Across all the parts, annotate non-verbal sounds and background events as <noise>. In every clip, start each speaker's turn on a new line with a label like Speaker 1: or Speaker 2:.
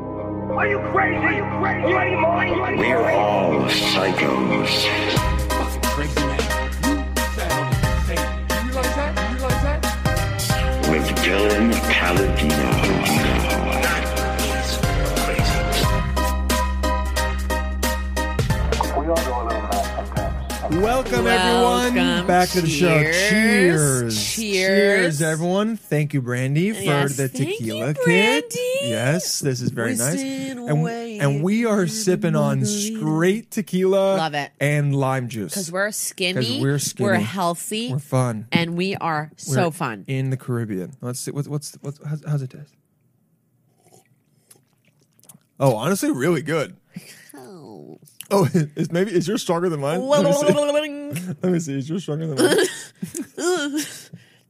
Speaker 1: Are you crazy? Are you crazy? Are you mind? We're all psychos.
Speaker 2: fucking crazy man. You realize that? You realize that?
Speaker 1: With Dylan Paladino.
Speaker 3: Welcome, everyone
Speaker 4: Welcome.
Speaker 3: back to the show.
Speaker 4: Cheers.
Speaker 3: Cheers.
Speaker 4: Cheers.
Speaker 3: everyone. Thank you, Brandy, for
Speaker 4: Yes,
Speaker 3: the
Speaker 4: thank you,
Speaker 3: tequila kit.
Speaker 4: Brandy.
Speaker 3: Yes, this is very nice.
Speaker 4: Wasting
Speaker 3: And,
Speaker 4: away
Speaker 3: and we are sipping on
Speaker 4: margarita.
Speaker 3: straight tequila
Speaker 4: Love it.
Speaker 3: and lime juice.
Speaker 4: Because we're skinny.
Speaker 3: 'Cause we're skinny.
Speaker 4: We're healthy.
Speaker 3: We're fun.
Speaker 4: And we are so
Speaker 3: We're
Speaker 4: fun.
Speaker 3: In <laughs> the Caribbean. Let's see. What's, what's, what's how's, how's it taste? Oh, honestly, really good.
Speaker 4: Oh.
Speaker 3: Oh, <laughs> is maybe is yours stronger than mine? Let me see. <laughs> Let me see. Is yours stronger than mine?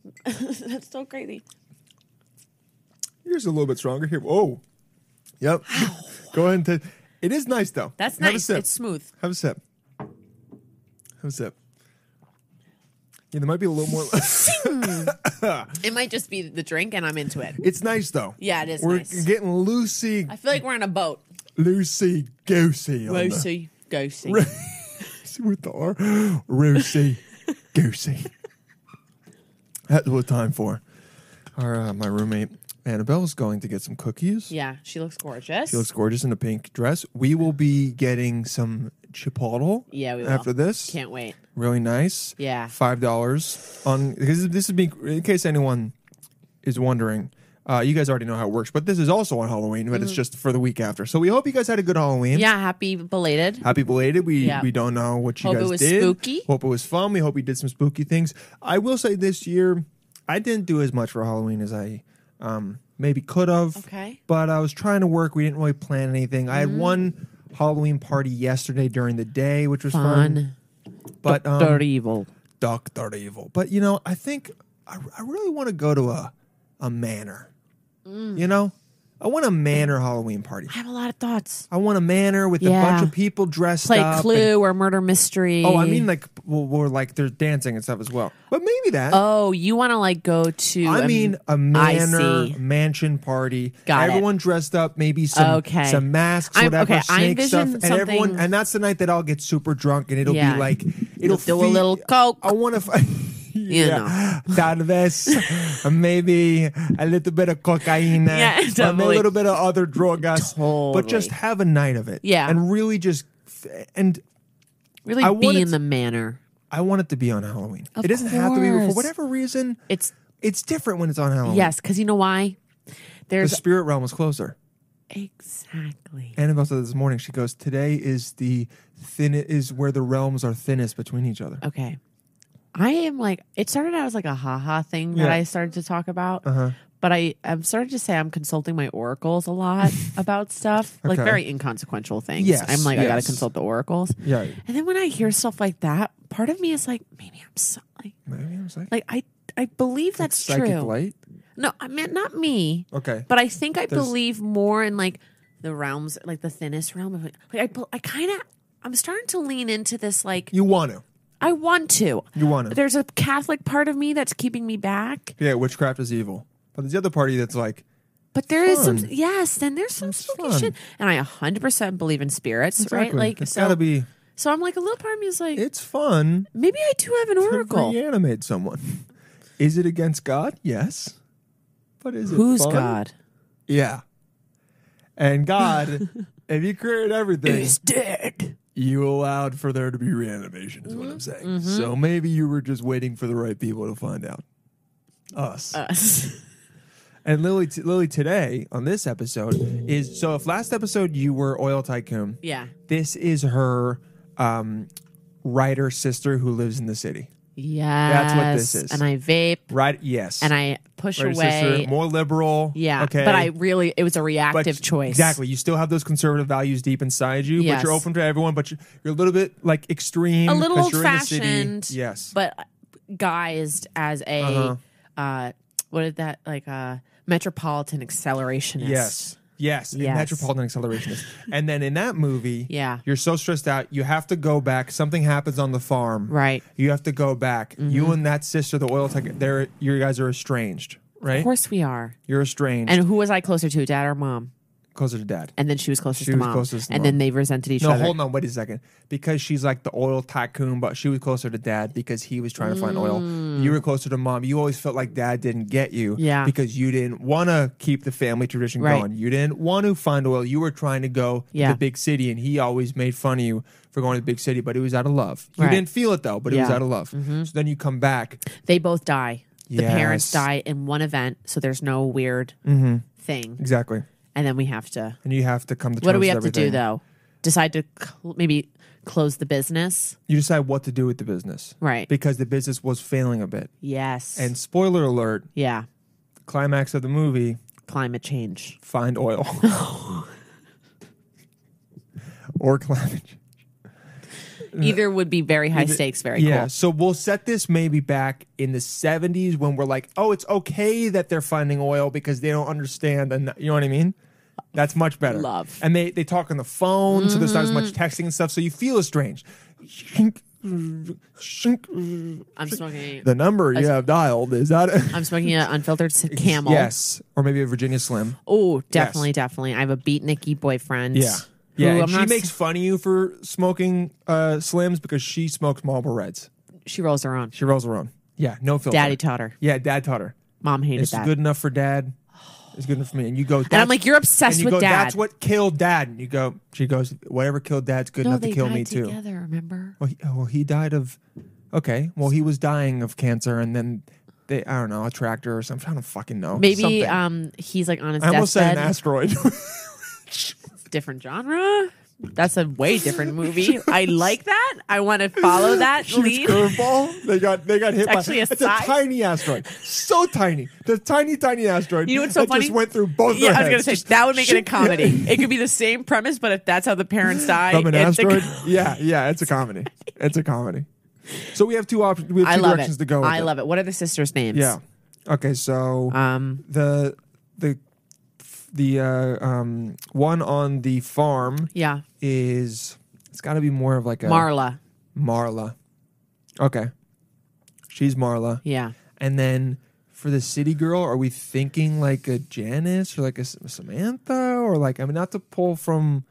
Speaker 4: <laughs> That's so crazy.
Speaker 3: Yours is a little bit stronger here. Oh, yep. Go ahead and take. It is nice though.
Speaker 4: That's
Speaker 3: Have A
Speaker 4: nice.
Speaker 3: sip.
Speaker 4: It's smooth.
Speaker 3: Have a sip. Have a sip. Yeah, there might be a
Speaker 4: <laughs>
Speaker 3: little more.
Speaker 4: It might just be the drink, and I'm into it.
Speaker 3: it's nice though.
Speaker 4: Yeah, it is
Speaker 3: We're
Speaker 4: nice.
Speaker 3: getting loosey,
Speaker 4: I feel like we're on a boat.
Speaker 3: loosey goosey. on the-
Speaker 4: Rosie, goosey.
Speaker 3: <laughs> See With the R,
Speaker 4: <laughs>
Speaker 3: loosey goosey. That's what it's time for. Our uh, my roommate Annabelle is going to get some cookies.
Speaker 4: yeah, she looks gorgeous.
Speaker 3: She looks gorgeous in a pink dress. We will be getting some chipotle.
Speaker 4: yeah, we will.
Speaker 3: after this,
Speaker 4: Can't wait.
Speaker 3: really nice.
Speaker 4: Yeah.
Speaker 3: five dollars on because this is being in case anyone is wondering. Uh, you guys already know how it works, but this is also on Halloween, but it's just for the week after. So we hope you guys had a good Halloween.
Speaker 4: Mm-hmm. Yeah, happy belated.
Speaker 3: Happy belated. We
Speaker 4: Yeah.
Speaker 3: we don't know what you
Speaker 4: Hope it
Speaker 3: guys
Speaker 4: was
Speaker 3: did.
Speaker 4: spooky.
Speaker 3: Hope it was fun. We hope you did some spooky things. I will say this year, I didn't do as much for Halloween as I um, maybe could have.
Speaker 4: Okay. Mm.
Speaker 3: But I was trying to work. We didn't really plan anything. I had one Halloween party yesterday during the day, which was fun.
Speaker 4: Fun. E-
Speaker 3: But um,
Speaker 4: Dirty evil.
Speaker 3: Doctor Evil. But you know, I think I, I really want to go to a a manor.
Speaker 4: Mm.
Speaker 3: You know, I want a manor Halloween party.
Speaker 4: I have a lot of thoughts.
Speaker 3: I want a manor with a
Speaker 4: Yeah.
Speaker 3: bunch of people dressed
Speaker 4: Play
Speaker 3: up. and-
Speaker 4: Clue or Murder Mystery.
Speaker 3: oh, I mean, like well, we're like there's dancing and stuff as well. But maybe that.
Speaker 4: Oh, you want to like go to?
Speaker 3: I
Speaker 4: um,
Speaker 3: mean, a
Speaker 4: I
Speaker 3: manor
Speaker 4: see.
Speaker 3: mansion party.
Speaker 4: Got it.
Speaker 3: everyone dressed up, maybe some
Speaker 4: Okay.
Speaker 3: some masks,
Speaker 4: I-
Speaker 3: whatever,
Speaker 4: okay, I
Speaker 3: snake stuff,
Speaker 4: envision
Speaker 3: and everyone.
Speaker 4: something-
Speaker 3: And that's the night that I'll get super drunk, and it'll
Speaker 4: Yeah.
Speaker 3: be like it'll
Speaker 4: You'll do a
Speaker 3: feed-
Speaker 4: little coke.
Speaker 3: I want to. F- <laughs> yeah, Talvez, maybe a little bit of cocaine,
Speaker 4: <laughs> Yeah,
Speaker 3: a
Speaker 4: totally.
Speaker 3: little bit of other drogas, but
Speaker 4: Totally.
Speaker 3: just have a night of it,
Speaker 4: Yeah.
Speaker 3: and really just f- and
Speaker 4: really
Speaker 3: I
Speaker 4: be
Speaker 3: wanted
Speaker 4: in
Speaker 3: to-
Speaker 4: the manor.
Speaker 3: I want it to be on Halloween.
Speaker 4: Of
Speaker 3: it doesn't have to be for
Speaker 4: course.
Speaker 3: whatever reason.
Speaker 4: It's
Speaker 3: It's different when it's on Halloween.
Speaker 4: yes, because you know why?
Speaker 3: the
Speaker 4: There's
Speaker 3: spirit realm is closer.
Speaker 4: exactly.
Speaker 3: Annabelle said this morning. She goes, "Today is the thin is where the realms are thinnest between each other."
Speaker 4: Okay. I am like it started out as like a haha thing that
Speaker 3: Yeah. Uh-huh.
Speaker 4: I started to talk about. But I I'm starting to say I'm consulting my oracles a
Speaker 3: <laughs>
Speaker 4: lot about stuff, like
Speaker 3: Okay.
Speaker 4: very inconsequential things.
Speaker 3: Yes,
Speaker 4: I'm like I got
Speaker 3: yes.
Speaker 4: to consult the oracles.
Speaker 3: Yeah.
Speaker 4: And then when I hear stuff like that, part of me is like maybe I'm so, like
Speaker 3: Maybe I'm psychic.
Speaker 4: like I I believe that's
Speaker 3: psychic
Speaker 4: true.
Speaker 3: light.
Speaker 4: No, I mean not me.
Speaker 3: Okay.
Speaker 4: But I think I
Speaker 3: There's-
Speaker 4: believe more in like the realms, like the thinnest realm of it. Like I, bel- I kind of, I'm starting to lean into this. Like
Speaker 3: You want to?
Speaker 4: I want to.
Speaker 3: You want to?
Speaker 4: There's a Catholic part of me that's keeping me back,
Speaker 3: Yeah, witchcraft is evil. But there's the other party that's like,
Speaker 4: but there is
Speaker 3: Fun.
Speaker 4: some yes, and there's some
Speaker 3: That's
Speaker 4: spooky
Speaker 3: fun.
Speaker 4: shit, and I 100 percent believe in spirits, right?
Speaker 3: exactly,
Speaker 4: Like
Speaker 3: it's
Speaker 4: so,
Speaker 3: gotta be.
Speaker 4: so I'm like a little part of me is like
Speaker 3: It's fun
Speaker 4: maybe I do have an
Speaker 3: to
Speaker 4: oracle.
Speaker 3: reanimate someone. <laughs> Is it against God? Yes. But is it
Speaker 4: Who's
Speaker 3: fun?
Speaker 4: God?
Speaker 3: Yeah. And
Speaker 4: <laughs>
Speaker 3: God, if you created everything,
Speaker 4: Is dead.
Speaker 3: you allowed for there to be reanimation is
Speaker 4: Mm-hmm.
Speaker 3: what i'm saying so maybe you were just waiting for the right people to find out us
Speaker 4: Uh. Us. <laughs>
Speaker 3: and lily t- lily today on this episode is so if last episode you were oil tycoon
Speaker 4: yeah.
Speaker 3: this is her um writer sister who lives in the city
Speaker 4: Yeah.
Speaker 3: what this is.
Speaker 4: And I vape
Speaker 3: right yes
Speaker 4: and I push
Speaker 3: writer
Speaker 4: away.
Speaker 3: sister more liberal
Speaker 4: Yeah.
Speaker 3: okay
Speaker 4: But I really, it was a
Speaker 3: But
Speaker 4: reactive choice.
Speaker 3: Exactly. You still have those conservative values deep inside you, but
Speaker 4: Yes.
Speaker 3: you're open to everyone. But you're, you're a little bit like extreme,
Speaker 4: A little
Speaker 3: 'cause
Speaker 4: old
Speaker 3: you're in the city.
Speaker 4: fashioned.
Speaker 3: Yes. Uh-huh.
Speaker 4: But guised as a, uh what is that, like a metropolitan accelerationist.
Speaker 3: Yes. Yes, and
Speaker 4: Yes.
Speaker 3: Metropolitan Accelerationist. and then in that movie,
Speaker 4: Yeah.
Speaker 3: you're so stressed out, you have to go back. Something happens on the farm.
Speaker 4: Right. Mm-hmm.
Speaker 3: You have to go back. You and that sister, the oil tech, they're you guys are estranged, right?
Speaker 4: Of course we are.
Speaker 3: You're estranged.
Speaker 4: And who was I closer to, dad or mom?
Speaker 3: closer to dad.
Speaker 4: and then she was closest
Speaker 3: She
Speaker 4: to
Speaker 3: was
Speaker 4: mom,
Speaker 3: closest to
Speaker 4: and
Speaker 3: mom.
Speaker 4: then they resented each
Speaker 3: No,
Speaker 4: other.
Speaker 3: hold on, wait a second. Because she's like the oil tycoon, but she was closer to dad because he was trying to find oil. You were closer to mom. You always felt like dad didn't get you.
Speaker 4: Mm. Yeah.
Speaker 3: Because you didn't want to keep the family tradition
Speaker 4: Right.
Speaker 3: going. You didn't want to find oil. You were trying to go
Speaker 4: Yeah.
Speaker 3: to the big city, and he always made fun of you for going to the big city, but it was out of love. You
Speaker 4: Right.
Speaker 3: didn't feel it though, but it was
Speaker 4: Yeah. Mm-hmm.
Speaker 3: out of love. So then you come back.
Speaker 4: They both die. The parents
Speaker 3: Yes. Mm-hmm.
Speaker 4: die in one event, so there's no weird thing.
Speaker 3: Exactly.
Speaker 4: And then we have to.
Speaker 3: And you have to come to terms
Speaker 4: What do we
Speaker 3: with
Speaker 4: have to do
Speaker 3: everything.
Speaker 4: though? Decide to cl- maybe close the business.
Speaker 3: You decide what to do with the business.
Speaker 4: Right.
Speaker 3: Because the business was failing a bit.
Speaker 4: Yes.
Speaker 3: And spoiler alert,
Speaker 4: yeah,
Speaker 3: climax of the movie
Speaker 4: climate change.
Speaker 3: find
Speaker 4: <laughs>
Speaker 3: oil or climate change. Mm.
Speaker 4: Either would be very high stakes, very
Speaker 3: yeah
Speaker 4: cool.
Speaker 3: so we'll set this maybe back in the 70s when we're like oh it's okay that they're finding oil because they don't understand and you know what i mean that's much better
Speaker 4: Love. Mm-hmm.
Speaker 3: and they they talk on the phone so there's not as much texting and stuff so you feel estranged
Speaker 4: I'm smoking.
Speaker 3: the number you have dialed is that
Speaker 4: I'm smoking an unfiltered s- camel.
Speaker 3: yes or maybe a virginia slim
Speaker 4: Oh, definitely, definitely. I have a beatniky boyfriend.
Speaker 3: Yeah.
Speaker 4: who
Speaker 3: Yeah, and
Speaker 4: I'm
Speaker 3: she
Speaker 4: not s-
Speaker 3: makes fun of you for smoking uh, Slims because she smokes Marlboro Reds.
Speaker 4: She rolls her own.
Speaker 3: She rolls her own. Yeah, no filter.
Speaker 4: Daddy taught her.
Speaker 3: Yeah, dad taught her.
Speaker 4: Mom hated
Speaker 3: It's
Speaker 4: that.
Speaker 3: good enough for dad. It's good enough for me. And you go.
Speaker 4: and I'm
Speaker 3: "That's-
Speaker 4: like, you're obsessed
Speaker 3: and you
Speaker 4: with
Speaker 3: go,
Speaker 4: dad.
Speaker 3: That's what killed dad. And you go. She goes. Whatever killed dad's good
Speaker 4: no,
Speaker 3: enough
Speaker 4: they
Speaker 3: to kill
Speaker 4: died
Speaker 3: me too.
Speaker 4: together. Remember?
Speaker 3: Well, he, oh, well, he died of. Okay. Well, he was dying of cancer, and then they. I don't know, a tractor or something. I don't fucking know.
Speaker 4: Maybe
Speaker 3: Something.
Speaker 4: um he's like on his
Speaker 3: I almost said
Speaker 4: deathbed.
Speaker 3: an asteroid. <laughs>
Speaker 4: different genre. That's a way different movie.
Speaker 3: <laughs>
Speaker 4: I like that. I want to follow that lead.
Speaker 3: curveball. <laughs> They got they got hit by
Speaker 4: actually a
Speaker 3: it's
Speaker 4: scythe.
Speaker 3: a tiny asteroid, so tiny, the tiny tiny asteroid.
Speaker 4: You know what's so
Speaker 3: that
Speaker 4: funny?
Speaker 3: Just went through both.
Speaker 4: <laughs> Yeah,
Speaker 3: their
Speaker 4: I was gonna
Speaker 3: heads.
Speaker 4: say
Speaker 3: Just
Speaker 4: that would make it a
Speaker 3: shoot.
Speaker 4: comedy. it could be the same premise, but if that's how the parents
Speaker 3: <laughs>
Speaker 4: die,
Speaker 3: From an
Speaker 4: it's a
Speaker 3: asteroid.
Speaker 4: com-
Speaker 3: yeah, yeah, it's a comedy. It's a comedy. So we have two options. We have
Speaker 4: I
Speaker 3: two
Speaker 4: love
Speaker 3: directions
Speaker 4: it.
Speaker 3: to go. With
Speaker 4: I love it. What are the sisters' names?
Speaker 3: Yeah. Okay. So
Speaker 4: Um.
Speaker 3: the the the uh, um, one on the farm
Speaker 4: Yeah.
Speaker 3: is it's got to be more of like a
Speaker 4: Marla.
Speaker 3: Marla. Okay. She's Marla.
Speaker 4: Yeah.
Speaker 3: And then for the city girl, are we thinking like a Janice or like a S- Samantha or like I mean not to pull from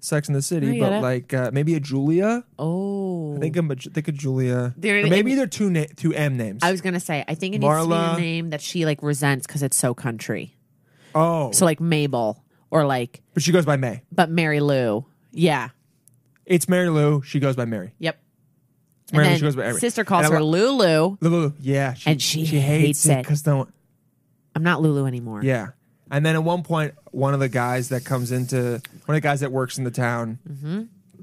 Speaker 3: Sex in the
Speaker 4: I
Speaker 3: City,
Speaker 4: get
Speaker 3: but
Speaker 4: it.
Speaker 3: like uh, maybe a Julia.
Speaker 4: Oh.
Speaker 3: Think of a Ju- think of Julia.
Speaker 4: There-
Speaker 3: Or maybe they're two na- two M names.
Speaker 4: I was gonna say. I think it needs to
Speaker 3: Marla.
Speaker 4: be a name that she like resents because it's so country.
Speaker 3: oh,
Speaker 4: So like Mabel or like
Speaker 3: but she goes by May.
Speaker 4: but Mary Lou. Yeah.
Speaker 3: It's Mary Lou. She goes by Mary.
Speaker 4: Yep.
Speaker 3: It's Mary
Speaker 4: and
Speaker 3: Lou.
Speaker 4: then
Speaker 3: She goes by Mary.
Speaker 4: sister calls
Speaker 3: And I
Speaker 4: her
Speaker 3: lo-
Speaker 4: Lulu.
Speaker 3: Lulu. Yeah, she,
Speaker 4: And she hates
Speaker 3: hates
Speaker 4: it.
Speaker 3: because no one.
Speaker 4: I'm not Lulu anymore.
Speaker 3: Yeah. And then at one point, one of the guys that comes into one of the guys that works in the town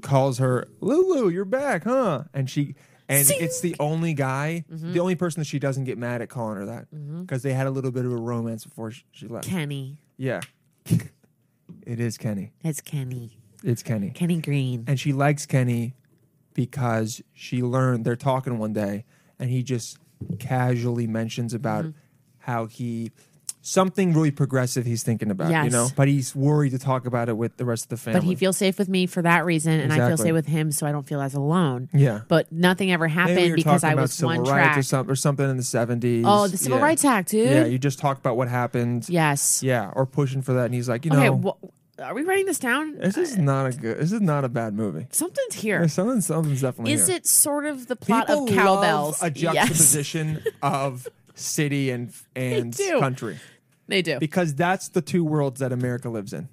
Speaker 3: calls her Lulu. You're back, huh? And she and it's the only guy, the only person that she doesn't get mad at calling her that because they had a little bit of a romance before she, she left.
Speaker 4: Kenny.
Speaker 3: yeah, <laughs> it is Kenny.
Speaker 4: It's Kenny.
Speaker 3: It's Kenny,
Speaker 4: Kenny Green.
Speaker 3: and she likes Kenny because she learned they're talking one day, and he just casually mentions about
Speaker 4: Mm-hmm.
Speaker 3: how he something really progressive he's thinking about, you
Speaker 4: Yes.
Speaker 3: know, but he's worried to talk about it with the rest of the family.
Speaker 4: But he feels safe with me for that reason, and I feel
Speaker 3: Exactly.
Speaker 4: safe with him, so I don't feel as alone.
Speaker 3: Yeah.
Speaker 4: But nothing ever happened
Speaker 3: Maybe we were
Speaker 4: because
Speaker 3: talking
Speaker 4: I
Speaker 3: about
Speaker 4: was
Speaker 3: civil
Speaker 4: one
Speaker 3: rights
Speaker 4: track.
Speaker 3: or something, or something in the seventies.
Speaker 4: Oh, the Civil Rights Act, dude.
Speaker 3: Yeah, you just talk about what happened.
Speaker 4: yes.
Speaker 3: yeah, or pushing for that, and he's like, you
Speaker 4: Okay.
Speaker 3: know,
Speaker 4: wh- are we writing this down?
Speaker 3: this is not a good, this is not a bad movie.
Speaker 4: Something's here.
Speaker 3: There's Something, something's definitely
Speaker 4: Is
Speaker 3: here.
Speaker 4: it sort of the plot
Speaker 3: People
Speaker 4: of cowbells?
Speaker 3: love a
Speaker 4: Yes,
Speaker 3: juxtaposition of city and and
Speaker 4: do.
Speaker 3: country
Speaker 4: <laughs> they do.
Speaker 3: because that's the two worlds that America lives in.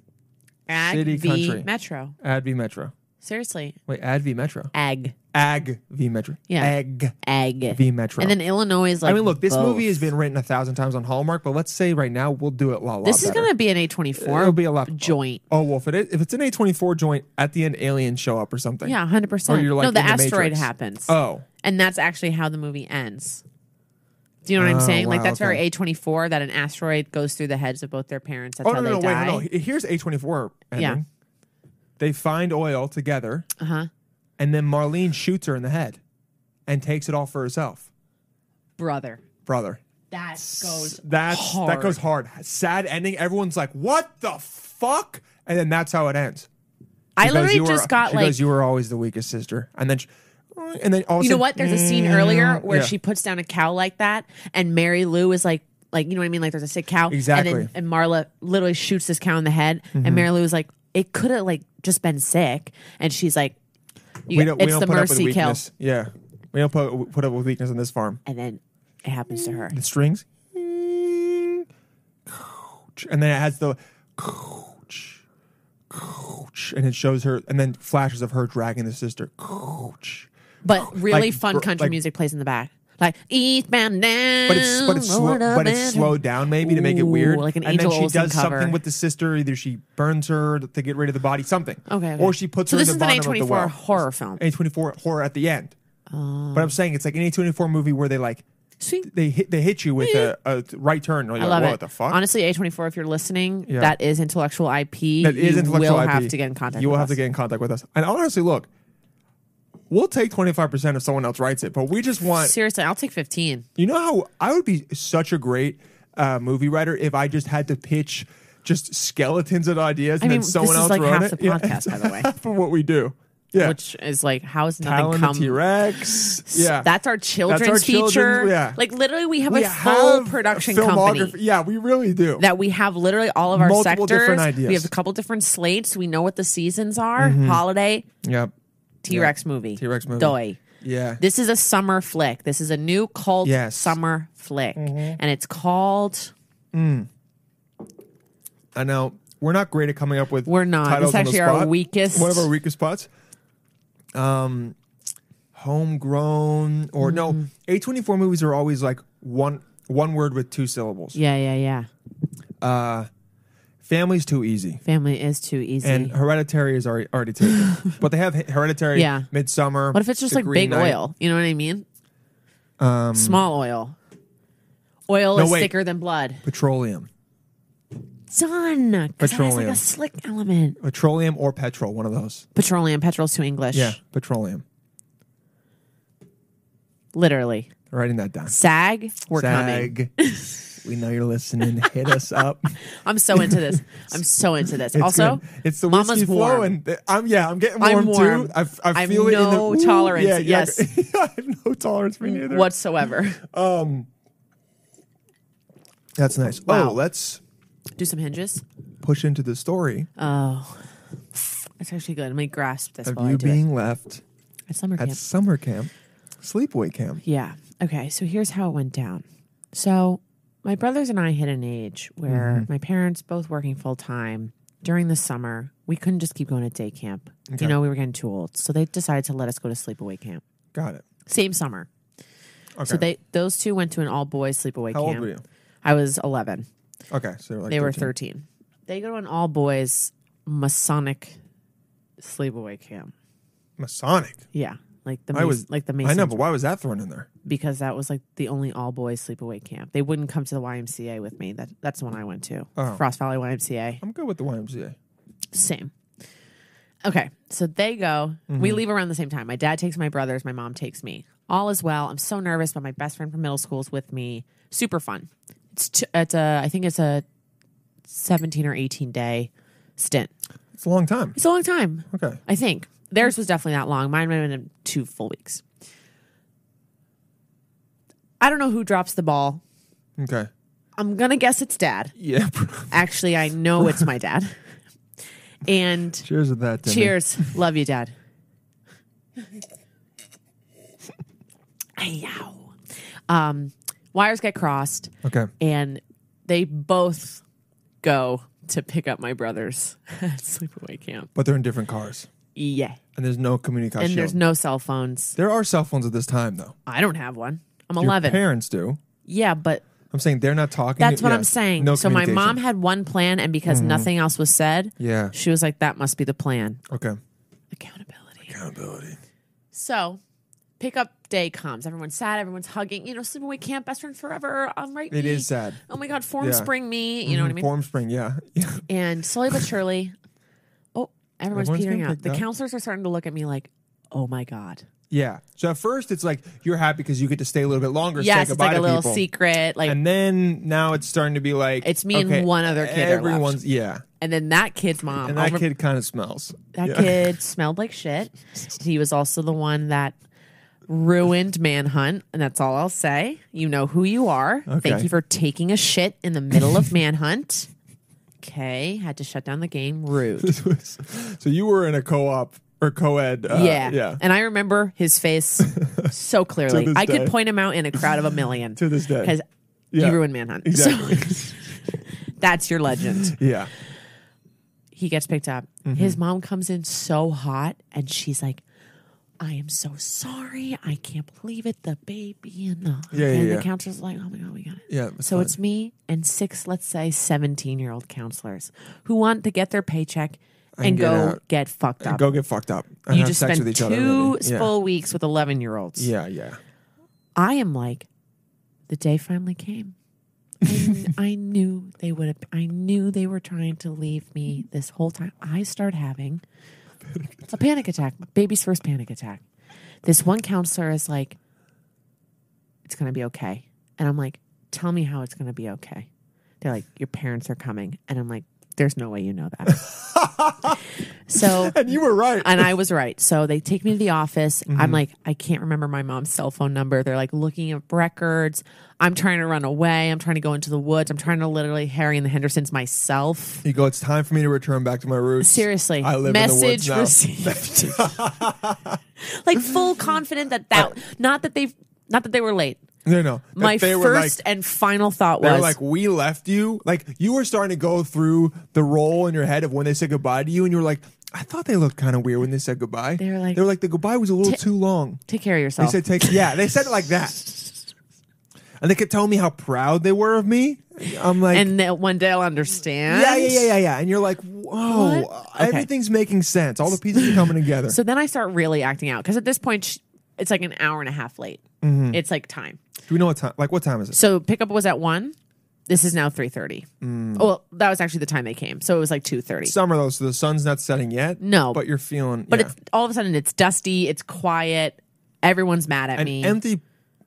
Speaker 4: Ag
Speaker 3: city,
Speaker 4: v.
Speaker 3: country.
Speaker 4: Metro.
Speaker 3: Ad v Metro.
Speaker 4: Seriously.
Speaker 3: Wait, Ad v Metro.
Speaker 4: Ag.
Speaker 3: Ag v Metro.
Speaker 4: Yeah.
Speaker 3: Ag
Speaker 4: Ag.
Speaker 3: v Metro.
Speaker 4: And then Illinois is like.
Speaker 3: I mean, look, this
Speaker 4: both.
Speaker 3: movie has been written a thousand times on Hallmark, but let's say right now we'll do it a lot.
Speaker 4: This is
Speaker 3: better.
Speaker 4: going to be an A24.
Speaker 3: It'll be a lot
Speaker 4: joint.
Speaker 3: Oh well, if it is, if it's an A twenty four joint, at the end aliens show up or something.
Speaker 4: Yeah,
Speaker 3: Or
Speaker 4: hundred percent.
Speaker 3: you're like
Speaker 4: no, the
Speaker 3: in the
Speaker 4: asteroid
Speaker 3: Matrix.
Speaker 4: happens,
Speaker 3: Oh,
Speaker 4: and that's actually how the movie ends. Do you know what
Speaker 3: Oh,
Speaker 4: I'm saying? like
Speaker 3: wow,
Speaker 4: that's very
Speaker 3: okay.
Speaker 4: A twenty four that an asteroid goes through the heads of both their parents. That's
Speaker 3: oh
Speaker 4: how
Speaker 3: no,
Speaker 4: they
Speaker 3: no, no, wait,
Speaker 4: die.
Speaker 3: no, no. Here's A twenty four.
Speaker 4: Yeah.
Speaker 3: They find oil together,
Speaker 4: Uh huh.
Speaker 3: and then Marlene shoots her in the head, and takes it all for herself,
Speaker 4: Brother,
Speaker 3: brother.
Speaker 4: that goes.
Speaker 3: That's
Speaker 4: hard.
Speaker 3: that goes hard. Sad ending. Everyone's like, "What the fuck?" And then that's how it ends.
Speaker 4: I
Speaker 3: She goes,
Speaker 4: literally
Speaker 3: "You were-
Speaker 4: just got
Speaker 3: she
Speaker 4: like.
Speaker 3: goes, you were always the weakest sister, and then, she, and then all of a
Speaker 4: you know
Speaker 3: sudden- Mm,
Speaker 4: what? There's a scene earlier where
Speaker 3: Yeah.
Speaker 4: she puts down a cow like that, and Mary Lou is like, like you know what I mean? Like there's a sick cow. And
Speaker 3: Exactly. Mm-hmm.
Speaker 4: then and Marla literally shoots this cow in the head, and Mary Lou was like, "It could have like just been sick," and she's like, you,
Speaker 3: we don't,
Speaker 4: "It's
Speaker 3: we don't
Speaker 4: the
Speaker 3: put up
Speaker 4: mercy
Speaker 3: with
Speaker 4: kill,"
Speaker 3: weakness. Yeah. We don't put, put up with weakness on this farm.
Speaker 4: and then it happens to her.
Speaker 3: The strings. And then it has the coach. Coach. And it shows her, and then flashes of her dragging the sister. Coach.
Speaker 4: But really
Speaker 3: Oh, Like,
Speaker 4: fun
Speaker 3: br-
Speaker 4: country
Speaker 3: like-
Speaker 4: music plays in the back, like "Eastbound Down."
Speaker 3: But it's but it's slow,
Speaker 4: Lord of
Speaker 3: but it's
Speaker 4: Man.
Speaker 3: slowed down maybe to make it
Speaker 4: Ooh,
Speaker 3: weird.
Speaker 4: like an
Speaker 3: and then
Speaker 4: Angel
Speaker 3: she
Speaker 4: Olsen
Speaker 3: does
Speaker 4: cover.
Speaker 3: something with the sister. Either she burns her to get rid of the body, something.
Speaker 4: Okay, okay.
Speaker 3: Or she puts
Speaker 4: so
Speaker 3: her
Speaker 4: this
Speaker 3: in the
Speaker 4: is an
Speaker 3: bottom of the well.
Speaker 4: horror film.
Speaker 3: A twenty four horror at the end. but I'm saying it's like an A twenty four movie where they like
Speaker 4: Sweet.
Speaker 3: they hit they hit you with a, a right turn. You're
Speaker 4: I
Speaker 3: like,
Speaker 4: love
Speaker 3: "Whoa,
Speaker 4: it.
Speaker 3: What the fuck?
Speaker 4: Honestly, A24, if you're listening,
Speaker 3: Yeah.
Speaker 4: that is intellectual IP.
Speaker 3: That is
Speaker 4: you
Speaker 3: intellectual
Speaker 4: will
Speaker 3: IP.
Speaker 4: have to get in contact
Speaker 3: You will
Speaker 4: with
Speaker 3: have to
Speaker 4: us.
Speaker 3: get in contact with us. And honestly, look, we'll take twenty five percent if someone else writes it, but we just want
Speaker 4: Seriously, I'll take 15.
Speaker 3: You know how I would be such a great uh, movie writer if I just had to pitch just skeletons of ideas
Speaker 4: I
Speaker 3: and
Speaker 4: mean,
Speaker 3: then someone
Speaker 4: this
Speaker 3: else
Speaker 4: is like
Speaker 3: wrote
Speaker 4: half
Speaker 3: it.
Speaker 4: the podcast, by the way.
Speaker 3: <laughs> half of what we do. Yeah,
Speaker 4: Which is like, how has nothing
Speaker 3: Alan the
Speaker 4: come?
Speaker 3: T Rex. Yeah,
Speaker 4: That's our children's feature.
Speaker 3: children's- yeah,
Speaker 4: Like literally, we have
Speaker 3: we
Speaker 4: a full
Speaker 3: have
Speaker 4: production
Speaker 3: filmography-
Speaker 4: company
Speaker 3: Yeah, we really do.
Speaker 4: that we have literally all of our
Speaker 3: Multiple
Speaker 4: sectors.
Speaker 3: different ideas.
Speaker 4: We have a couple different slates. We know what the seasons are. Holiday,
Speaker 3: yep.
Speaker 4: T Rex movie,
Speaker 3: T-Rex movie.
Speaker 4: Doi.
Speaker 3: Yeah.
Speaker 4: This is a summer flick. This is a new cult
Speaker 3: Yes. Mm-hmm.
Speaker 4: summer flick, and it's called.
Speaker 3: I know we're not great at coming up with.
Speaker 4: We're not.
Speaker 3: Titles
Speaker 4: It's
Speaker 3: on the
Speaker 4: actually our
Speaker 3: spot.
Speaker 4: weakest-
Speaker 3: One of our weakest spots. Um, homegrown or
Speaker 4: Mm-hmm.
Speaker 3: no? A twenty four movies are always like one one word with two syllables.
Speaker 4: Yeah, yeah, yeah.
Speaker 3: Family's too easy.
Speaker 4: Family is too easy.
Speaker 3: And hereditary is already, already
Speaker 4: <laughs>
Speaker 3: taken, but they have hereditary.
Speaker 4: Yeah.
Speaker 3: Midsummer.
Speaker 4: what if it's just
Speaker 3: The
Speaker 4: like
Speaker 3: Green
Speaker 4: big
Speaker 3: Knight. Um,
Speaker 4: oil? You know what I mean? Small oil. Oil
Speaker 3: No,
Speaker 4: is
Speaker 3: wait.
Speaker 4: thicker than blood.
Speaker 3: Petroleum,
Speaker 4: Done. 'Cause that has like
Speaker 3: Petroleum.
Speaker 4: a slick element.
Speaker 3: petroleum or petrol? One of those.
Speaker 4: Petroleum, petrol's to English.
Speaker 3: Yeah, petroleum.
Speaker 4: Literally.
Speaker 3: Writing that down.
Speaker 4: SAG, we're coming.
Speaker 3: Sag.
Speaker 4: <laughs>
Speaker 3: we know you're listening. Hit us up.
Speaker 4: I'm so into this. I'm so into
Speaker 3: <laughs>
Speaker 4: this.
Speaker 3: It's
Speaker 4: also,
Speaker 3: good. it's the
Speaker 4: mama's
Speaker 3: whiskey
Speaker 4: warm.
Speaker 3: flow, and th- I'm yeah, I'm getting warm,
Speaker 4: I'm warm.
Speaker 3: too. I, f- I
Speaker 4: I've
Speaker 3: feel it.
Speaker 4: no
Speaker 3: in the, ooh,
Speaker 4: tolerance.
Speaker 3: Yeah, yeah,
Speaker 4: Yes.
Speaker 3: <laughs> I have no tolerance for neither.
Speaker 4: Whatsoever.
Speaker 3: That's nice.
Speaker 4: Wow.
Speaker 3: Oh, let's
Speaker 4: Do some hinges.
Speaker 3: push into the story
Speaker 4: Oh. That's actually good. Let me grasp this
Speaker 3: of
Speaker 4: while I
Speaker 3: you
Speaker 4: do it.
Speaker 3: being left
Speaker 4: At summer
Speaker 3: at
Speaker 4: camp.
Speaker 3: summer camp, sleepaway camp.
Speaker 4: Yeah. Okay. So here's how it went down. So my brothers and I hit an age where
Speaker 3: Mm-hmm.
Speaker 4: my parents both working full time during the summer. We couldn't just keep going to day camp. You know, we were getting too old. So they decided to let us go to sleepaway camp.
Speaker 3: Got it.
Speaker 4: Same summer.
Speaker 3: Okay.
Speaker 4: So they those two went to an all boys sleepaway
Speaker 3: How
Speaker 4: camp.
Speaker 3: old were you?
Speaker 4: I was 11.
Speaker 3: Okay, so they were, like
Speaker 4: They were 13. They go to an all boys Masonic sleepaway camp.
Speaker 3: Masonic.
Speaker 4: Yeah. Like the
Speaker 3: I
Speaker 4: Mas-
Speaker 3: was
Speaker 4: like the
Speaker 3: I
Speaker 4: Masons
Speaker 3: know, but why was that thrown in there?
Speaker 4: because that was like the only all boys sleepaway camp. They wouldn't come to the YMCA with me. That that's the one I went to.
Speaker 3: Oh.
Speaker 4: Frost Valley YMCA.
Speaker 3: I'm good with the YMCA.
Speaker 4: Same. Okay, so they go. We leave around the same time. My dad takes my brothers. My mom takes me. All is well. I'm so nervous, but my best friend from middle school is with me. Super fun. It's t- it's a I think it's a 17 or 18 day stint.
Speaker 3: It's a long time.
Speaker 4: It's a long time.
Speaker 3: Okay.
Speaker 4: I think theirs was definitely that long. Mine might have been two full weeks. I don't know who drops the ball.
Speaker 3: Okay.
Speaker 4: I'm gonna guess it's dad.
Speaker 3: Yeah.
Speaker 4: Actually, I know it's my dad. And
Speaker 3: <laughs> Cheers to that. Timmy.
Speaker 4: cheers, love
Speaker 3: <laughs>
Speaker 4: you, dad. Ayow. Um, wires get crossed,
Speaker 3: Okay.
Speaker 4: and they both go to pick up my brothers <laughs> at sleepaway camp.
Speaker 3: But they're in different cars,
Speaker 4: Yeah,
Speaker 3: and there's no communication.
Speaker 4: and there's no cell phones.
Speaker 3: there are cell phones at this time, though.
Speaker 4: I don't have one. I'm
Speaker 3: Your
Speaker 4: 11.
Speaker 3: parents do.
Speaker 4: Yeah, but
Speaker 3: I'm saying they're not talking.
Speaker 4: that's what
Speaker 3: Yeah.
Speaker 4: I'm saying.
Speaker 3: No
Speaker 4: so my
Speaker 3: communication. Mm-hmm.
Speaker 4: mom had one plan, and because nothing else was said,
Speaker 3: Yeah.
Speaker 4: she was like, "That must be the plan."
Speaker 3: Okay.
Speaker 4: Accountability.
Speaker 3: Accountability.
Speaker 4: So, pickup day comes. Everyone's sad. Everyone's hugging. You know, sleepaway camp, best friend forever. I'm right.
Speaker 3: It
Speaker 4: me.
Speaker 3: is sad.
Speaker 4: Oh my god, form
Speaker 3: Yeah. Mm-hmm.
Speaker 4: spring me. You know what I mean?
Speaker 3: Form spring, yeah. <laughs> yeah.
Speaker 4: and slowly but
Speaker 3: <coughs>
Speaker 4: surely, oh, everyone's,
Speaker 3: Everyone's
Speaker 4: petering
Speaker 3: getting
Speaker 4: out.
Speaker 3: picked
Speaker 4: The
Speaker 3: up.
Speaker 4: counselors are starting to look at me like, "Oh my god."
Speaker 3: Yeah. So at first it's like you're happy because you get to stay a little bit longer. say
Speaker 4: Yes, it's
Speaker 3: goodbye
Speaker 4: like a
Speaker 3: to
Speaker 4: little
Speaker 3: people.
Speaker 4: secret. Like,
Speaker 3: And then now it's starting to be like
Speaker 4: It's me and one other kid are left.
Speaker 3: Everyone's yeah.
Speaker 4: and then that kid's mom.
Speaker 3: And
Speaker 4: I'll
Speaker 3: that
Speaker 4: rem-
Speaker 3: kid kind of smells.
Speaker 4: That
Speaker 3: Yeah.
Speaker 4: kid smelled like shit. He was also the one that ruined Manhunt, and that's all I'll say. You know who you are.
Speaker 3: Okay.
Speaker 4: Thank you for taking a shit in the middle of Manhunt. Okay, had to shut down the game. Rude.
Speaker 3: <laughs> so you were in a co-op or co-ed. <laughs> Uh,
Speaker 4: yeah.
Speaker 3: yeah.
Speaker 4: And I remember his
Speaker 3: <laughs>
Speaker 4: face so clearly.
Speaker 3: this
Speaker 4: I
Speaker 3: day.
Speaker 4: could point him out in a crowd of a million.
Speaker 3: To this day.
Speaker 4: Because
Speaker 3: Yeah.
Speaker 4: you ruined Manhunt.
Speaker 3: exactly.
Speaker 4: So <laughs> that's your legend.
Speaker 3: yeah.
Speaker 4: He gets picked up.
Speaker 3: Mm-hmm.
Speaker 4: His mom comes in so hot and she's like, I am so sorry. I can't believe it. The baby and the
Speaker 3: Yeah, yeah,
Speaker 4: and
Speaker 3: yeah.
Speaker 4: the counselor's like, oh my god, we got it.
Speaker 3: Yeah, it's
Speaker 4: So
Speaker 3: fine.
Speaker 4: it's me and six, let's say, seventeen year old counselors who want to get their paycheck and,
Speaker 3: get
Speaker 4: go
Speaker 3: out.
Speaker 4: get fucked up.
Speaker 3: Go get fucked up. And
Speaker 4: you
Speaker 3: have
Speaker 4: just
Speaker 3: sex
Speaker 4: spend
Speaker 3: with each
Speaker 4: two
Speaker 3: other. maybe. Yeah.
Speaker 4: full weeks with eleven year olds.
Speaker 3: Yeah, yeah.
Speaker 4: I am like, the day finally came. I, kn- I knew they would have. I knew they were trying to leave me this whole time. I start having a panic attack, baby's first panic attack. This one counselor is like, "It's gonna be okay," and I'm like, "Tell me how it's gonna be okay." They're like, "Your parents are coming," and I'm like, "There's no way you know that." so
Speaker 3: And you were right.
Speaker 4: and I was right. So they take me to the office. I'm
Speaker 3: Mm-hmm.
Speaker 4: like, I can't remember my mom's cell phone number. They're like looking at records. I'm trying to run away. I'm trying to go into the woods. I'm trying to literally Harry and the Hendersons myself.
Speaker 3: you go, it's time for me to return back to my roots.
Speaker 4: Seriously,
Speaker 3: I live
Speaker 4: message
Speaker 3: in the woods now.
Speaker 4: received. <laughs> like
Speaker 3: <laughs>
Speaker 4: full confident that that not that they've not that they were late.
Speaker 3: No, no. That
Speaker 4: My
Speaker 3: they
Speaker 4: first
Speaker 3: were like,
Speaker 4: and final thought
Speaker 3: they were
Speaker 4: was
Speaker 3: like, we left you. Like, you were starting to go through the role in your head of when they said goodbye to you, and you were like, I thought they looked kind of weird when they said goodbye.
Speaker 4: They were like- Oh.
Speaker 3: they were like, the goodbye was a little
Speaker 4: Ti-
Speaker 3: too long.
Speaker 4: take care of
Speaker 3: They
Speaker 4: yourself.
Speaker 3: said, take, yeah, they said it like that. And they kept telling me how proud they were of me. I'm like,
Speaker 4: and that one day I'll understand.
Speaker 3: yeah, yeah, yeah, yeah, yeah. And you're like, whoa,
Speaker 4: What? Okay.
Speaker 3: everything's making sense. All the pieces are coming together.
Speaker 4: So then I start really acting out because at this point sh- it's like an hour and a half late.
Speaker 3: Mm-hmm.
Speaker 4: It's like time.
Speaker 3: Do we know what time? Like, what time is it?
Speaker 4: So pickup was at one. This is now three thirty. Oh, well, that was actually the time they came, so it was like two thirty.
Speaker 3: Summer though, Mm. so the sun's not setting yet.
Speaker 4: No.
Speaker 3: but you're feeling.
Speaker 4: but
Speaker 3: yeah.
Speaker 4: it's all of a sudden it's dusty, it's quiet, everyone's mad at
Speaker 3: an
Speaker 4: me.
Speaker 3: empty,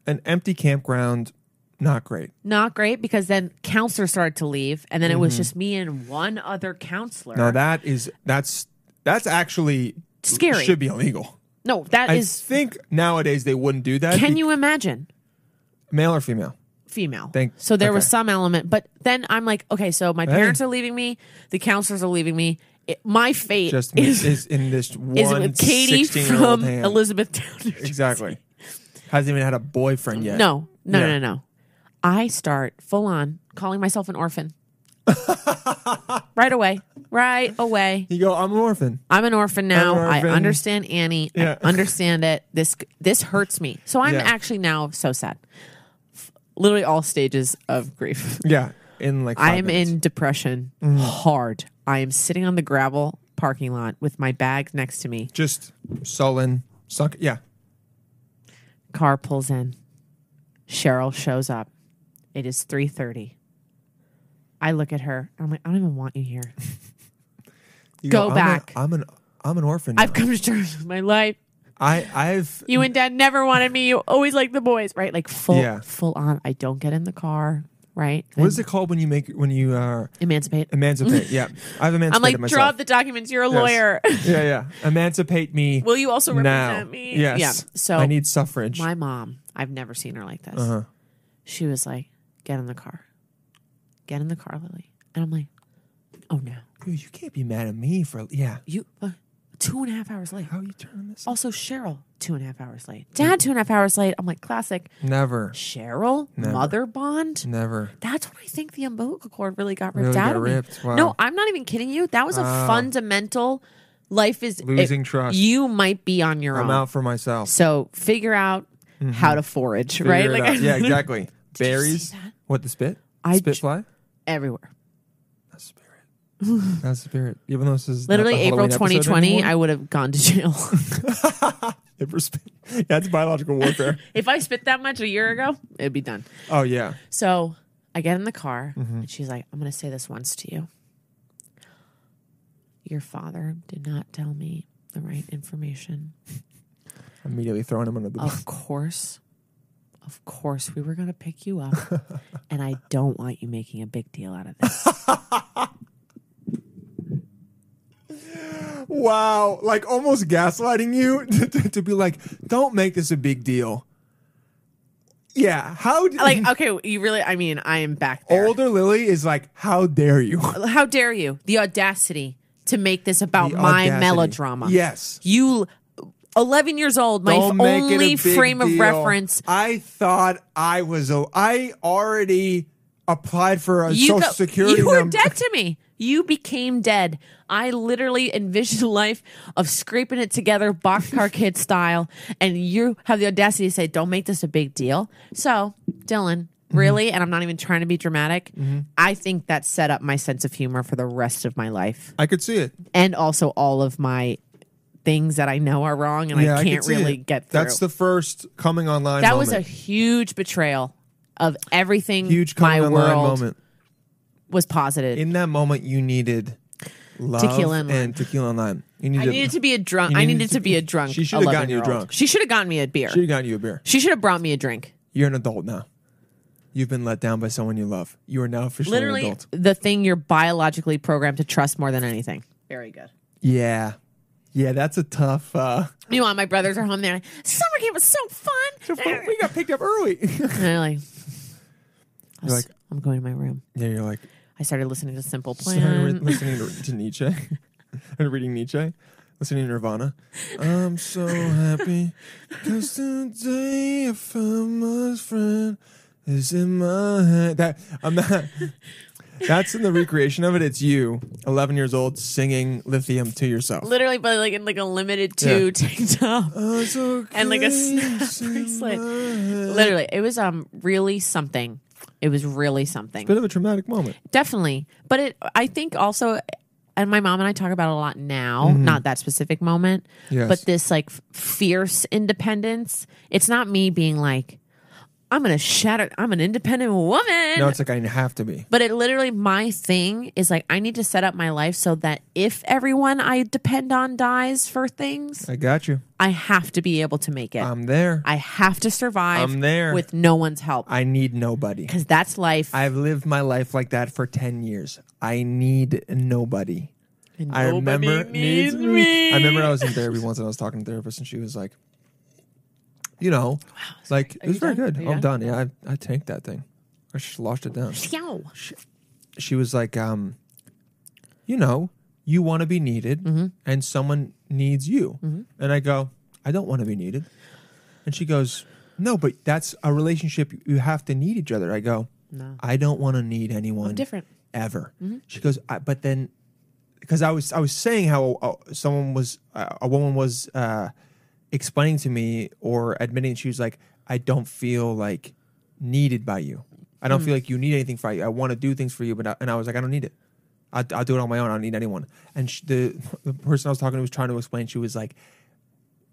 Speaker 3: an empty campground. Not great.
Speaker 4: Not great because then counselors started to leave, and then it was just me and one other counselor.
Speaker 3: Now Mm-hmm. that is that's that's actually
Speaker 4: Scary.
Speaker 3: Should be illegal.
Speaker 4: no, that
Speaker 3: I
Speaker 4: is.
Speaker 3: think nowadays they wouldn't do that.
Speaker 4: Can
Speaker 3: be-
Speaker 4: you imagine?
Speaker 3: male or female?
Speaker 4: female.
Speaker 3: Thank-
Speaker 4: so there was
Speaker 3: okay.
Speaker 4: some element, but then I'm like, okay, so my parents are leaving me, the counselors are leaving me. It, my fate
Speaker 3: Just
Speaker 4: is,
Speaker 3: is, in this one
Speaker 4: <laughs> is with Katie
Speaker 3: 16-year-old
Speaker 4: from
Speaker 3: hand.
Speaker 4: Elizabethtown. New Jersey.
Speaker 3: Exactly. Hasn't even had a boyfriend yet.
Speaker 4: No, no,
Speaker 3: Yeah.
Speaker 4: no, no. I start full on calling myself
Speaker 3: <laughs>
Speaker 4: an orphan. right away. Right away.
Speaker 3: You go. I'm an orphan.
Speaker 4: I'm an orphan now.
Speaker 3: I'm an orphan.
Speaker 4: I understand Annie.
Speaker 3: Yeah.
Speaker 4: I understand it. This this hurts me. So I'm
Speaker 3: Yeah.
Speaker 4: actually now so sad. F- Literally all stages of grief.
Speaker 3: Yeah. In like five
Speaker 4: I am
Speaker 3: minutes.
Speaker 4: in depression
Speaker 3: Mm.
Speaker 4: hard. I am sitting on the gravel parking lot with my bag next to me.
Speaker 3: just sullen, sunk. Yeah.
Speaker 4: Car pulls in. Cheryl shows up. It is 3:30. I look at her. I'm like, I don't even want you here.
Speaker 3: <laughs> You
Speaker 4: Go
Speaker 3: I'm a-
Speaker 4: back.
Speaker 3: I'm an I'm an orphan.
Speaker 4: I've
Speaker 3: now.
Speaker 4: come to terms with my life.
Speaker 3: I I've
Speaker 4: You and dad never wanted me. You always liked the boys, right? Like full
Speaker 3: Yeah.
Speaker 4: full on. I don't get in the car, right?
Speaker 3: What is it called when you make when you uh,
Speaker 4: Emancipate. <laughs>
Speaker 3: emancipate? yeah, I've emancipated
Speaker 4: I'm like,
Speaker 3: myself.
Speaker 4: draw up the documents. You're a lawyer. <laughs>
Speaker 3: Yes. Yeah, yeah. Emancipate me.
Speaker 4: Will you also represent
Speaker 3: now.
Speaker 4: me?
Speaker 3: Yes.
Speaker 4: Yeah. So
Speaker 3: I need Uh-huh. suffrage.
Speaker 4: My mom, I've never seen her like this. She was like, "Get in the car, get in the car, Lily," and I'm like, "Oh no,
Speaker 3: Dude, you can't be mad at me for yeah.
Speaker 4: you uh, two and a half hours late."
Speaker 3: How are you turning this?
Speaker 4: Also, Cheryl, two and a half hours late. Dad, two and a half hours late. I'm like, classic.
Speaker 3: Never,
Speaker 4: Cheryl, mother bond.
Speaker 3: never.
Speaker 4: That's when I think the umbilical cord really got ripped
Speaker 3: Really
Speaker 4: out
Speaker 3: got
Speaker 4: of me.
Speaker 3: ripped, wow.
Speaker 4: No, I'm not even kidding you. That was a fundamental. Life is
Speaker 3: Losing
Speaker 4: it-
Speaker 3: trust.
Speaker 4: You might be on your
Speaker 3: I'm
Speaker 4: own.
Speaker 3: out for myself.
Speaker 4: So figure out how to forage, right?
Speaker 3: Figure it out.
Speaker 4: <laughs>
Speaker 3: yeah,
Speaker 4: I-
Speaker 3: exactly. Berries.
Speaker 4: see that?
Speaker 3: What the spit?
Speaker 4: I
Speaker 3: spit
Speaker 4: j-
Speaker 3: fly.
Speaker 4: everywhere.
Speaker 3: That's spirit. That's spirit. Even though this is not
Speaker 4: Literally
Speaker 3: the
Speaker 4: April
Speaker 3: Halloween episode
Speaker 4: 2020,
Speaker 3: anymore.
Speaker 4: I would have gone to jail.
Speaker 3: <laughs>
Speaker 4: <laughs>
Speaker 3: April spit. <laughs> Yeah, that's biological
Speaker 4: <laughs>
Speaker 3: warfare.
Speaker 4: if I spit that much a year ago, it'd be done.
Speaker 3: oh yeah.
Speaker 4: So I get in the car and she's like, I'm going to say this once to you. Your father did not tell me the right information.
Speaker 3: Immediately throwing him under the
Speaker 4: <laughs>
Speaker 3: bus.
Speaker 4: Of course. Of course, we were going to pick <laughs> you up. and I don't want you making a big deal out of this.
Speaker 3: Wow, like almost gaslighting you <laughs> to, to, to be like, don't make this a big deal. Yeah, how d-
Speaker 4: <laughs> Like, okay, you really, I mean, I am back there.
Speaker 3: <laughs> older Lily is like, how dare
Speaker 4: <laughs>
Speaker 3: you?
Speaker 4: How dare you? The audacity to make this about
Speaker 3: The
Speaker 4: my
Speaker 3: audacity.
Speaker 4: melodrama.
Speaker 3: Yes.
Speaker 4: You, 11 years old, my
Speaker 3: Don't
Speaker 4: f-
Speaker 3: make it a
Speaker 4: only
Speaker 3: big
Speaker 4: frame of
Speaker 3: deal.
Speaker 4: reference.
Speaker 3: I thought I was. a- I already applied for a
Speaker 4: You
Speaker 3: social
Speaker 4: go-
Speaker 3: security
Speaker 4: You were
Speaker 3: number.
Speaker 4: dead to me. You became dead. I literally envisioned <laughs> a life of scraping it together, boxcar kid style, and you have the audacity to say, "Don't make this a big deal." So, Dylan,
Speaker 3: Mm-hmm.
Speaker 4: really, and I'm not even trying to be dramatic. I think that set up my sense of humor for the rest of my life,
Speaker 3: I could see it.
Speaker 4: and also all of my things that I know are wrong, and
Speaker 3: Yeah,
Speaker 4: I
Speaker 3: could
Speaker 4: can't
Speaker 3: see
Speaker 4: really
Speaker 3: it.
Speaker 4: get through.
Speaker 3: That's the first coming online.
Speaker 4: that was a
Speaker 3: moment.
Speaker 4: huge betrayal of everything.
Speaker 3: huge
Speaker 4: my
Speaker 3: coming online
Speaker 4: world
Speaker 3: moment.
Speaker 4: was positive.
Speaker 3: In that moment, you needed love
Speaker 4: Tequila and
Speaker 3: and,
Speaker 4: lime.
Speaker 3: tequila and lime. You
Speaker 4: I
Speaker 3: needed.
Speaker 4: needed to be a drunk.
Speaker 3: You
Speaker 4: I
Speaker 3: needed
Speaker 4: needed
Speaker 3: to
Speaker 4: to be a drunk.
Speaker 3: She should have gotten you
Speaker 4: 11-year-old.
Speaker 3: drunk.
Speaker 4: She should have gotten me a beer.
Speaker 3: Should have gotten you a beer.
Speaker 4: She should have brought me a drink.
Speaker 3: You're an adult now. You've been let down by someone you love. You are now officially an
Speaker 4: Literally,
Speaker 3: adult.
Speaker 4: the thing you're biologically programmed to trust more than anything. Very good.
Speaker 3: Yeah, yeah. That's a tough. uh
Speaker 4: Meanwhile, my brothers are home there. Summer camp was so fun.
Speaker 3: We got picked up <laughs> early.
Speaker 4: And I'm like, I
Speaker 3: You're like-
Speaker 4: am going to my room.
Speaker 3: yeah, you're
Speaker 4: <laughs>
Speaker 3: like.
Speaker 4: I started listening to Simple Plan.
Speaker 3: started with listening to, to Nietzsche and reading Nietzsche, listening to Nirvana. I'm so happy because today I found my friend is in my head. That I'm not. That's in the recreation of it. It's you, 11 years old, singing Lithium to yourself.
Speaker 4: <laughs> Literally, but like in like a limited to
Speaker 3: Yeah.
Speaker 4: <laughs> TikTok.
Speaker 3: Oh, it's okay,
Speaker 4: And
Speaker 3: <laughs>
Speaker 4: like a snap
Speaker 3: it's in
Speaker 4: bracelet.
Speaker 3: my head.
Speaker 4: Literally, it was um really something. It was really something.
Speaker 3: Bit of a traumatic moment.
Speaker 4: definitely but it i think also and my mom and i talk about it a lot now not that specific moment
Speaker 3: Mm-hmm. Yes.
Speaker 4: but this like f- fierce independence it's not me being like i'm gonna shatter i'm an independent woman
Speaker 3: Now it's like I have to be.
Speaker 4: but it literally my thing is like i need to set up my life so that if everyone i depend on dies for things
Speaker 3: I got you.
Speaker 4: i have to be able to make it
Speaker 3: I'm there. I,
Speaker 4: i have to survive
Speaker 3: Um, I'm there.
Speaker 4: with no one's help
Speaker 3: need nobody.
Speaker 4: because that's life
Speaker 3: I've lived my life like that for 10 years. I need nobody. I remember Mm.
Speaker 4: nobody needs me.
Speaker 3: I remember I was in therapy once and I was talking to a therapist and she was like, you know, like it was
Speaker 4: you
Speaker 3: very
Speaker 4: done? Are
Speaker 3: good.
Speaker 4: you
Speaker 3: I'm done. Yeah, I, I tanked that thing. I just lost it down.
Speaker 4: Yow.
Speaker 3: She was like, um, you know, you want to be needed
Speaker 4: Mm-hmm.
Speaker 3: and someone needs you. And I go, I don't want to be needed. And she goes, No, but that's a relationship. You have to need each other. I go,
Speaker 4: No.
Speaker 3: I don't want to need anyone
Speaker 4: different. Mm-hmm.
Speaker 3: ever. She goes, I, but then, because I was I was saying how uh, someone was uh, a woman was uh, explaining to me or admitting she was like, I don't feel like needed by you. I don't feel like you need anything from you. I want to do things for you, but I, and I was like, I don't need it. I, I'll do it on my own. I don't need anyone. And she, the the person I was talking to was trying to explain. She was like,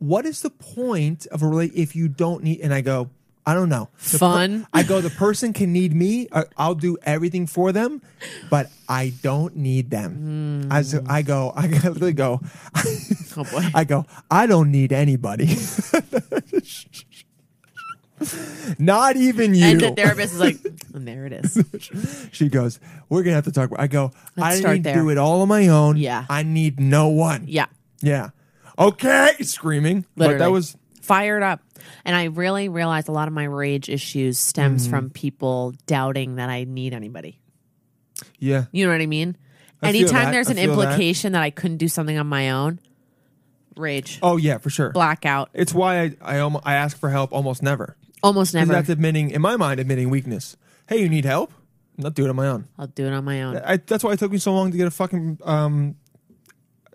Speaker 3: what is the point of a relate if you don't need and i go i don't know The per-
Speaker 4: Fun.
Speaker 3: i go the person can need me I- i'll do everything for them but i don't need them I, s- I go <laughs> i literally go
Speaker 4: oh boy
Speaker 3: i go i don't need anybody not even you
Speaker 4: And the therapist is like, and there
Speaker 3: <laughs>
Speaker 4: it is.
Speaker 3: she goes we're gonna have to talk about i go
Speaker 4: Let's
Speaker 3: i
Speaker 4: start
Speaker 3: need
Speaker 4: there.
Speaker 3: to do it all on my own
Speaker 4: Yeah.
Speaker 3: i need no one
Speaker 4: Yeah.
Speaker 3: yeah okay screaming
Speaker 4: Literally.
Speaker 3: but that was
Speaker 4: fired up. And I really realized a lot of my rage issues stems from
Speaker 3: Mm.
Speaker 4: people doubting that I need anybody.
Speaker 3: yeah
Speaker 4: You know what I mean?
Speaker 3: I feel
Speaker 4: Anytime
Speaker 3: that.
Speaker 4: there's
Speaker 3: I
Speaker 4: an
Speaker 3: feel that.
Speaker 4: implication that. I couldn't do something on my own, rage,
Speaker 3: oh yeah for sure
Speaker 4: blackout,
Speaker 3: It's why I I, almo- I ask for help almost never.
Speaker 4: almost
Speaker 3: 'Cause
Speaker 4: never.
Speaker 3: That's admitting, in my mind, admitting weakness. Hey, you need help? I'm not doing it on my own.
Speaker 4: I'll do it on my own.
Speaker 3: I, that's why it took me so long to get a fucking um,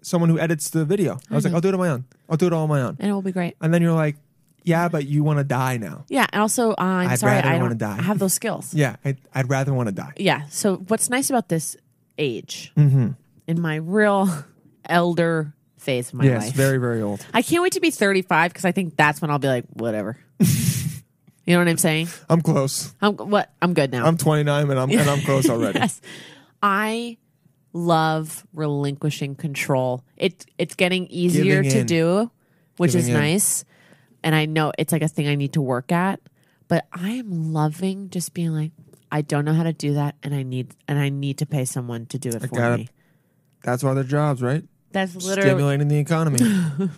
Speaker 3: someone who edits the video. I was
Speaker 4: Mm-hmm.
Speaker 3: like, I'll do it on my own. I'll do it all on my own.
Speaker 4: And it will be great.
Speaker 3: And then you're like, Yeah, but you want to die now.
Speaker 4: Yeah. And also, uh, I'm
Speaker 3: I'd
Speaker 4: sorry,
Speaker 3: rather
Speaker 4: I
Speaker 3: wanna
Speaker 4: don't
Speaker 3: die.
Speaker 4: have those skills.
Speaker 3: Yeah, I'd, I'd rather want to die.
Speaker 4: yeah. So what's nice about this age,
Speaker 3: Mm-hmm.
Speaker 4: in my real <laughs> elder phase of my
Speaker 3: Yes,
Speaker 4: life,
Speaker 3: very very old.
Speaker 4: I can't wait to be 35 because I think that's when I'll be like, whatever. <laughs> you know what I'm saying?
Speaker 3: I'm close.
Speaker 4: I'm what? I'm good now.
Speaker 3: I'm 29 and I'm and I'm close
Speaker 4: <laughs>
Speaker 3: already.
Speaker 4: Yes. I love relinquishing control. It it's getting easier
Speaker 3: Giving
Speaker 4: to
Speaker 3: in.
Speaker 4: do, which is
Speaker 3: Giving in.
Speaker 4: nice. And I know it's like a thing I need to work at, but I am loving just being like, I don't know how to do that, and I need and I need to pay someone to do it for
Speaker 3: gotta-
Speaker 4: me.
Speaker 3: That's why they're jobs, right?
Speaker 4: That's literally
Speaker 3: Stimulating the economy.
Speaker 4: <gasps>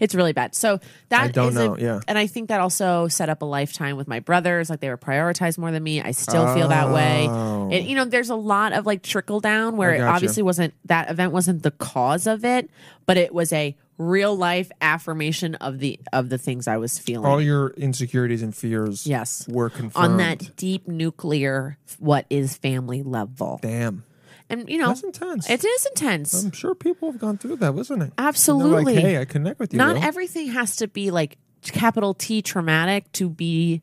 Speaker 4: it's really bad. So that
Speaker 3: I don't
Speaker 4: is
Speaker 3: know,
Speaker 4: A,
Speaker 3: yeah.
Speaker 4: and I think that also set up a lifetime with my brothers. Like they were prioritized more than me. I still feel that way.
Speaker 3: Oh.
Speaker 4: And you know, there's a lot of like trickle down where
Speaker 3: I
Speaker 4: it
Speaker 3: gotcha.
Speaker 4: obviously wasn't that event wasn't the cause of it, but it was a real life affirmation of the of the things I was feeling.
Speaker 3: All your insecurities and fears
Speaker 4: Yes.
Speaker 3: were confirmed.
Speaker 4: on that deep nuclear, what is family level?
Speaker 3: Damn.
Speaker 4: And you know,
Speaker 3: That's intense.
Speaker 4: It is intense.
Speaker 3: I'm sure people have gone through that, wasn't it? And
Speaker 4: Absolutely.
Speaker 3: they're like, hey, I connect with you.
Speaker 4: Not
Speaker 3: bro.
Speaker 4: everything has to be like capital T traumatic to be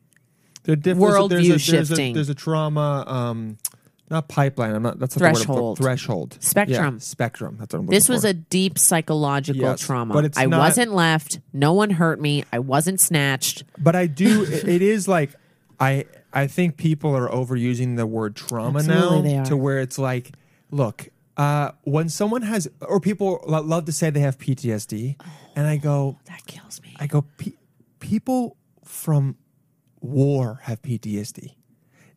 Speaker 3: They're diff-
Speaker 4: worldview
Speaker 3: there's a- there's a-
Speaker 4: shifting.
Speaker 3: There's a trauma, um, not pipeline. I'm not. That's not The word,
Speaker 4: Threshold.
Speaker 3: but threshold.
Speaker 4: Spectrum.
Speaker 3: Yeah, spectrum. That's what I'm looking
Speaker 4: This was
Speaker 3: for.
Speaker 4: a deep psychological
Speaker 3: Yes,
Speaker 4: trauma.
Speaker 3: but it's
Speaker 4: I
Speaker 3: not-
Speaker 4: wasn't left. No one hurt me. I wasn't snatched.
Speaker 3: But I
Speaker 4: <laughs>
Speaker 3: do. it, it is like I. I think people are overusing the word trauma
Speaker 4: Absolutely
Speaker 3: now
Speaker 4: they are.
Speaker 3: to where it's like, look, uh, when someone has, or people lo- love to say they have PTSD, and I go,
Speaker 4: That kills me.
Speaker 3: I go, Pe- people from war have PTSD.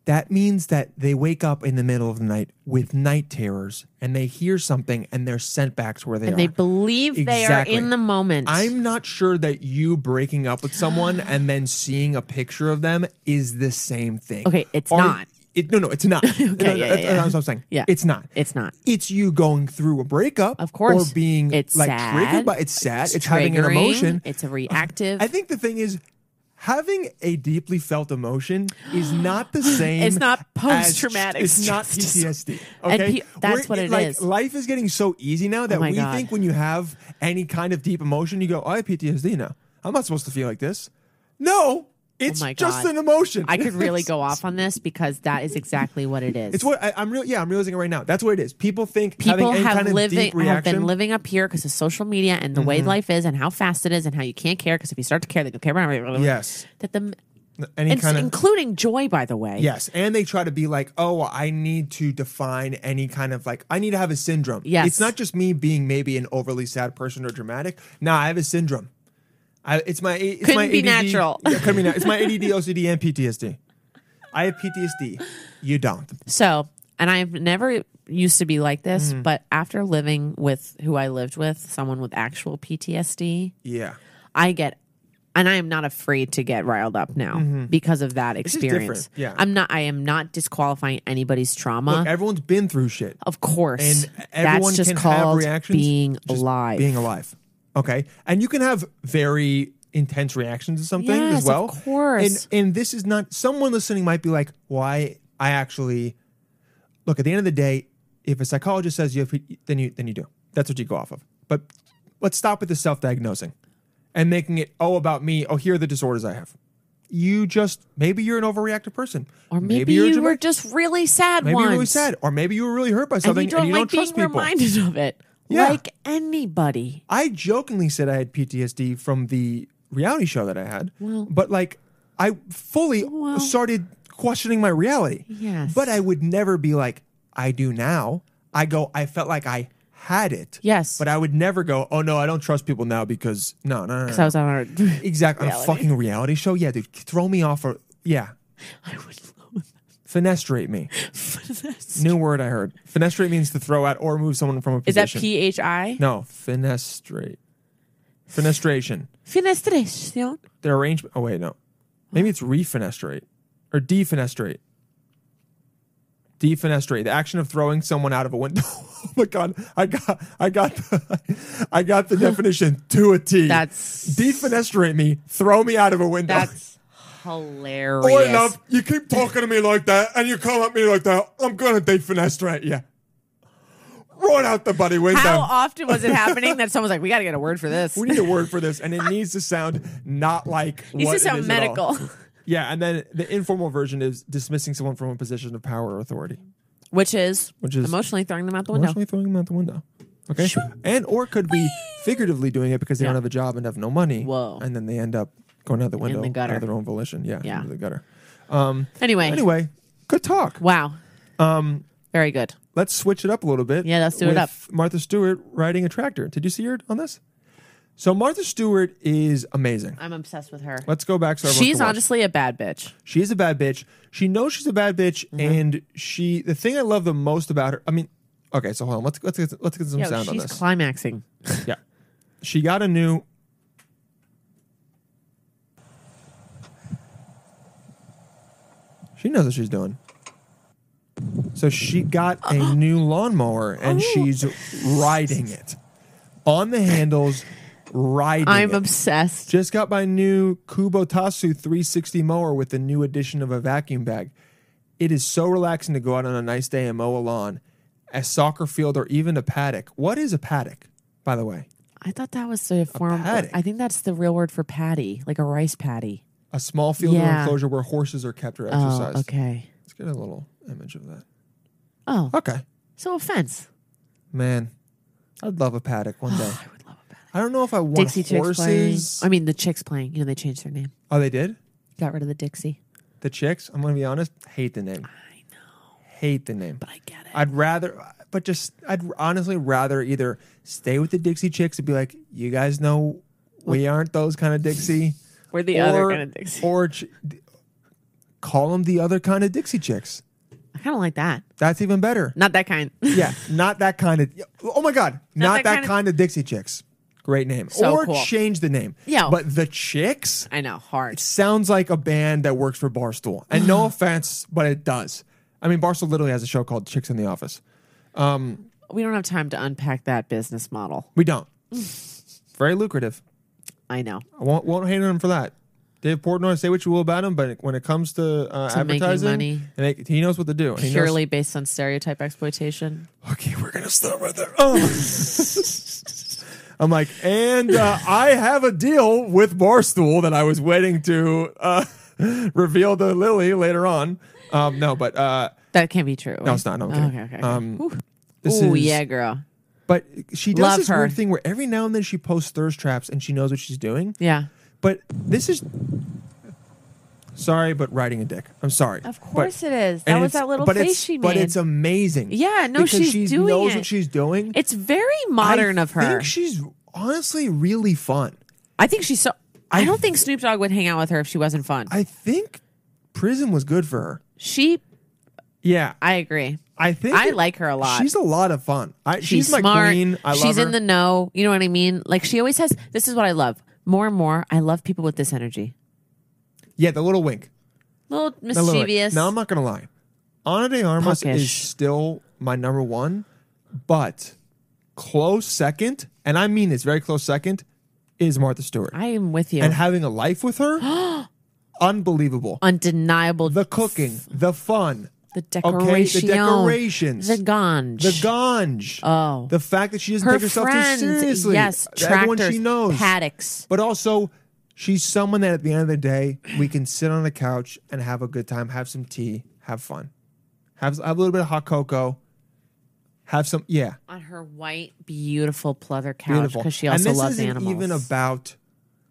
Speaker 3: That means that they wake up in the middle of the night with night terrors and they hear something and they're sent back to where they are.
Speaker 4: and they believe they are
Speaker 3: Exactly.
Speaker 4: in the moment.
Speaker 3: I'm not sure that you breaking up with someone and then seeing a picture of them is the same thing.
Speaker 4: Okay, it's not.
Speaker 3: It, no, no, it's
Speaker 4: <laughs>
Speaker 3: not. No, no,
Speaker 4: yeah, yeah,
Speaker 3: that's-
Speaker 4: yeah.
Speaker 3: That's what I'm saying.
Speaker 4: Yeah.
Speaker 3: it's not.
Speaker 4: It's not.
Speaker 3: It's you going through a breakup,
Speaker 4: Of course.
Speaker 3: or being
Speaker 4: It's
Speaker 3: like
Speaker 4: sad.
Speaker 3: triggered by. It's sad. It's, having an
Speaker 4: triggering.
Speaker 3: emotion.
Speaker 4: It's a reactive.
Speaker 3: I think the thing is, having a deeply felt emotion is not the same.
Speaker 4: <gasps> It's not
Speaker 3: as-
Speaker 4: post-traumatic
Speaker 3: It's not
Speaker 4: stress
Speaker 3: PTSD.
Speaker 4: And
Speaker 3: Okay,
Speaker 4: pe- that's
Speaker 3: We're-
Speaker 4: what it
Speaker 3: like,
Speaker 4: is. Oh
Speaker 3: Life is getting so easy now that
Speaker 4: my
Speaker 3: we
Speaker 4: God.
Speaker 3: think when you have any kind of deep emotion, you go, "Oh, "I have PTSD now. I'm not supposed to feel like this." No, it's
Speaker 4: Oh my
Speaker 3: just
Speaker 4: God.
Speaker 3: an emotion.
Speaker 4: I could really
Speaker 3: <laughs> It's-
Speaker 4: go off on this because that is exactly what it is.
Speaker 3: It's what I, I'm real. Yeah, I'm realizing it right now. That's what it is. People think having
Speaker 4: people
Speaker 3: any
Speaker 4: have
Speaker 3: kind of
Speaker 4: living
Speaker 3: deep reaction. Mm-hmm.
Speaker 4: have been living up here because of social media and the way life is and how fast it is and how you can't care because if you start to care they don't care about
Speaker 3: Yes.
Speaker 4: that the
Speaker 3: any
Speaker 4: and
Speaker 3: kind of
Speaker 4: including joy by the way
Speaker 3: Yes, and they try to be like, oh, I need to define any kind of like, I need to have a syndrome.
Speaker 4: Yes.
Speaker 3: it's not just me being maybe an overly sad person or dramatic. Nah, I have a syndrome. I, it's my it's
Speaker 4: Couldn't
Speaker 3: my
Speaker 4: be
Speaker 3: ADD
Speaker 4: natural.
Speaker 3: Yeah, couldn't be nat- It's my ADD, OCD, and PTSD. I have PTSD. You don't.
Speaker 4: So, and I've never used to be like this,
Speaker 3: Mm-hmm.
Speaker 4: but after living with who I lived with, someone with actual PTSD,
Speaker 3: Yeah,
Speaker 4: I get and I am not afraid to get riled up now because of that
Speaker 3: Mm-hmm. is different,
Speaker 4: experience.
Speaker 3: yeah.
Speaker 4: I'm not I am not disqualifying anybody's trauma.
Speaker 3: look, everyone's been through shit,
Speaker 4: of course.
Speaker 3: and everyone
Speaker 4: That's just
Speaker 3: can have
Speaker 4: called
Speaker 3: reactions.
Speaker 4: being
Speaker 3: Just
Speaker 4: alive.
Speaker 3: Being alive. Okay, and you can have very intense reactions to something
Speaker 4: Yes,
Speaker 3: as well.
Speaker 4: of course.
Speaker 3: And and this is not someone listening might be like, why I actually look at the end of the day, if a psychologist says you have, P- then you then you do. That's what you go off of. But let's stop with the self-diagnosing and making it oh about me. Oh, here are the disorders I have. You just maybe you're an overreactive person,
Speaker 4: or maybe,
Speaker 3: you're
Speaker 4: you were
Speaker 3: dramatic-
Speaker 4: just really sad
Speaker 3: maybe
Speaker 4: once.
Speaker 3: you're really sad, or maybe you were really hurt by
Speaker 4: And
Speaker 3: something
Speaker 4: you don't like
Speaker 3: don't trust
Speaker 4: being
Speaker 3: people.
Speaker 4: reminded of it.
Speaker 3: Yeah.
Speaker 4: Like anybody.
Speaker 3: I jokingly said I had PTSD from the reality show that I had, but like I fully
Speaker 4: Well.
Speaker 3: started questioning my reality.
Speaker 4: Yes.
Speaker 3: But I would never be like, I do now. I go, I felt like I had it.
Speaker 4: Yes.
Speaker 3: But I would never go, oh no, I don't trust people now because no, no, no. no.
Speaker 4: So I was on our <laughs>
Speaker 3: exactly. On a
Speaker 4: Reality.
Speaker 3: fucking reality show? Yeah, dude, throw me off or, yeah.
Speaker 4: I would love <laughs>
Speaker 3: Fenestrate me.
Speaker 4: this.
Speaker 3: New word I heard. Fenestrate means to throw out or move someone from a
Speaker 4: Is
Speaker 3: position.
Speaker 4: that P H I?
Speaker 3: No, fenestrate. Fenestration.
Speaker 4: Fenestration.
Speaker 3: their arrangement. Oh wait, no, maybe it's refenestrate or defenestrate. Defenestrate, the action of throwing someone out of a window. <laughs> oh my god, I got, I got, <laughs> the, I got the definition to a T.
Speaker 4: That's-
Speaker 3: defenestrate me, throw me out of a window.
Speaker 4: That's hilarious.
Speaker 3: Boy, Oh, love, you keep talking to me like that, and you come at me like that. I'm gonna defenestrate you. Right out the buddy window.
Speaker 4: How often was it happening that someone's like, "We got to get a word for this"?
Speaker 3: we need a word for this, and it needs to sound not like
Speaker 4: Needs
Speaker 3: what
Speaker 4: to
Speaker 3: it
Speaker 4: sound
Speaker 3: is at all.
Speaker 4: medical.
Speaker 3: Yeah, and then the informal version is dismissing someone from a position of power or authority,
Speaker 4: Which is
Speaker 3: Which is-
Speaker 4: emotionally throwing them out the window.
Speaker 3: emotionally throwing them out the window. Okay, and or could be figuratively doing it because they
Speaker 4: Yeah.
Speaker 3: don't have a job and have no money.
Speaker 4: Whoa.
Speaker 3: and then they end up going out the window
Speaker 4: the gutter.
Speaker 3: out of their own volition. Yeah,
Speaker 4: Yeah.
Speaker 3: into the gutter.
Speaker 4: Anyway,
Speaker 3: Anyway, good talk.
Speaker 4: wow. Um, very good.
Speaker 3: Let's switch it up a little bit.
Speaker 4: Yeah, let's do it
Speaker 3: with
Speaker 4: up.
Speaker 3: Martha Stewart riding a tractor. Did you see her on this? So Martha Stewart is amazing.
Speaker 4: I'm obsessed with her.
Speaker 3: Let's go back. So everyone
Speaker 4: She's
Speaker 3: can watch.
Speaker 4: honestly a bad bitch.
Speaker 3: She
Speaker 4: Mm-hmm.
Speaker 3: is a bad bitch. She knows she's a bad bitch, and she. The thing I love the most about her, I mean, Okay, so hold on. Let's let's get, let's get some
Speaker 4: Yo,
Speaker 3: sound on
Speaker 4: she's
Speaker 3: this.
Speaker 4: climaxing.
Speaker 3: yeah, she got a new. She knows what she's doing. So she got
Speaker 4: <gasps>
Speaker 3: a new lawnmower and
Speaker 4: Oh.
Speaker 3: she's riding it on the handles, riding.
Speaker 4: I'm
Speaker 3: it.
Speaker 4: obsessed.
Speaker 3: Just got my new Kubotasu 360 mower with the new addition of a vacuum bag. It is so relaxing to go out on a nice day and mow a lawn, a soccer field, or even a paddock. What is a paddock, by the way?
Speaker 4: I thought that was the form.
Speaker 3: paddock.
Speaker 4: I think that's the real word for patty, like a rice patty.
Speaker 3: A small field or
Speaker 4: Yeah.
Speaker 3: enclosure where horses are kept or
Speaker 4: Oh,
Speaker 3: exercised.
Speaker 4: okay.
Speaker 3: Let's get a little image of that.
Speaker 4: Oh,
Speaker 3: Okay.
Speaker 4: so offense.
Speaker 3: Man, I'd love a paddock one day.
Speaker 4: <sighs> I would love a patty.
Speaker 3: I don't know if I want
Speaker 4: Dixie chicks playing.
Speaker 3: horses.
Speaker 4: I mean, the chicks playing. You know, they changed their name.
Speaker 3: oh, they did?
Speaker 4: Got rid of the Dixie.
Speaker 3: The chicks? I'm going to be honest. Hate the name.
Speaker 4: I know,
Speaker 3: Hate the name.
Speaker 4: but I get it.
Speaker 3: I'd rather, but just I'd honestly rather either stay with the Dixie Chicks and be like, you guys know we aren't those kind of Dixie,
Speaker 4: We're the other kind of Dixie.
Speaker 3: or ch- call them the other kind of Dixie Chicks.
Speaker 4: I kind of like that.
Speaker 3: That's even better.
Speaker 4: Not that kind. <laughs>
Speaker 3: Yeah, not that kind of. Oh my God, not, that, kind, of, Dixie Chicks. Great name.
Speaker 4: So
Speaker 3: or
Speaker 4: cool.
Speaker 3: change the name.
Speaker 4: Yeah.
Speaker 3: but the Chicks
Speaker 4: I know, hard.
Speaker 3: sounds like a band that works for Barstool. And
Speaker 4: <sighs>
Speaker 3: no offense, but it does. I mean, Barstool literally has a show called Chicks in the Office.
Speaker 4: We don't have time to unpack that business model.
Speaker 3: We don't. Very lucrative.
Speaker 4: I know.
Speaker 3: I won't, won't hate on him for that. Dave Portnoy, say what you will about him, but when it comes to, uh,
Speaker 4: To making
Speaker 3: advertising,
Speaker 4: money.
Speaker 3: and it- he knows what to do. and He knows-
Speaker 4: Purely based on stereotype exploitation.
Speaker 3: okay, we're gonna start right there. Oh. <laughs> I'm like, and uh, I have a deal with Barstool that I was waiting to uh, <laughs> reveal to Lily later on. Um, no, but uh,
Speaker 4: That can't be true.
Speaker 3: no, it's not. No, I'm
Speaker 4: Oh,
Speaker 3: kidding.
Speaker 4: okay, okay.
Speaker 3: Um, this
Speaker 4: Oh
Speaker 3: is-
Speaker 4: yeah, girl.
Speaker 3: But she does
Speaker 4: Love
Speaker 3: this
Speaker 4: her.
Speaker 3: weird thing where every now and then she posts thirst traps and she knows what she's doing.
Speaker 4: Yeah.
Speaker 3: But this is sorry, but riding a dick. I'm sorry.
Speaker 5: Of
Speaker 3: But-
Speaker 5: course it is.
Speaker 3: and
Speaker 5: That was
Speaker 3: it's-
Speaker 5: that little
Speaker 3: but
Speaker 5: face
Speaker 3: it's-
Speaker 5: she made.
Speaker 3: But it's amazing.
Speaker 4: Yeah, no,
Speaker 3: because
Speaker 4: she's
Speaker 3: she
Speaker 4: doing
Speaker 3: knows
Speaker 4: it.
Speaker 3: what she's doing.
Speaker 4: It's very modern
Speaker 3: I
Speaker 4: of her.
Speaker 3: I think she's honestly really fun.
Speaker 4: I think she's so. I,
Speaker 3: I-
Speaker 4: don't think Snoop Dogg would hang out with her if she wasn't fun.
Speaker 3: I think prison was good for her.
Speaker 4: she,
Speaker 3: Yeah, I,
Speaker 4: I agree.
Speaker 3: think
Speaker 4: I
Speaker 3: it-
Speaker 4: like her a lot.
Speaker 3: She's a lot of fun. I,
Speaker 4: She's,
Speaker 3: she's,
Speaker 4: smart.
Speaker 3: my queen. I love
Speaker 4: she's
Speaker 3: her.
Speaker 4: in the know. You know what I mean? Like she always has. This is what I love more and more. I love people with this energy.
Speaker 3: yeah, the little wink.
Speaker 4: Little
Speaker 3: The little wink.
Speaker 4: mischievous.
Speaker 3: Now I'm not gonna lie. Ana de Armas is
Speaker 4: Punkish.
Speaker 3: still my number one, but close second, and I mean this very close second, is Martha Stewart.
Speaker 4: I am with you.
Speaker 3: and having a life with her,
Speaker 4: <gasps>
Speaker 3: unbelievable.
Speaker 4: Undeniable.
Speaker 3: The cooking, the fun,
Speaker 4: The
Speaker 3: okay,
Speaker 4: decoration.
Speaker 3: the decorations,
Speaker 4: The ganj.
Speaker 3: the ganj.
Speaker 4: Oh.
Speaker 3: the fact that she doesn't
Speaker 4: Her
Speaker 3: take herself
Speaker 4: friends.
Speaker 3: too seriously.
Speaker 4: Yes.
Speaker 3: everyone
Speaker 4: Tractors.
Speaker 3: she knows,
Speaker 4: Paddocks.
Speaker 3: but also. She's someone that at the end of the day, we can sit on the couch and have a good time, have some tea, have fun, have, have a little bit of hot cocoa, have some, yeah,
Speaker 4: On her white, beautiful pleather couch
Speaker 3: beautiful.
Speaker 4: because she also
Speaker 3: and this
Speaker 4: loves
Speaker 3: isn't
Speaker 4: animals.
Speaker 3: even about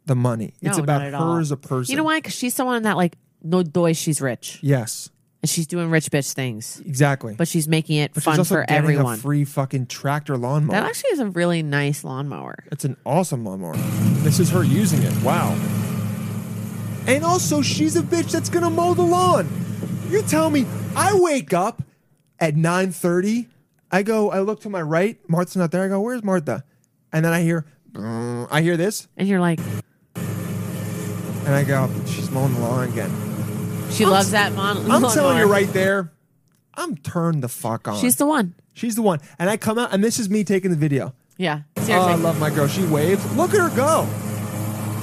Speaker 3: the money.
Speaker 4: No,
Speaker 3: it's
Speaker 4: not
Speaker 3: about
Speaker 4: at
Speaker 3: her
Speaker 4: all.
Speaker 3: as a person.
Speaker 4: You know why? Because she's someone that like no doy, she's rich
Speaker 3: Yes,
Speaker 4: and she's doing rich bitch things,
Speaker 3: exactly.
Speaker 4: but she's making it
Speaker 3: But she's
Speaker 4: fun
Speaker 3: also
Speaker 4: for
Speaker 3: getting
Speaker 4: everyone.
Speaker 3: A free fucking tractor lawnmower.
Speaker 4: that actually is a really nice lawnmower.
Speaker 3: it's an awesome lawnmower. This is her using it. Wow. And also, she's a bitch that's gonna mow the lawn. You're telling me I wake up at 9:30. I go. I look to my right. Martha's not there. I go. Where's Martha? And then I hear. I hear this,
Speaker 4: And you're like,
Speaker 3: and I go. She's mowing the lawn again.
Speaker 4: she loves that mon-
Speaker 3: I'm
Speaker 4: lawnmower.
Speaker 3: telling you right there. I'm turned the fuck on.
Speaker 4: She's the one.
Speaker 3: She's the one. And I come out, and this is me taking the video.
Speaker 4: Yeah.
Speaker 3: Oh, I
Speaker 4: Seriously.
Speaker 3: love my girl. She waves. Look at her go.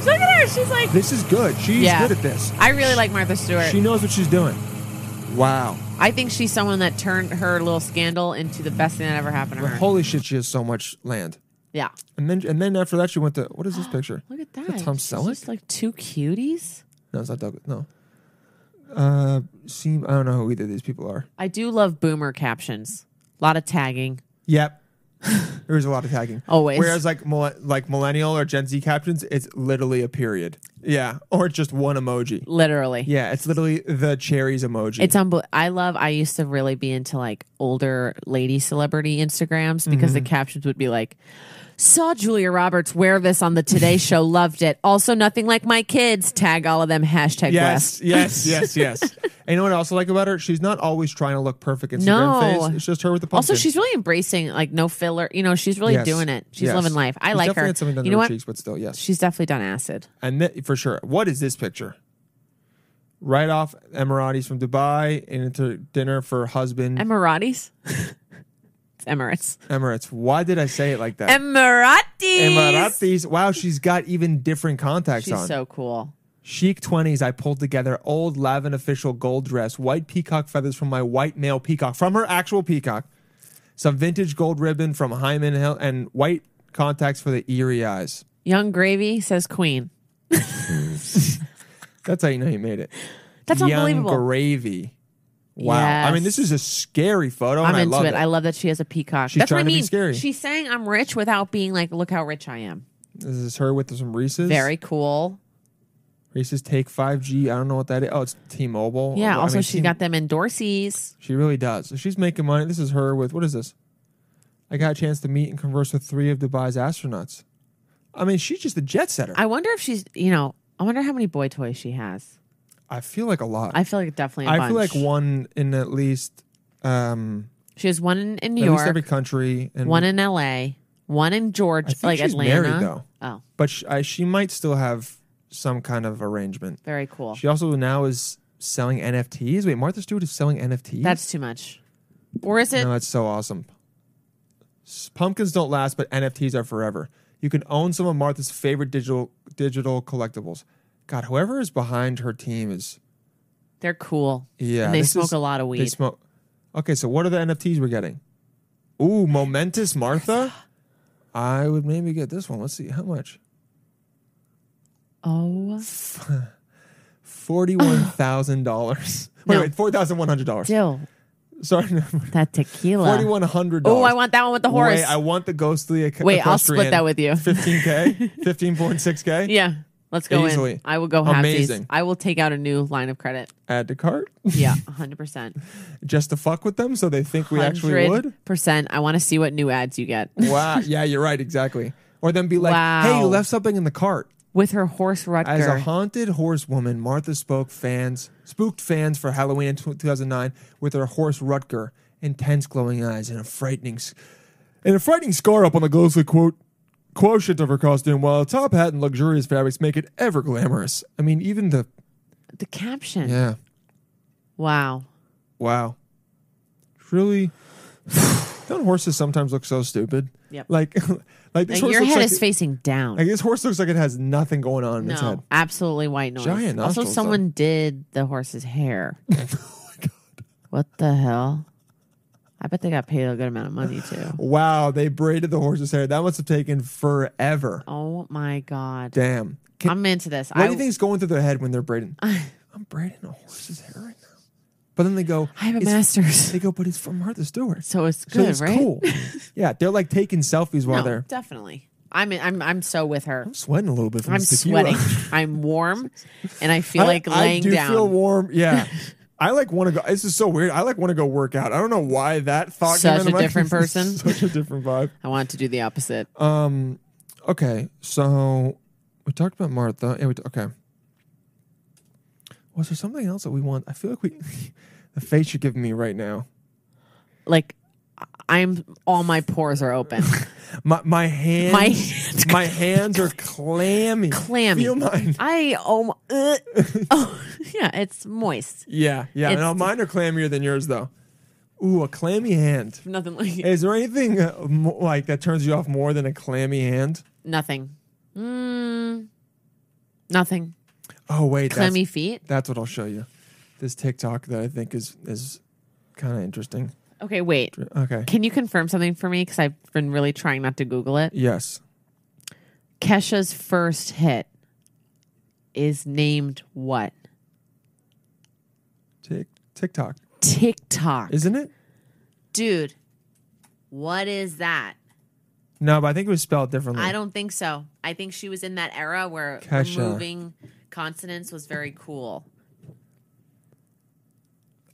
Speaker 4: Look at her. She's like,
Speaker 3: This is good. She's
Speaker 4: yeah.
Speaker 3: good at this.
Speaker 4: I really like Martha Stewart.
Speaker 3: She knows what she's doing. Wow.
Speaker 4: I think she's someone that turned her little scandal into the best thing that ever happened to her.
Speaker 3: Holy shit, she has so much land.
Speaker 4: yeah.
Speaker 3: And then and then after that she went to what
Speaker 4: <gasps>
Speaker 3: is this picture?
Speaker 4: Look at
Speaker 3: Is
Speaker 4: that.
Speaker 3: Tom
Speaker 4: She's
Speaker 3: Selleck?
Speaker 4: just like two cuties.
Speaker 3: No, it's not Douglas. No. Uh seem I don't know who either of these people are.
Speaker 4: I do love boomer captions. A lot of tagging.
Speaker 3: Yep. <laughs> there was a lot of tagging.
Speaker 4: Always.
Speaker 3: Whereas like mil- like millennial or Gen Z captions, it's literally a period. Yeah. Or just one emoji.
Speaker 4: Literally.
Speaker 3: Yeah, it's literally the cherries emoji.
Speaker 4: It's unbel- I love. I used to
Speaker 3: Mm-hmm.
Speaker 4: really be into like older lady celebrity Instagrams because the captions would be like, Saw Julia Roberts wear this on
Speaker 3: <laughs>
Speaker 4: the Today Show. Loved it. Also, nothing like my kids. Tag all of them. Hashtag
Speaker 3: Yes,
Speaker 4: West.
Speaker 3: yes,
Speaker 4: <laughs>
Speaker 3: yes, yes. and you know what I also like about her? She's not always trying to look perfect Instagram
Speaker 4: No.
Speaker 3: face. It's just her with the pumpkin.
Speaker 4: Also, she's really embracing like no filler. You know, she's really
Speaker 3: Yes,
Speaker 4: doing it. She's
Speaker 3: yes.
Speaker 4: living life. I
Speaker 3: She's
Speaker 4: like
Speaker 3: definitely
Speaker 4: her.
Speaker 3: Had something done
Speaker 4: you
Speaker 3: to
Speaker 4: know
Speaker 3: her
Speaker 4: what?
Speaker 3: cheeks, but still, yes.
Speaker 4: She's definitely
Speaker 3: <laughs>
Speaker 4: done acid.
Speaker 3: and th- for sure. What is this picture? Right off Emiratis from Dubai and into dinner for husband
Speaker 4: Emiratis. it's
Speaker 3: <laughs>
Speaker 4: Emirates.
Speaker 3: Emirates. Why did I say it like that?
Speaker 4: Emiratis.
Speaker 3: Emiratis. Wow, she's got even different contacts
Speaker 4: She's
Speaker 3: on.
Speaker 4: so cool.
Speaker 3: Chic 20s I pulled together old Lavin official gold dress, white peacock feathers from my white male peacock, from her actual peacock, some vintage gold ribbon from Hyman Hill, and white contacts for the eerie eyes.
Speaker 4: Young Gravy says Queen.
Speaker 3: That's how you know you made it.
Speaker 4: That's
Speaker 3: Young
Speaker 4: unbelievable.
Speaker 3: gravy. Wow. I mean, this
Speaker 4: Yes.
Speaker 3: is a scary photo. and
Speaker 4: I'm
Speaker 3: I
Speaker 4: into
Speaker 3: love
Speaker 4: it. I love that she has a peacock.
Speaker 3: She's
Speaker 4: That's what I
Speaker 3: trying to be
Speaker 4: mean.
Speaker 3: scary.
Speaker 4: She's saying I'm rich without being like, look how rich I am.
Speaker 3: This is her with some Reese's.
Speaker 4: Very cool.
Speaker 3: Reese's Take 5G. I don't know what that is. Oh, it's T-Mobile.
Speaker 4: Yeah.
Speaker 3: I
Speaker 4: also,
Speaker 3: mean,
Speaker 4: she's
Speaker 3: T-
Speaker 4: got them endorsees.
Speaker 3: She really does. So she's making money. This is her with what is this? I got a chance to meet and converse with three of Dubai's astronauts. I mean, she's just a jet setter. I,
Speaker 4: I wonder if she's, you know, I wonder how many boy toys she has.
Speaker 3: feel like a lot. I,
Speaker 4: I feel like definitely. a bunch.
Speaker 3: feel like one in at least um,
Speaker 4: She has one in, in
Speaker 3: at
Speaker 4: New York,
Speaker 3: least every country. And
Speaker 4: one in L.A., one in Georgia,
Speaker 3: I think
Speaker 4: like
Speaker 3: she's
Speaker 4: Atlanta.
Speaker 3: married, though.
Speaker 4: Oh,
Speaker 3: but she, I, she might still have some kind of arrangement.
Speaker 4: very cool.
Speaker 3: She also now is selling NFTs. Wait, Martha Stewart is selling NFTs.
Speaker 4: That's too much. Or is it?
Speaker 3: No, that's so awesome. S- Pumpkins don't last, but NFTs are forever. You can own some of Martha's favorite digital digital collectibles. God, whoever is behind her team is
Speaker 4: they're cool.
Speaker 3: yeah.
Speaker 4: And they
Speaker 3: this
Speaker 4: smoke
Speaker 3: is-
Speaker 4: a lot of
Speaker 3: They
Speaker 4: weed.
Speaker 3: smoke. Okay, so what are the NFTs we're getting? Ooh, momentous Martha. I would maybe get this one. Let's see how much.
Speaker 4: oh,
Speaker 3: Forty-one thousand dollars. Wait,
Speaker 4: <sighs> No.
Speaker 3: wait, four thousand one hundred dollars.
Speaker 4: still
Speaker 3: Sorry, <laughs>
Speaker 4: that tequila.
Speaker 3: forty-one hundred dollars.
Speaker 4: Oh, I want that one with the horse.
Speaker 3: Wait, I want the ghostly. Ac-
Speaker 4: Wait, I'll split
Speaker 3: equestrian.
Speaker 4: that with you. <laughs>
Speaker 3: 15k, 15.6k.
Speaker 4: yeah, let's go in.
Speaker 3: Easily.
Speaker 4: I will go half these.
Speaker 3: Amazing.
Speaker 4: I will take out a new line of
Speaker 3: <laughs>
Speaker 4: credit.
Speaker 3: Add to cart
Speaker 4: Yeah, hundred percent.
Speaker 3: just to fuck with them, so they think we actually would.
Speaker 4: percent. I want to see what new ads you get
Speaker 3: Wow. Yeah, you're right. Exactly. Or then be like,
Speaker 4: Wow.
Speaker 3: "Hey, you left something in the cart."
Speaker 4: <laughs> with her horse Rutger.
Speaker 3: As a haunted horse woman, Martha spoke fans, spooked fans for Halloween in tw- 2009 with her horse Rutger, intense glowing eyes, and a frightening, s- and a frightening scar up on the ghostly quote quotient of her costume, while a top hat and luxurious fabrics make it ever glamorous. I mean, even the
Speaker 4: the caption.
Speaker 3: yeah,
Speaker 4: Wow.
Speaker 3: wow, really. Don't horses sometimes look so stupid?
Speaker 4: Yep.
Speaker 3: Like, <laughs> like this
Speaker 4: Like,
Speaker 3: horse
Speaker 4: your
Speaker 3: looks
Speaker 4: head
Speaker 3: like,
Speaker 4: is facing down.
Speaker 3: like this horse looks like it has nothing going on in its head.
Speaker 4: no, absolutely white noise.
Speaker 3: Giant
Speaker 4: also,
Speaker 3: nostrils, Oh
Speaker 4: someone did the
Speaker 3: <laughs>
Speaker 4: horse's hair. What the hell? I bet they got paid a good amount of money
Speaker 3: <laughs>
Speaker 4: too.
Speaker 3: Wow, they braided the horse's hair. That must have taken forever.
Speaker 4: Oh my god.
Speaker 3: Damn. Can-
Speaker 4: I'm into this.
Speaker 3: what
Speaker 4: I,
Speaker 3: do you think is going through their head when they're
Speaker 4: <laughs>
Speaker 3: braiding? I'm braiding a horse's hair right now. But then they go,
Speaker 4: I have a
Speaker 3: "It's- <laughs>
Speaker 4: master's.
Speaker 3: They go, but it's from Martha Stewart.
Speaker 4: So it's
Speaker 3: So
Speaker 4: good,
Speaker 3: it's
Speaker 4: right? <laughs>
Speaker 3: cool. yeah, they're like taking selfies while
Speaker 4: No,
Speaker 3: they're
Speaker 4: definitely. I'm in, I'm I'm so with her.
Speaker 3: sweating a little bit from
Speaker 4: I'm
Speaker 3: this tequila. <laughs>
Speaker 4: sweating. I'm warm, and I feel like
Speaker 3: I,
Speaker 4: laying
Speaker 3: I do
Speaker 4: down.
Speaker 3: feel warm.
Speaker 4: <laughs>
Speaker 3: Yeah. I like want to go. This is so weird. I like want to go work out. I don't know why that thought
Speaker 4: Such
Speaker 3: came into
Speaker 4: a
Speaker 3: my- <laughs>
Speaker 4: different person.
Speaker 3: Such a different vibe.
Speaker 4: I want to do the opposite.
Speaker 3: Okay, so we talked about Martha. Yeah, we t- okay. Was there something else that we want? I feel like we, <laughs> the face you're giving me right now.
Speaker 4: like I'm all my pores
Speaker 3: <laughs>
Speaker 4: are open.
Speaker 3: My my hands,
Speaker 4: My hands-
Speaker 3: my hands are clammy.
Speaker 4: Clammy.
Speaker 3: Feel mine. <laughs>
Speaker 4: I oh, my- uh, oh <laughs> yeah, it's moist.
Speaker 3: Yeah, yeah.
Speaker 4: It's-
Speaker 3: No, mine are clammier than yours though. Ooh, a clammy hand.
Speaker 4: Nothing like
Speaker 3: Is there anything uh, mo- like that turns you off more than a clammy hand?
Speaker 4: nothing. Mm, nothing.
Speaker 3: Oh wait, that's-
Speaker 4: Clammy feet.
Speaker 3: That's what I'll show you. This TikTok that I think is is kind of interesting.
Speaker 4: Okay, wait.
Speaker 3: Okay.
Speaker 4: Can you confirm something for me? Because I've been really trying not to Google it.
Speaker 3: Yes.
Speaker 4: Kesha's first hit is named what?
Speaker 3: Tick TikTok,
Speaker 4: TikTok.
Speaker 3: isn't it?
Speaker 4: Dude, what is that?
Speaker 3: No, but I think it was spelled differently.
Speaker 4: I don't think so. I think she was in that era where
Speaker 3: Kesha.
Speaker 4: removing consonants was very cool.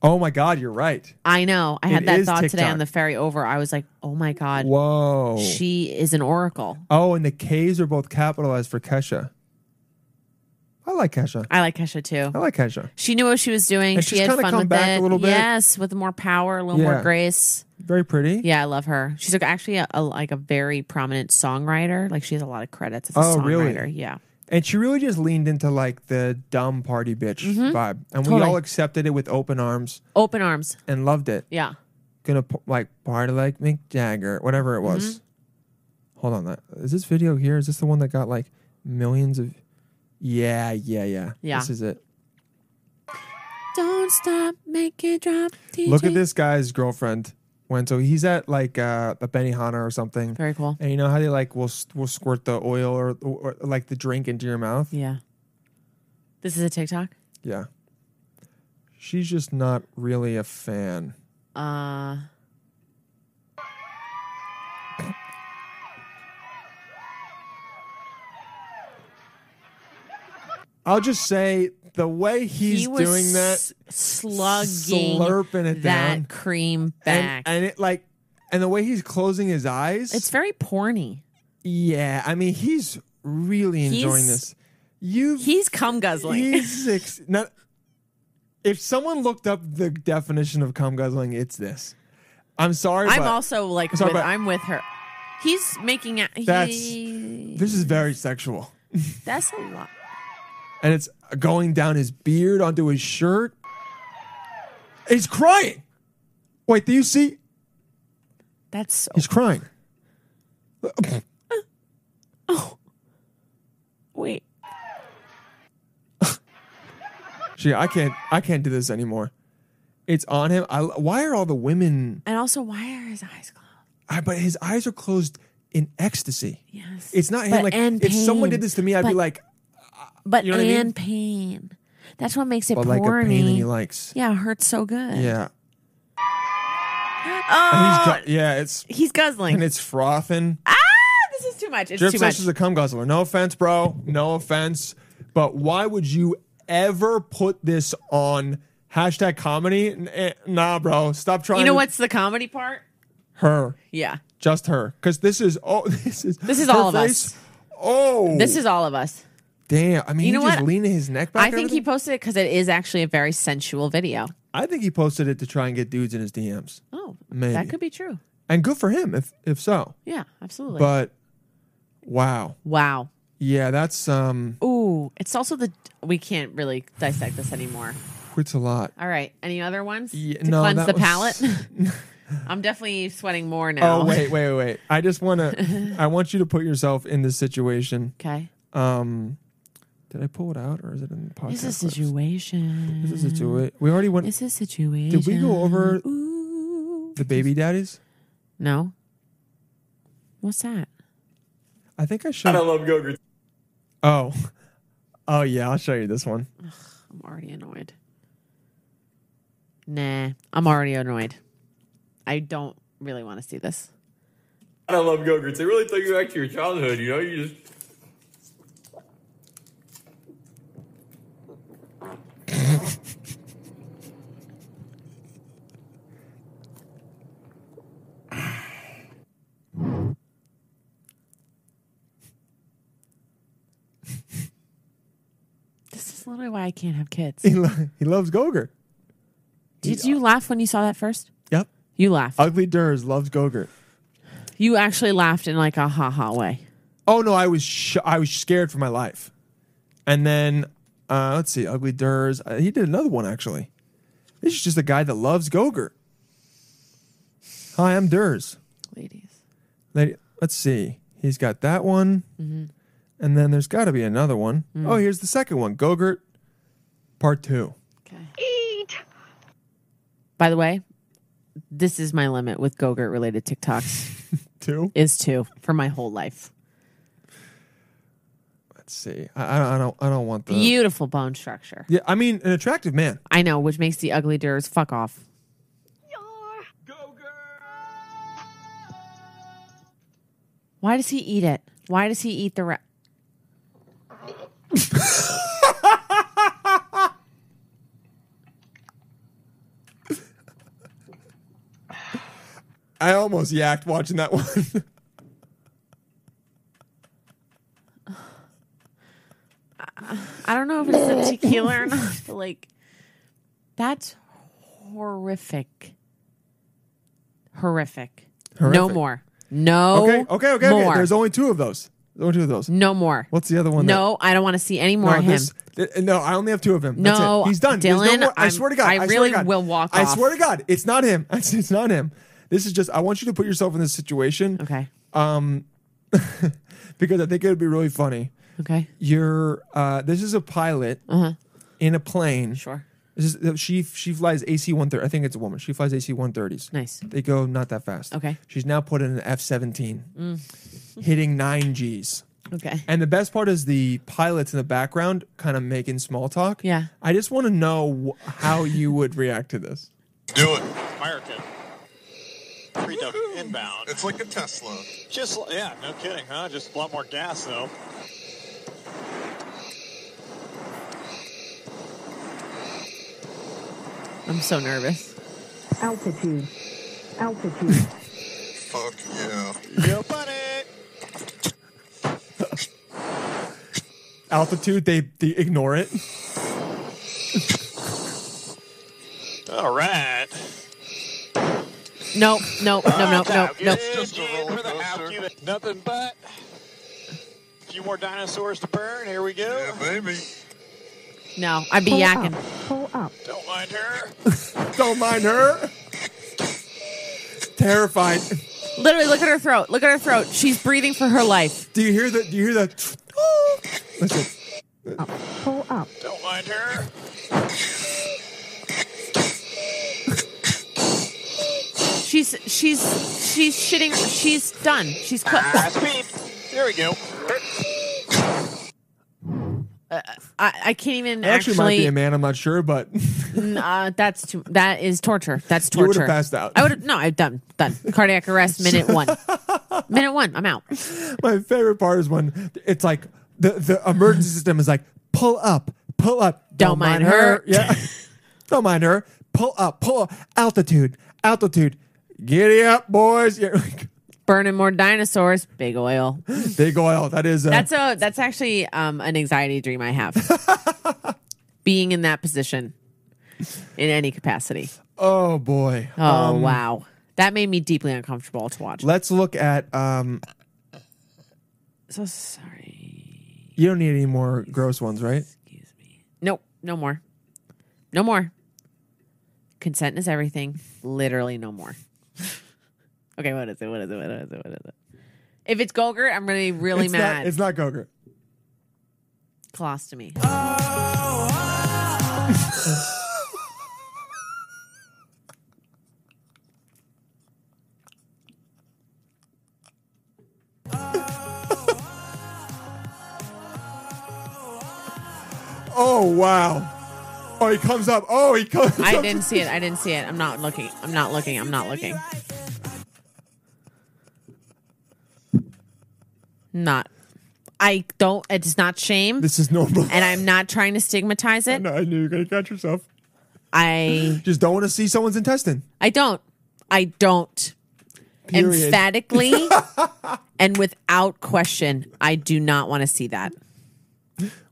Speaker 3: Oh my God, you're right.
Speaker 4: I know. I
Speaker 3: It
Speaker 4: had that
Speaker 3: is
Speaker 4: thought today
Speaker 3: TikTok.
Speaker 4: on the ferry over. I was like, oh my God,
Speaker 3: Whoa.
Speaker 4: she is an oracle.
Speaker 3: oh, and the K's are both capitalized for Kesha. I like Kesha.
Speaker 4: I like Kesha too.
Speaker 3: I like Kesha.
Speaker 4: She knew what she was
Speaker 3: Oh.
Speaker 4: doing.
Speaker 3: And
Speaker 4: she
Speaker 3: she's
Speaker 4: had
Speaker 3: kinda
Speaker 4: fun
Speaker 3: come
Speaker 4: with
Speaker 3: back
Speaker 4: it.
Speaker 3: a little bit.
Speaker 4: Yes, with more power, a little
Speaker 3: Yeah.
Speaker 4: more grace.
Speaker 3: Very pretty.
Speaker 4: Yeah, I love her. She's like actually a, a- like a very prominent songwriter. Like she has a lot of credits as a
Speaker 3: Oh, really?
Speaker 4: songwriter. Yeah.
Speaker 3: And she really just leaned into like the dumb party bitch vibe. And we
Speaker 4: Mm-hmm. Totally.
Speaker 3: all accepted it with open arms
Speaker 4: Open arms.
Speaker 3: and loved it.
Speaker 4: Yeah.
Speaker 3: Gonna p- like party like Mick Jagger, whatever it was.
Speaker 4: Mm-hmm.
Speaker 3: Hold on. That, is this video here? Is this the one that got like millions of. Yeah, yeah, yeah.
Speaker 4: Yeah.
Speaker 3: This is it.
Speaker 4: Don't stop, make it drop. DJ.
Speaker 3: Look at this guy's girlfriend. When so he's at like uh, a Benihana or something,
Speaker 4: Very cool.
Speaker 3: and you know how they like will s- will squirt the oil or, or, like the drink into your mouth.
Speaker 4: Yeah. This is a TikTok.
Speaker 3: Yeah, she's just not really a fan.
Speaker 4: Uh.
Speaker 3: I'll just say the way he's
Speaker 4: he was
Speaker 3: doing that
Speaker 4: s- slugging
Speaker 3: slurping it
Speaker 4: that
Speaker 3: down.
Speaker 4: cream
Speaker 3: and,
Speaker 4: back.
Speaker 3: and it like and the way he's closing his eyes.
Speaker 4: it's very porny.
Speaker 3: yeah, I mean he's really enjoying
Speaker 4: He's-
Speaker 3: this. You
Speaker 4: He's cum guzzling.
Speaker 3: He's <laughs> six. Not, if someone looked up the definition of cum guzzling, it's this. I'm sorry.
Speaker 4: I'm
Speaker 3: but
Speaker 4: also like
Speaker 3: sorry,
Speaker 4: with,
Speaker 3: but-
Speaker 4: I'm with her. He's making out.
Speaker 3: That's-
Speaker 4: He,
Speaker 3: This is very sexual,
Speaker 4: that's a lot.
Speaker 3: and it's going down his beard onto his shirt. He's crying. Wait, do you see?
Speaker 4: That's so.
Speaker 3: He's crying. <laughs>
Speaker 4: <laughs> Wait.
Speaker 3: She, I can't, I can't do this anymore. It's on him. I, why are all the women?
Speaker 4: And also, why are his eyes closed?
Speaker 3: I, but his eyes are closed in ecstasy.
Speaker 4: Yes.
Speaker 3: It's not him.
Speaker 4: But-
Speaker 3: like
Speaker 4: and
Speaker 3: if someone
Speaker 4: pain.
Speaker 3: did this to me, I'd be
Speaker 4: But-
Speaker 3: like,
Speaker 4: But
Speaker 3: you know what I mean?
Speaker 4: and pain. That's what makes it
Speaker 3: but
Speaker 4: porny.
Speaker 3: like a pain and he likes.
Speaker 4: yeah, it hurts so good.
Speaker 3: Yeah. He's
Speaker 4: Oh,
Speaker 3: gu- yeah, it's
Speaker 4: he's, guzzling.
Speaker 3: and it's frothing.
Speaker 4: this is too much. It's
Speaker 3: Drip
Speaker 4: Ah, too
Speaker 3: Sesh
Speaker 4: much.
Speaker 3: is a cum guzzler. No offense, bro. No offense. But why would you ever put this on hashtag comedy? N- eh, Nah, bro. Stop trying.
Speaker 4: you know
Speaker 3: to-
Speaker 4: what's the comedy part?
Speaker 3: Her,
Speaker 4: uh, Yeah.
Speaker 3: just her, because this is oh, <laughs> this is
Speaker 4: This is
Speaker 3: her
Speaker 4: all of
Speaker 3: face.
Speaker 4: us.
Speaker 3: Oh,
Speaker 4: This is all of us.
Speaker 3: damn. I mean,
Speaker 4: You
Speaker 3: he
Speaker 4: know
Speaker 3: just
Speaker 4: what?
Speaker 3: leaning his neck back.
Speaker 4: I
Speaker 3: and
Speaker 4: think he
Speaker 3: everything.
Speaker 4: posted it because it is actually a very sensual video.
Speaker 3: I think he posted it to try and get dudes in his DMs,
Speaker 4: Oh,
Speaker 3: Maybe.
Speaker 4: that could be true.
Speaker 3: and good for him if if so.
Speaker 4: Yeah, absolutely.
Speaker 3: But wow,
Speaker 4: wow.
Speaker 3: yeah, that's um,
Speaker 4: Ooh, it's also the we can't really dissect this anymore.
Speaker 3: it's a lot.
Speaker 4: All right, any other ones
Speaker 3: Yeah,
Speaker 4: to
Speaker 3: no,
Speaker 4: cleanse
Speaker 3: that
Speaker 4: the
Speaker 3: was-
Speaker 4: palate?
Speaker 3: <laughs>
Speaker 4: <laughs> I'm definitely sweating more now.
Speaker 3: Oh wait, wait, wait. I just want to. I want you to put yourself in this situation.
Speaker 4: <laughs> Okay.
Speaker 3: Um, did I pull it out or is it in the podcast?
Speaker 4: It's a
Speaker 3: clips?
Speaker 4: situation.
Speaker 3: This is a situation. We already went.
Speaker 4: It's a situation.
Speaker 3: Did we go over
Speaker 4: Ooh.
Speaker 3: the baby daddies?
Speaker 4: No. What's that?
Speaker 3: I think I should. I love Gogurt. Oh, <laughs> oh yeah. I'll show you this one.
Speaker 4: I'm already annoyed. Nah, I'm already annoyed. I don't really want to see this.
Speaker 5: I love Gogurts. They really took you back to your childhood, you know? You just.
Speaker 4: This is literally why I can't have kids.
Speaker 3: He, lo- he loves Gogurt.
Speaker 4: Did you laugh when you saw that first?
Speaker 3: Yep.
Speaker 4: You laughed.
Speaker 3: Ugly Durs loves Gogurt.
Speaker 4: You actually laughed in like a ha ha way.
Speaker 3: Oh no, I was sh- I was scared for my life. And then uh, let's see, Ugly Durs. Uh, he did another one actually. This is just a guy that loves Gogurt. Hi, I'm Durs.
Speaker 4: Ladies.
Speaker 3: Lady- Let's see. He's got that one, and then there's got to be another one. Oh, here's the second one, Gogurt, Part Two.
Speaker 4: Okay. Eat. By the way, this is my limit with Gogurt related TikToks
Speaker 3: Two.
Speaker 4: is two for my whole life.
Speaker 3: Let's see. I, I don't. I don't. I don't want the.
Speaker 4: Beautiful bone structure.
Speaker 3: yeah, I mean, an attractive man.
Speaker 4: I know, which makes the ugly deers fuck off. Why does he eat it? Why does he eat the rat?
Speaker 3: I almost yacked watching that one.
Speaker 4: I don't know if it's the tequila or not, but like, that's horrific. Horrific. No
Speaker 3: Horrific.
Speaker 4: more. No.
Speaker 3: okay, okay, okay, okay.
Speaker 4: Oh, More.
Speaker 3: There's only two of those. There's only two of those.
Speaker 4: no more.
Speaker 3: What's the other one? that-
Speaker 4: No, I don't want to see any more
Speaker 3: no,
Speaker 4: of him.
Speaker 3: this- th- uh, no, I only have two of him. That's it.
Speaker 4: No,
Speaker 3: he's done. There's no
Speaker 4: Dylan,
Speaker 3: more- I
Speaker 4: I'm-
Speaker 3: swear to God,
Speaker 4: I
Speaker 3: swear to
Speaker 4: really
Speaker 3: God.
Speaker 4: will walk
Speaker 3: I
Speaker 4: off.
Speaker 3: swear to God, it's not him. <laughs> It's, it's not him. This is just. I want you to put yourself in this situation
Speaker 4: okay.
Speaker 3: because I think it would be really funny.
Speaker 4: Okay.
Speaker 3: You're. Uh, this is a pilot in a plane.
Speaker 4: Uh-huh. Sure.
Speaker 3: This is, uh, she she flies AC one thirty. I think it's a woman. She flies AC one thirties.
Speaker 4: Nice.
Speaker 3: They go not that fast.
Speaker 4: Okay. Mm.
Speaker 3: She's now put in an F seventeen, hitting nine Gs.
Speaker 4: Okay.
Speaker 3: And the best part is the pilots in the background kind of making small talk.
Speaker 4: Yeah.
Speaker 3: I just want to know wh- how you would react to this.
Speaker 6: Do it.
Speaker 7: American. Freedom inbound.
Speaker 6: It's like a Tesla.
Speaker 7: Just yeah, no kidding, huh? Just a lot more gas though.
Speaker 4: I'm so nervous.
Speaker 8: Altitude. Altitude.
Speaker 6: Fuck yeah.
Speaker 7: Yo, buddy.
Speaker 3: Altitude, they, they ignore it.
Speaker 7: All right.
Speaker 4: Nope. Nope. Nope. Nope. Nope. Nope.
Speaker 6: Just a roller
Speaker 7: For the
Speaker 6: coaster.
Speaker 7: altitude, Nothing but a few more dinosaurs to burn. Here we go.
Speaker 6: Yeah, baby.
Speaker 4: No. I'd be
Speaker 8: Pull
Speaker 4: yakking.
Speaker 8: up. Pull up.
Speaker 7: Don't mind her.
Speaker 3: Don't mind her. Terrified.
Speaker 4: Literally, look at her throat. Look at her throat. She's breathing for her life.
Speaker 3: Do you hear the? Do you hear the? <gasps> Listen,
Speaker 8: Pull up.
Speaker 7: Don't mind her.
Speaker 4: She's she's she's shitting. She's done. She's cooked.
Speaker 7: Ah, speed. There we go.
Speaker 4: I, I can't even
Speaker 3: it actually might be
Speaker 4: actually.
Speaker 3: a man. I'm not sure, but <laughs>
Speaker 4: uh, that's too. That is torture. That's
Speaker 3: You would've
Speaker 4: torture.
Speaker 3: passed out.
Speaker 4: I would have. No, I've done done cardiac arrest.
Speaker 3: <laughs>
Speaker 4: Minute one. minute one. I'm out.
Speaker 3: my favorite part is when it's like the the emergency system is like pull up, pull up.
Speaker 4: Don't mind her.
Speaker 3: Yeah. <laughs> Don't mind her. Pull up, pull up. Altitude, altitude. Giddy up, boys. Yeah. <laughs>
Speaker 4: Burning more dinosaurs. Big oil.
Speaker 3: Big oil. That is. Uh,
Speaker 4: That's a that's actually um, an anxiety dream
Speaker 3: <laughs>
Speaker 4: I have. Being in that position, in any capacity.
Speaker 3: oh boy.
Speaker 4: Oh
Speaker 3: Um,
Speaker 4: wow, that made me deeply uncomfortable to watch.
Speaker 3: Let's look at. Um,
Speaker 4: so sorry.
Speaker 3: you don't need any more gross ones, right?
Speaker 4: Excuse me. Nope. No more. No more. Consent is everything. Literally, no more. <laughs> okay, what is it? What is it? What is it? What is it? If it's Golgert, I'm really, really
Speaker 3: it's
Speaker 4: mad.
Speaker 3: Not, it's not Gogurt. <laughs>
Speaker 4: Colostomy.
Speaker 3: Oh wow. Oh, he comes up. Oh, he comes.
Speaker 4: I
Speaker 3: up.
Speaker 4: didn't see it. I didn't see it. I'm not looking. I'm not looking. I'm not looking. Not. I don't. It's not
Speaker 3: <laughs>
Speaker 4: shame,
Speaker 3: This is normal.
Speaker 4: and I'm not trying to stigmatize
Speaker 3: <laughs>
Speaker 4: it.
Speaker 3: No, I knew you were gonna catch yourself.
Speaker 4: I.
Speaker 3: Just don't want to see someone's intestine.
Speaker 4: I don't. I don't.
Speaker 3: Period.
Speaker 4: Emphatically
Speaker 3: <laughs>
Speaker 4: and without question, I do not want to see that.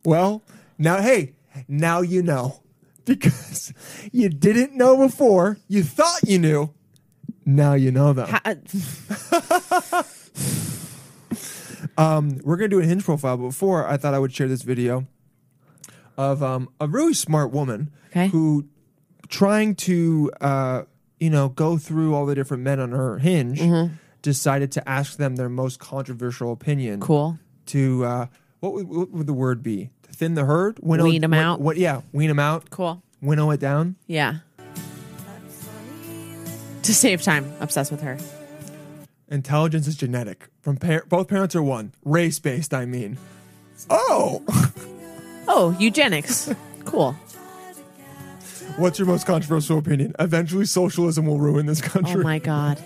Speaker 3: Well, now, hey, now you know <laughs> because you didn't know before. You thought you knew. Now you know, though.
Speaker 4: I-
Speaker 3: We're gonna do a hinge profile, but before I thought I would share this video of um, a really smart woman
Speaker 4: Okay.
Speaker 3: who trying to uh, you know go through all the different men on her hinge
Speaker 4: Mm-hmm.
Speaker 3: decided to ask them their most controversial opinion.
Speaker 4: Cool.
Speaker 3: To uh, what, would, what would the word be? Thin the herd. Winnow,
Speaker 4: Weed 'em
Speaker 3: what-
Speaker 4: out?
Speaker 3: What? Yeah, wean them out.
Speaker 4: Cool.
Speaker 3: Winnow it down.
Speaker 4: Yeah. To save time, obsessed with her.
Speaker 3: Intelligence is genetic. From par- both parents are one. Race based, I mean. Oh, <laughs>
Speaker 4: Oh, eugenics. cool.
Speaker 3: what's your most controversial opinion? Eventually, socialism will ruin this
Speaker 4: Oh
Speaker 3: country.
Speaker 4: my god.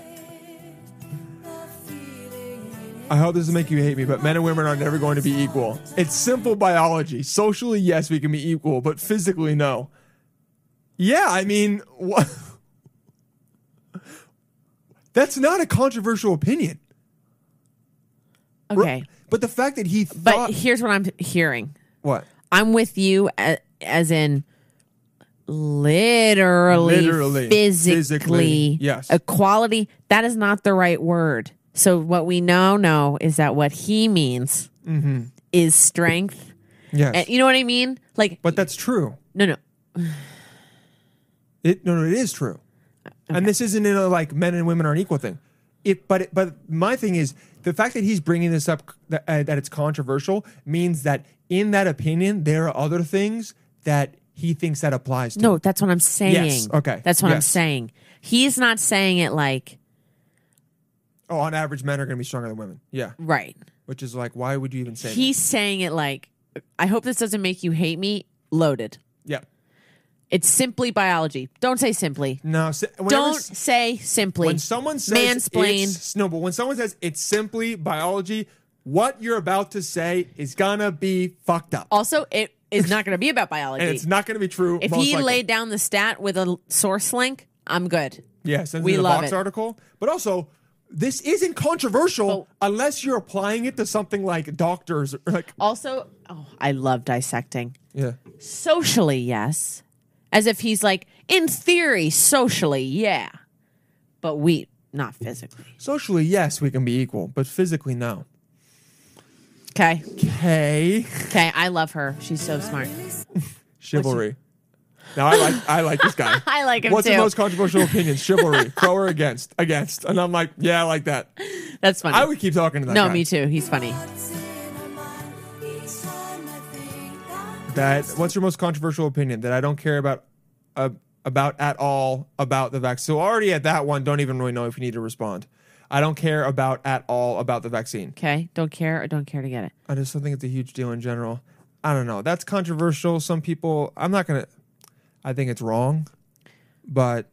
Speaker 3: I hope this doesn't make you hate me, but men and women are never going to be equal. It's simple biology. Socially, yes, we can be equal, but physically, no. Yeah, I mean, what? <laughs> That's not a controversial opinion.
Speaker 4: Okay.
Speaker 3: But the fact that he
Speaker 4: But
Speaker 3: thought
Speaker 4: here's what I'm hearing.
Speaker 3: what
Speaker 4: I'm with you a- as in literally,
Speaker 3: Literally,
Speaker 4: physically,
Speaker 3: physically, yes.
Speaker 4: equality. That is not the right word. So what we now know is that what he means
Speaker 3: Mm-hmm.
Speaker 4: is strength.
Speaker 3: yes,
Speaker 4: And you know what I mean? Like
Speaker 3: but that's true.
Speaker 4: no, no.
Speaker 3: It no, no, it is true. And this isn't in a like men and women are an equal thing. It, but it, but my thing is the fact that he's bringing this up that, uh, that it's controversial means that in that opinion there are other things that he thinks that applies to.
Speaker 4: No, that's what I'm saying.
Speaker 3: okay,
Speaker 4: That's what I'm
Speaker 3: yes.
Speaker 4: saying. He's not saying it like
Speaker 3: Oh, on average, men are going to be stronger than women. Yeah,
Speaker 4: right.
Speaker 3: which is like why would you even say?
Speaker 4: He's saying it like I hope this doesn't make you hate me. Loaded.
Speaker 3: that? Yeah.
Speaker 4: It's simply biology. Don't say simply.
Speaker 3: No. si- whenever
Speaker 4: Don't
Speaker 3: s-
Speaker 4: say simply.
Speaker 3: When someone says
Speaker 4: mansplain,
Speaker 3: it's- no, but when someone says it's simply biology, what you're about to say is gonna be fucked up,
Speaker 4: also it is not going to be about biology.
Speaker 3: and it's not gonna be true.
Speaker 4: if
Speaker 3: most
Speaker 4: he
Speaker 3: likely.
Speaker 4: laid down the stat with a l- source link, I'm good.
Speaker 3: yes, and
Speaker 4: we
Speaker 3: in a
Speaker 4: love
Speaker 3: box
Speaker 4: it.
Speaker 3: article, but also. This isn't
Speaker 4: Oh.
Speaker 3: controversial unless you're applying it to something like doctors or like
Speaker 4: Also, oh, I love dissecting.
Speaker 3: yeah.
Speaker 4: Socially, yes. As if he's like, in theory, socially, yeah. But we, not physically.
Speaker 3: Socially, yes, we can be equal, but physically, no.
Speaker 4: Okay.
Speaker 3: Hey,
Speaker 4: Okay. I love her. She's so smart.
Speaker 3: chivalry. Now I like I like this guy.
Speaker 4: <laughs> I like him
Speaker 3: What's
Speaker 4: too.
Speaker 3: the most controversial opinion?
Speaker 4: <laughs>
Speaker 3: Chivalry, pro or against? Against, and I'm like, yeah, I like that.
Speaker 4: That's funny.
Speaker 3: I would keep talking to that.
Speaker 4: no,
Speaker 3: guy.
Speaker 4: me too. He's funny.
Speaker 3: that what's your most controversial opinion that I don't care about uh, about at all about the vaccine. So already at that one, don't even really know if you need to respond. I don't care about at all about the vaccine.
Speaker 4: Okay. Don't care or don't care to get it.
Speaker 3: I just don't think it's a huge deal in general. I don't know. That's controversial. Some people. I'm not gonna. I think it's wrong, but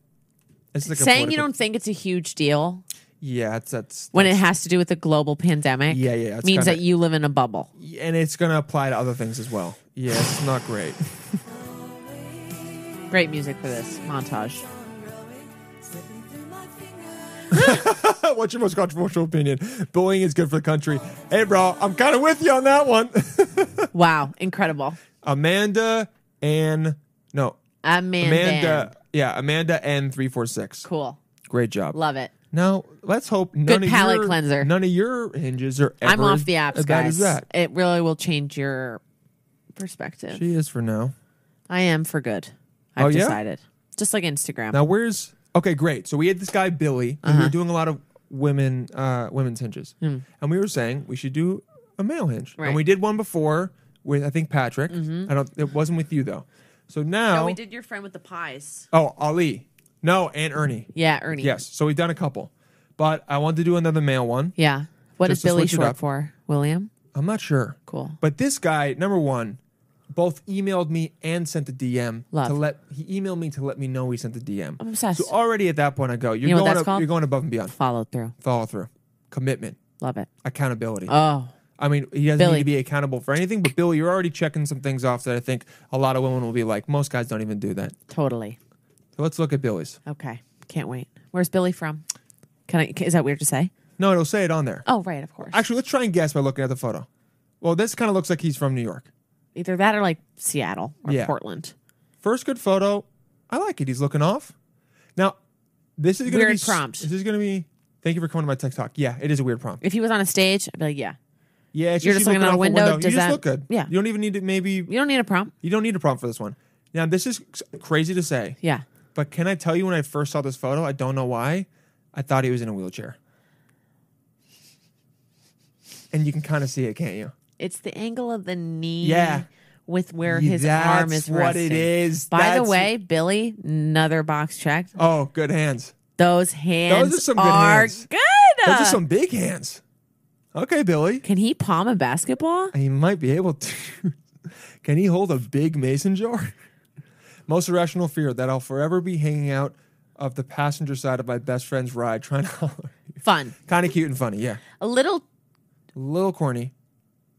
Speaker 3: it's like a
Speaker 4: Saying you
Speaker 3: political-
Speaker 4: don't think it's a huge deal
Speaker 3: Yeah, that's that's
Speaker 4: when it has to do with the global pandemic
Speaker 3: Yeah, yeah, it's
Speaker 4: means
Speaker 3: kinda-
Speaker 4: that you live in a bubble.
Speaker 3: and it's gonna apply to other things as well. Yeah, it's not
Speaker 4: <laughs>
Speaker 3: great.
Speaker 4: Great music for this montage.
Speaker 3: What's your most controversial opinion? Bullying is good for the country. Hey, bro, I'm kind of with you on that one. <laughs>
Speaker 4: Wow, incredible.
Speaker 3: Amanda and no
Speaker 4: Amanda.
Speaker 3: Amanda. Yeah, Amanda and three four six.
Speaker 4: Cool.
Speaker 3: Great job.
Speaker 4: Love it.
Speaker 3: Now let's hope none of
Speaker 4: palate
Speaker 3: your,
Speaker 4: cleanser.
Speaker 3: None of your hinges are. Ever
Speaker 4: I'm off the apps,
Speaker 3: as bad As
Speaker 4: guys.
Speaker 3: that.
Speaker 4: It really will change your perspective.
Speaker 3: She is for now.
Speaker 4: I am for good. I've
Speaker 3: Oh, yeah?
Speaker 4: decided. Just like Instagram.
Speaker 3: Now where's okay? Great. So we had this guy Billy. and
Speaker 4: Uh-huh.
Speaker 3: We were doing a lot of women uh, women's hinges, and we were saying we should do a male hinge,
Speaker 4: Hmm. Right.
Speaker 3: and we did one before with I think Patrick. I don't. It wasn't with you though. So now
Speaker 4: Oh, we did your friend with the pies.
Speaker 3: Oh, Ali. No, and Ernie.
Speaker 4: Yeah, Ernie.
Speaker 3: Yes. So we've done a couple, but I want to do another male one.
Speaker 4: Yeah. What is
Speaker 3: Just to
Speaker 4: Billy
Speaker 3: switch it
Speaker 4: short
Speaker 3: up.
Speaker 4: for? William?
Speaker 3: I'm not sure.
Speaker 4: Cool.
Speaker 3: But this guy, number one, both emailed me and sent a DM
Speaker 4: Love.
Speaker 3: to let he emailed me to let me know he sent a DM. I'm
Speaker 4: obsessed.
Speaker 3: So already at that point, I go, you're
Speaker 4: know what
Speaker 3: going
Speaker 4: that's
Speaker 3: ab-
Speaker 4: called?
Speaker 3: you're going above and beyond.
Speaker 4: Follow through.
Speaker 3: Follow through, commitment,
Speaker 4: Love it.
Speaker 3: accountability.
Speaker 4: Oh,
Speaker 3: I mean, he doesn't
Speaker 4: Billy.
Speaker 3: need to be accountable for anything, but Bill, you're already checking some things off that I think a lot of women will be like, most guys don't even do that.
Speaker 4: totally.
Speaker 3: So let's look at Billy's.
Speaker 4: Okay. Can't wait. Where's Billy from? Can I is that weird to say?
Speaker 3: No, it'll say it on there.
Speaker 4: Oh, right, of course.
Speaker 3: Actually, let's try and guess by looking at the photo. Well, this kind of looks like he's from New York.
Speaker 4: Either that or like Seattle or
Speaker 3: Yeah.
Speaker 4: Portland.
Speaker 3: First good photo. I like it. He's looking off. Now, this is going to
Speaker 4: Weird
Speaker 3: be s-
Speaker 4: prompt.
Speaker 3: This is going to be. Thank you for coming to my TikTok. Yeah, it is a weird prompt.
Speaker 4: If he was on a stage, I'd be like, yeah.
Speaker 3: Yeah, it's
Speaker 4: You're just looking out a
Speaker 3: out
Speaker 4: window,
Speaker 3: You
Speaker 4: does
Speaker 3: just
Speaker 4: that-
Speaker 3: look good.
Speaker 4: yeah.
Speaker 3: you don't even need to. Maybe
Speaker 4: You don't need a prompt.
Speaker 3: you don't need a prompt for this one. Now, this is c- crazy to say,
Speaker 4: Yeah.
Speaker 3: but can I tell you when I first saw this photo? I don't know why. I thought he was in a wheelchair, and you can kind of see it, can't you?
Speaker 4: It's the angle of the knee.
Speaker 3: Yeah.
Speaker 4: With where
Speaker 3: Yeah,
Speaker 4: his arm
Speaker 3: that's
Speaker 4: is
Speaker 3: what it
Speaker 4: resting.
Speaker 3: is.
Speaker 4: By the
Speaker 3: That's-
Speaker 4: way, Billy, another box checked.
Speaker 3: Oh, good hands.
Speaker 4: Those hands
Speaker 3: are some good
Speaker 4: are
Speaker 3: hands.
Speaker 4: good.
Speaker 3: Those are some big hands. Okay, Billy.
Speaker 4: Can he palm a basketball?
Speaker 3: He might be able to. <laughs> Can he hold a big mason jar? <laughs> Most irrational fear that I'll forever be hanging out of the passenger side of my best friend's ride trying to <laughs> holler.
Speaker 4: Fun.
Speaker 3: kind of cute and funny, yeah.
Speaker 4: A little.
Speaker 3: A little corny.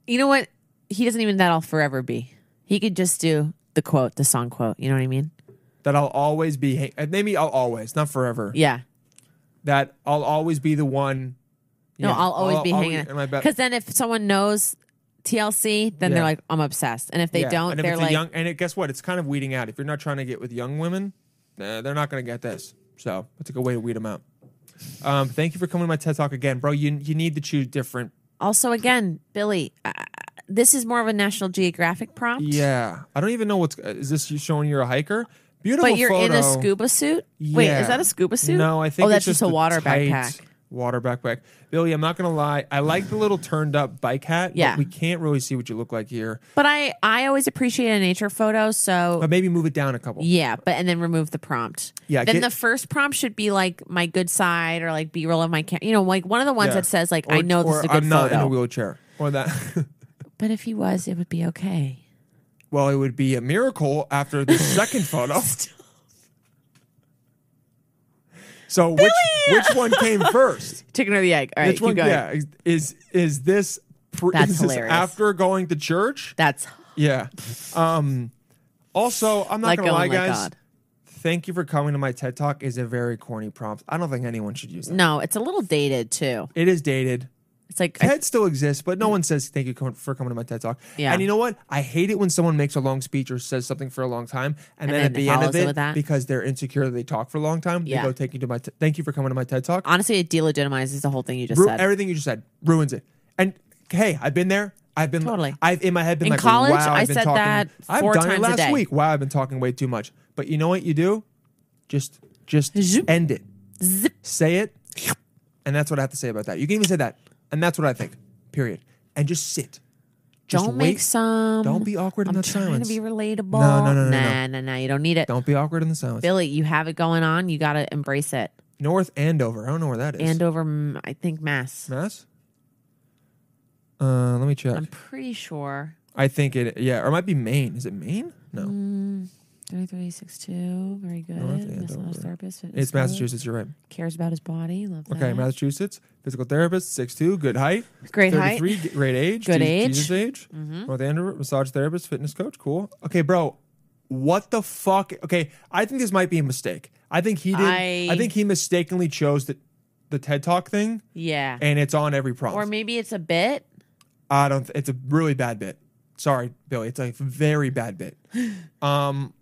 Speaker 4: You know what? He doesn't even. That'll forever be. He could just do the quote, the song quote. You know what I mean?
Speaker 3: That I'll always be hang- uh, maybe I'll always, not forever.
Speaker 4: Yeah.
Speaker 3: that I'll always be the one.
Speaker 4: No,
Speaker 3: yeah,
Speaker 4: I'll always be hanging
Speaker 3: in my bed.
Speaker 4: Because then if someone knows TLC, then
Speaker 3: Yeah.
Speaker 4: they're like, I'm obsessed. And if they
Speaker 3: Yeah,
Speaker 4: don't,
Speaker 3: and if
Speaker 4: they're
Speaker 3: it's
Speaker 4: like,
Speaker 3: a young, and it, guess what? It's kind of weeding out. If you're not trying to get with young women, uh, they're not going to get this. So that's a good way to weed them out. Um, thank you for coming to my TED Talk again, bro. You you need to choose different.
Speaker 4: also, again, Billy, uh, this is more of a National Geographic prompt.
Speaker 3: Yeah, I don't even know what's. uh, Is this you showing you're a hiker? Beautiful
Speaker 4: But you're in a
Speaker 3: photo.
Speaker 4: scuba suit? Wait,
Speaker 3: Yeah.
Speaker 4: is that a scuba suit?
Speaker 3: No, I think
Speaker 4: Oh, that's
Speaker 3: it's just,
Speaker 4: a
Speaker 3: the
Speaker 4: water
Speaker 3: tight
Speaker 4: backpack.
Speaker 3: Water backpack. Billy, I'm not gonna lie. I like the little turned up bike hat.
Speaker 4: Yeah.
Speaker 3: but we can't really see what you look like here.
Speaker 4: But I, I always appreciate a nature photo. So
Speaker 3: But maybe move it down a couple.
Speaker 4: Yeah, but and then remove the prompt.
Speaker 3: Yeah,
Speaker 4: Then
Speaker 3: get-
Speaker 4: the first prompt should be like my good side or like B roll of my cam. You know, like one of the ones
Speaker 3: Yeah.
Speaker 4: that says like
Speaker 3: Or-
Speaker 4: I know this
Speaker 3: or
Speaker 4: is a good
Speaker 3: I'm not
Speaker 4: photo.
Speaker 3: in a wheelchair or that. <laughs>
Speaker 4: but if he was, it would be okay.
Speaker 3: well, it would be a miracle after
Speaker 4: <laughs>
Speaker 3: the second photo. So which which one came first?
Speaker 4: Chicken or the egg? <laughs> All right,
Speaker 3: which one?
Speaker 4: keep going.
Speaker 3: Yeah, is is this? Pre-
Speaker 4: That's
Speaker 3: is this
Speaker 4: hilarious.
Speaker 3: after going to church?
Speaker 4: That's
Speaker 3: Yeah. Um also, I'm not
Speaker 4: like
Speaker 3: gonna
Speaker 4: going
Speaker 3: lie,
Speaker 4: like
Speaker 3: guys.
Speaker 4: God.
Speaker 3: Thank you for coming to my TED Talk is a very corny prompt. I don't think anyone should use that.
Speaker 4: No, it's a little dated too.
Speaker 3: It is dated.
Speaker 4: It's like I- Mm.
Speaker 3: TED still exists, but no one says thank you com- for coming to my TED Talk.
Speaker 4: Yeah.
Speaker 3: And you know what? I hate it when someone makes a long speech or says something for a long time, and,
Speaker 4: And
Speaker 3: then,
Speaker 4: then
Speaker 3: at the
Speaker 4: it
Speaker 3: end of
Speaker 4: follows it
Speaker 3: it,
Speaker 4: with that?
Speaker 3: because they're insecure, they talk for a long time.
Speaker 4: Yeah.
Speaker 3: They go thank you to my t- thank you for coming to my TED Talk.
Speaker 4: honestly, it delegitimizes the whole thing you just
Speaker 3: Ru-
Speaker 4: said.
Speaker 3: everything you just said ruins it. And hey, I've been there. I've been
Speaker 4: Totally.
Speaker 3: I've in my head been
Speaker 4: In
Speaker 3: like,
Speaker 4: college,
Speaker 3: wow,
Speaker 4: I
Speaker 3: I've been
Speaker 4: said
Speaker 3: talking-
Speaker 4: that
Speaker 3: I've
Speaker 4: four
Speaker 3: done
Speaker 4: times
Speaker 3: it
Speaker 4: a
Speaker 3: last
Speaker 4: day.
Speaker 3: week. Wow, I've been talking way too much. But you know what you do? Just just
Speaker 4: Zoop.
Speaker 3: end it. Say it, and that's what I have to say about that. You can even say that, and that's what I think. Period. And just sit. Just
Speaker 4: don't
Speaker 3: wait.
Speaker 4: make some.
Speaker 3: Don't be awkward in
Speaker 4: I'm
Speaker 3: that
Speaker 4: trying
Speaker 3: silence.
Speaker 4: to be relatable.
Speaker 3: No, no, no, no,
Speaker 4: nah, no. nah, nah. You don't need it.
Speaker 3: Don't be awkward in the silence.
Speaker 4: Billy, you have it going on. You got to embrace it.
Speaker 3: North Andover. I don't know where that is.
Speaker 4: Andover, m- I think, Mass.
Speaker 3: Mass. Uh, let me check.
Speaker 4: I'm pretty sure.
Speaker 3: I think it. Yeah, or it might be Maine. Is it Maine? No.
Speaker 4: 33662. Very good.
Speaker 3: North
Speaker 4: Massage
Speaker 3: Andover.
Speaker 4: therapist. fitness
Speaker 3: It's
Speaker 4: coach,
Speaker 3: Massachusetts. You're right.
Speaker 4: Cares about his body. Love that.
Speaker 3: Okay, Massachusetts. Physical therapist, 6'2", good height.
Speaker 4: Great height.
Speaker 3: 33, height. great age.
Speaker 4: Good
Speaker 3: Je-
Speaker 4: age. Mm-hmm.
Speaker 3: Jesus age. North Andover, massage therapist, fitness coach. Cool. Okay, bro. What the fuck? Okay, I think this might be a mistake. I think he did. I,
Speaker 4: I-
Speaker 3: think he mistakenly chose the, the TED Talk thing,
Speaker 4: Yeah.
Speaker 3: and it's on every prompt.
Speaker 4: Or maybe it's a bit.
Speaker 3: I don't. Th- it's a really bad bit. Sorry, Billy. It's a very bad
Speaker 4: <gasps>
Speaker 3: bit. Um,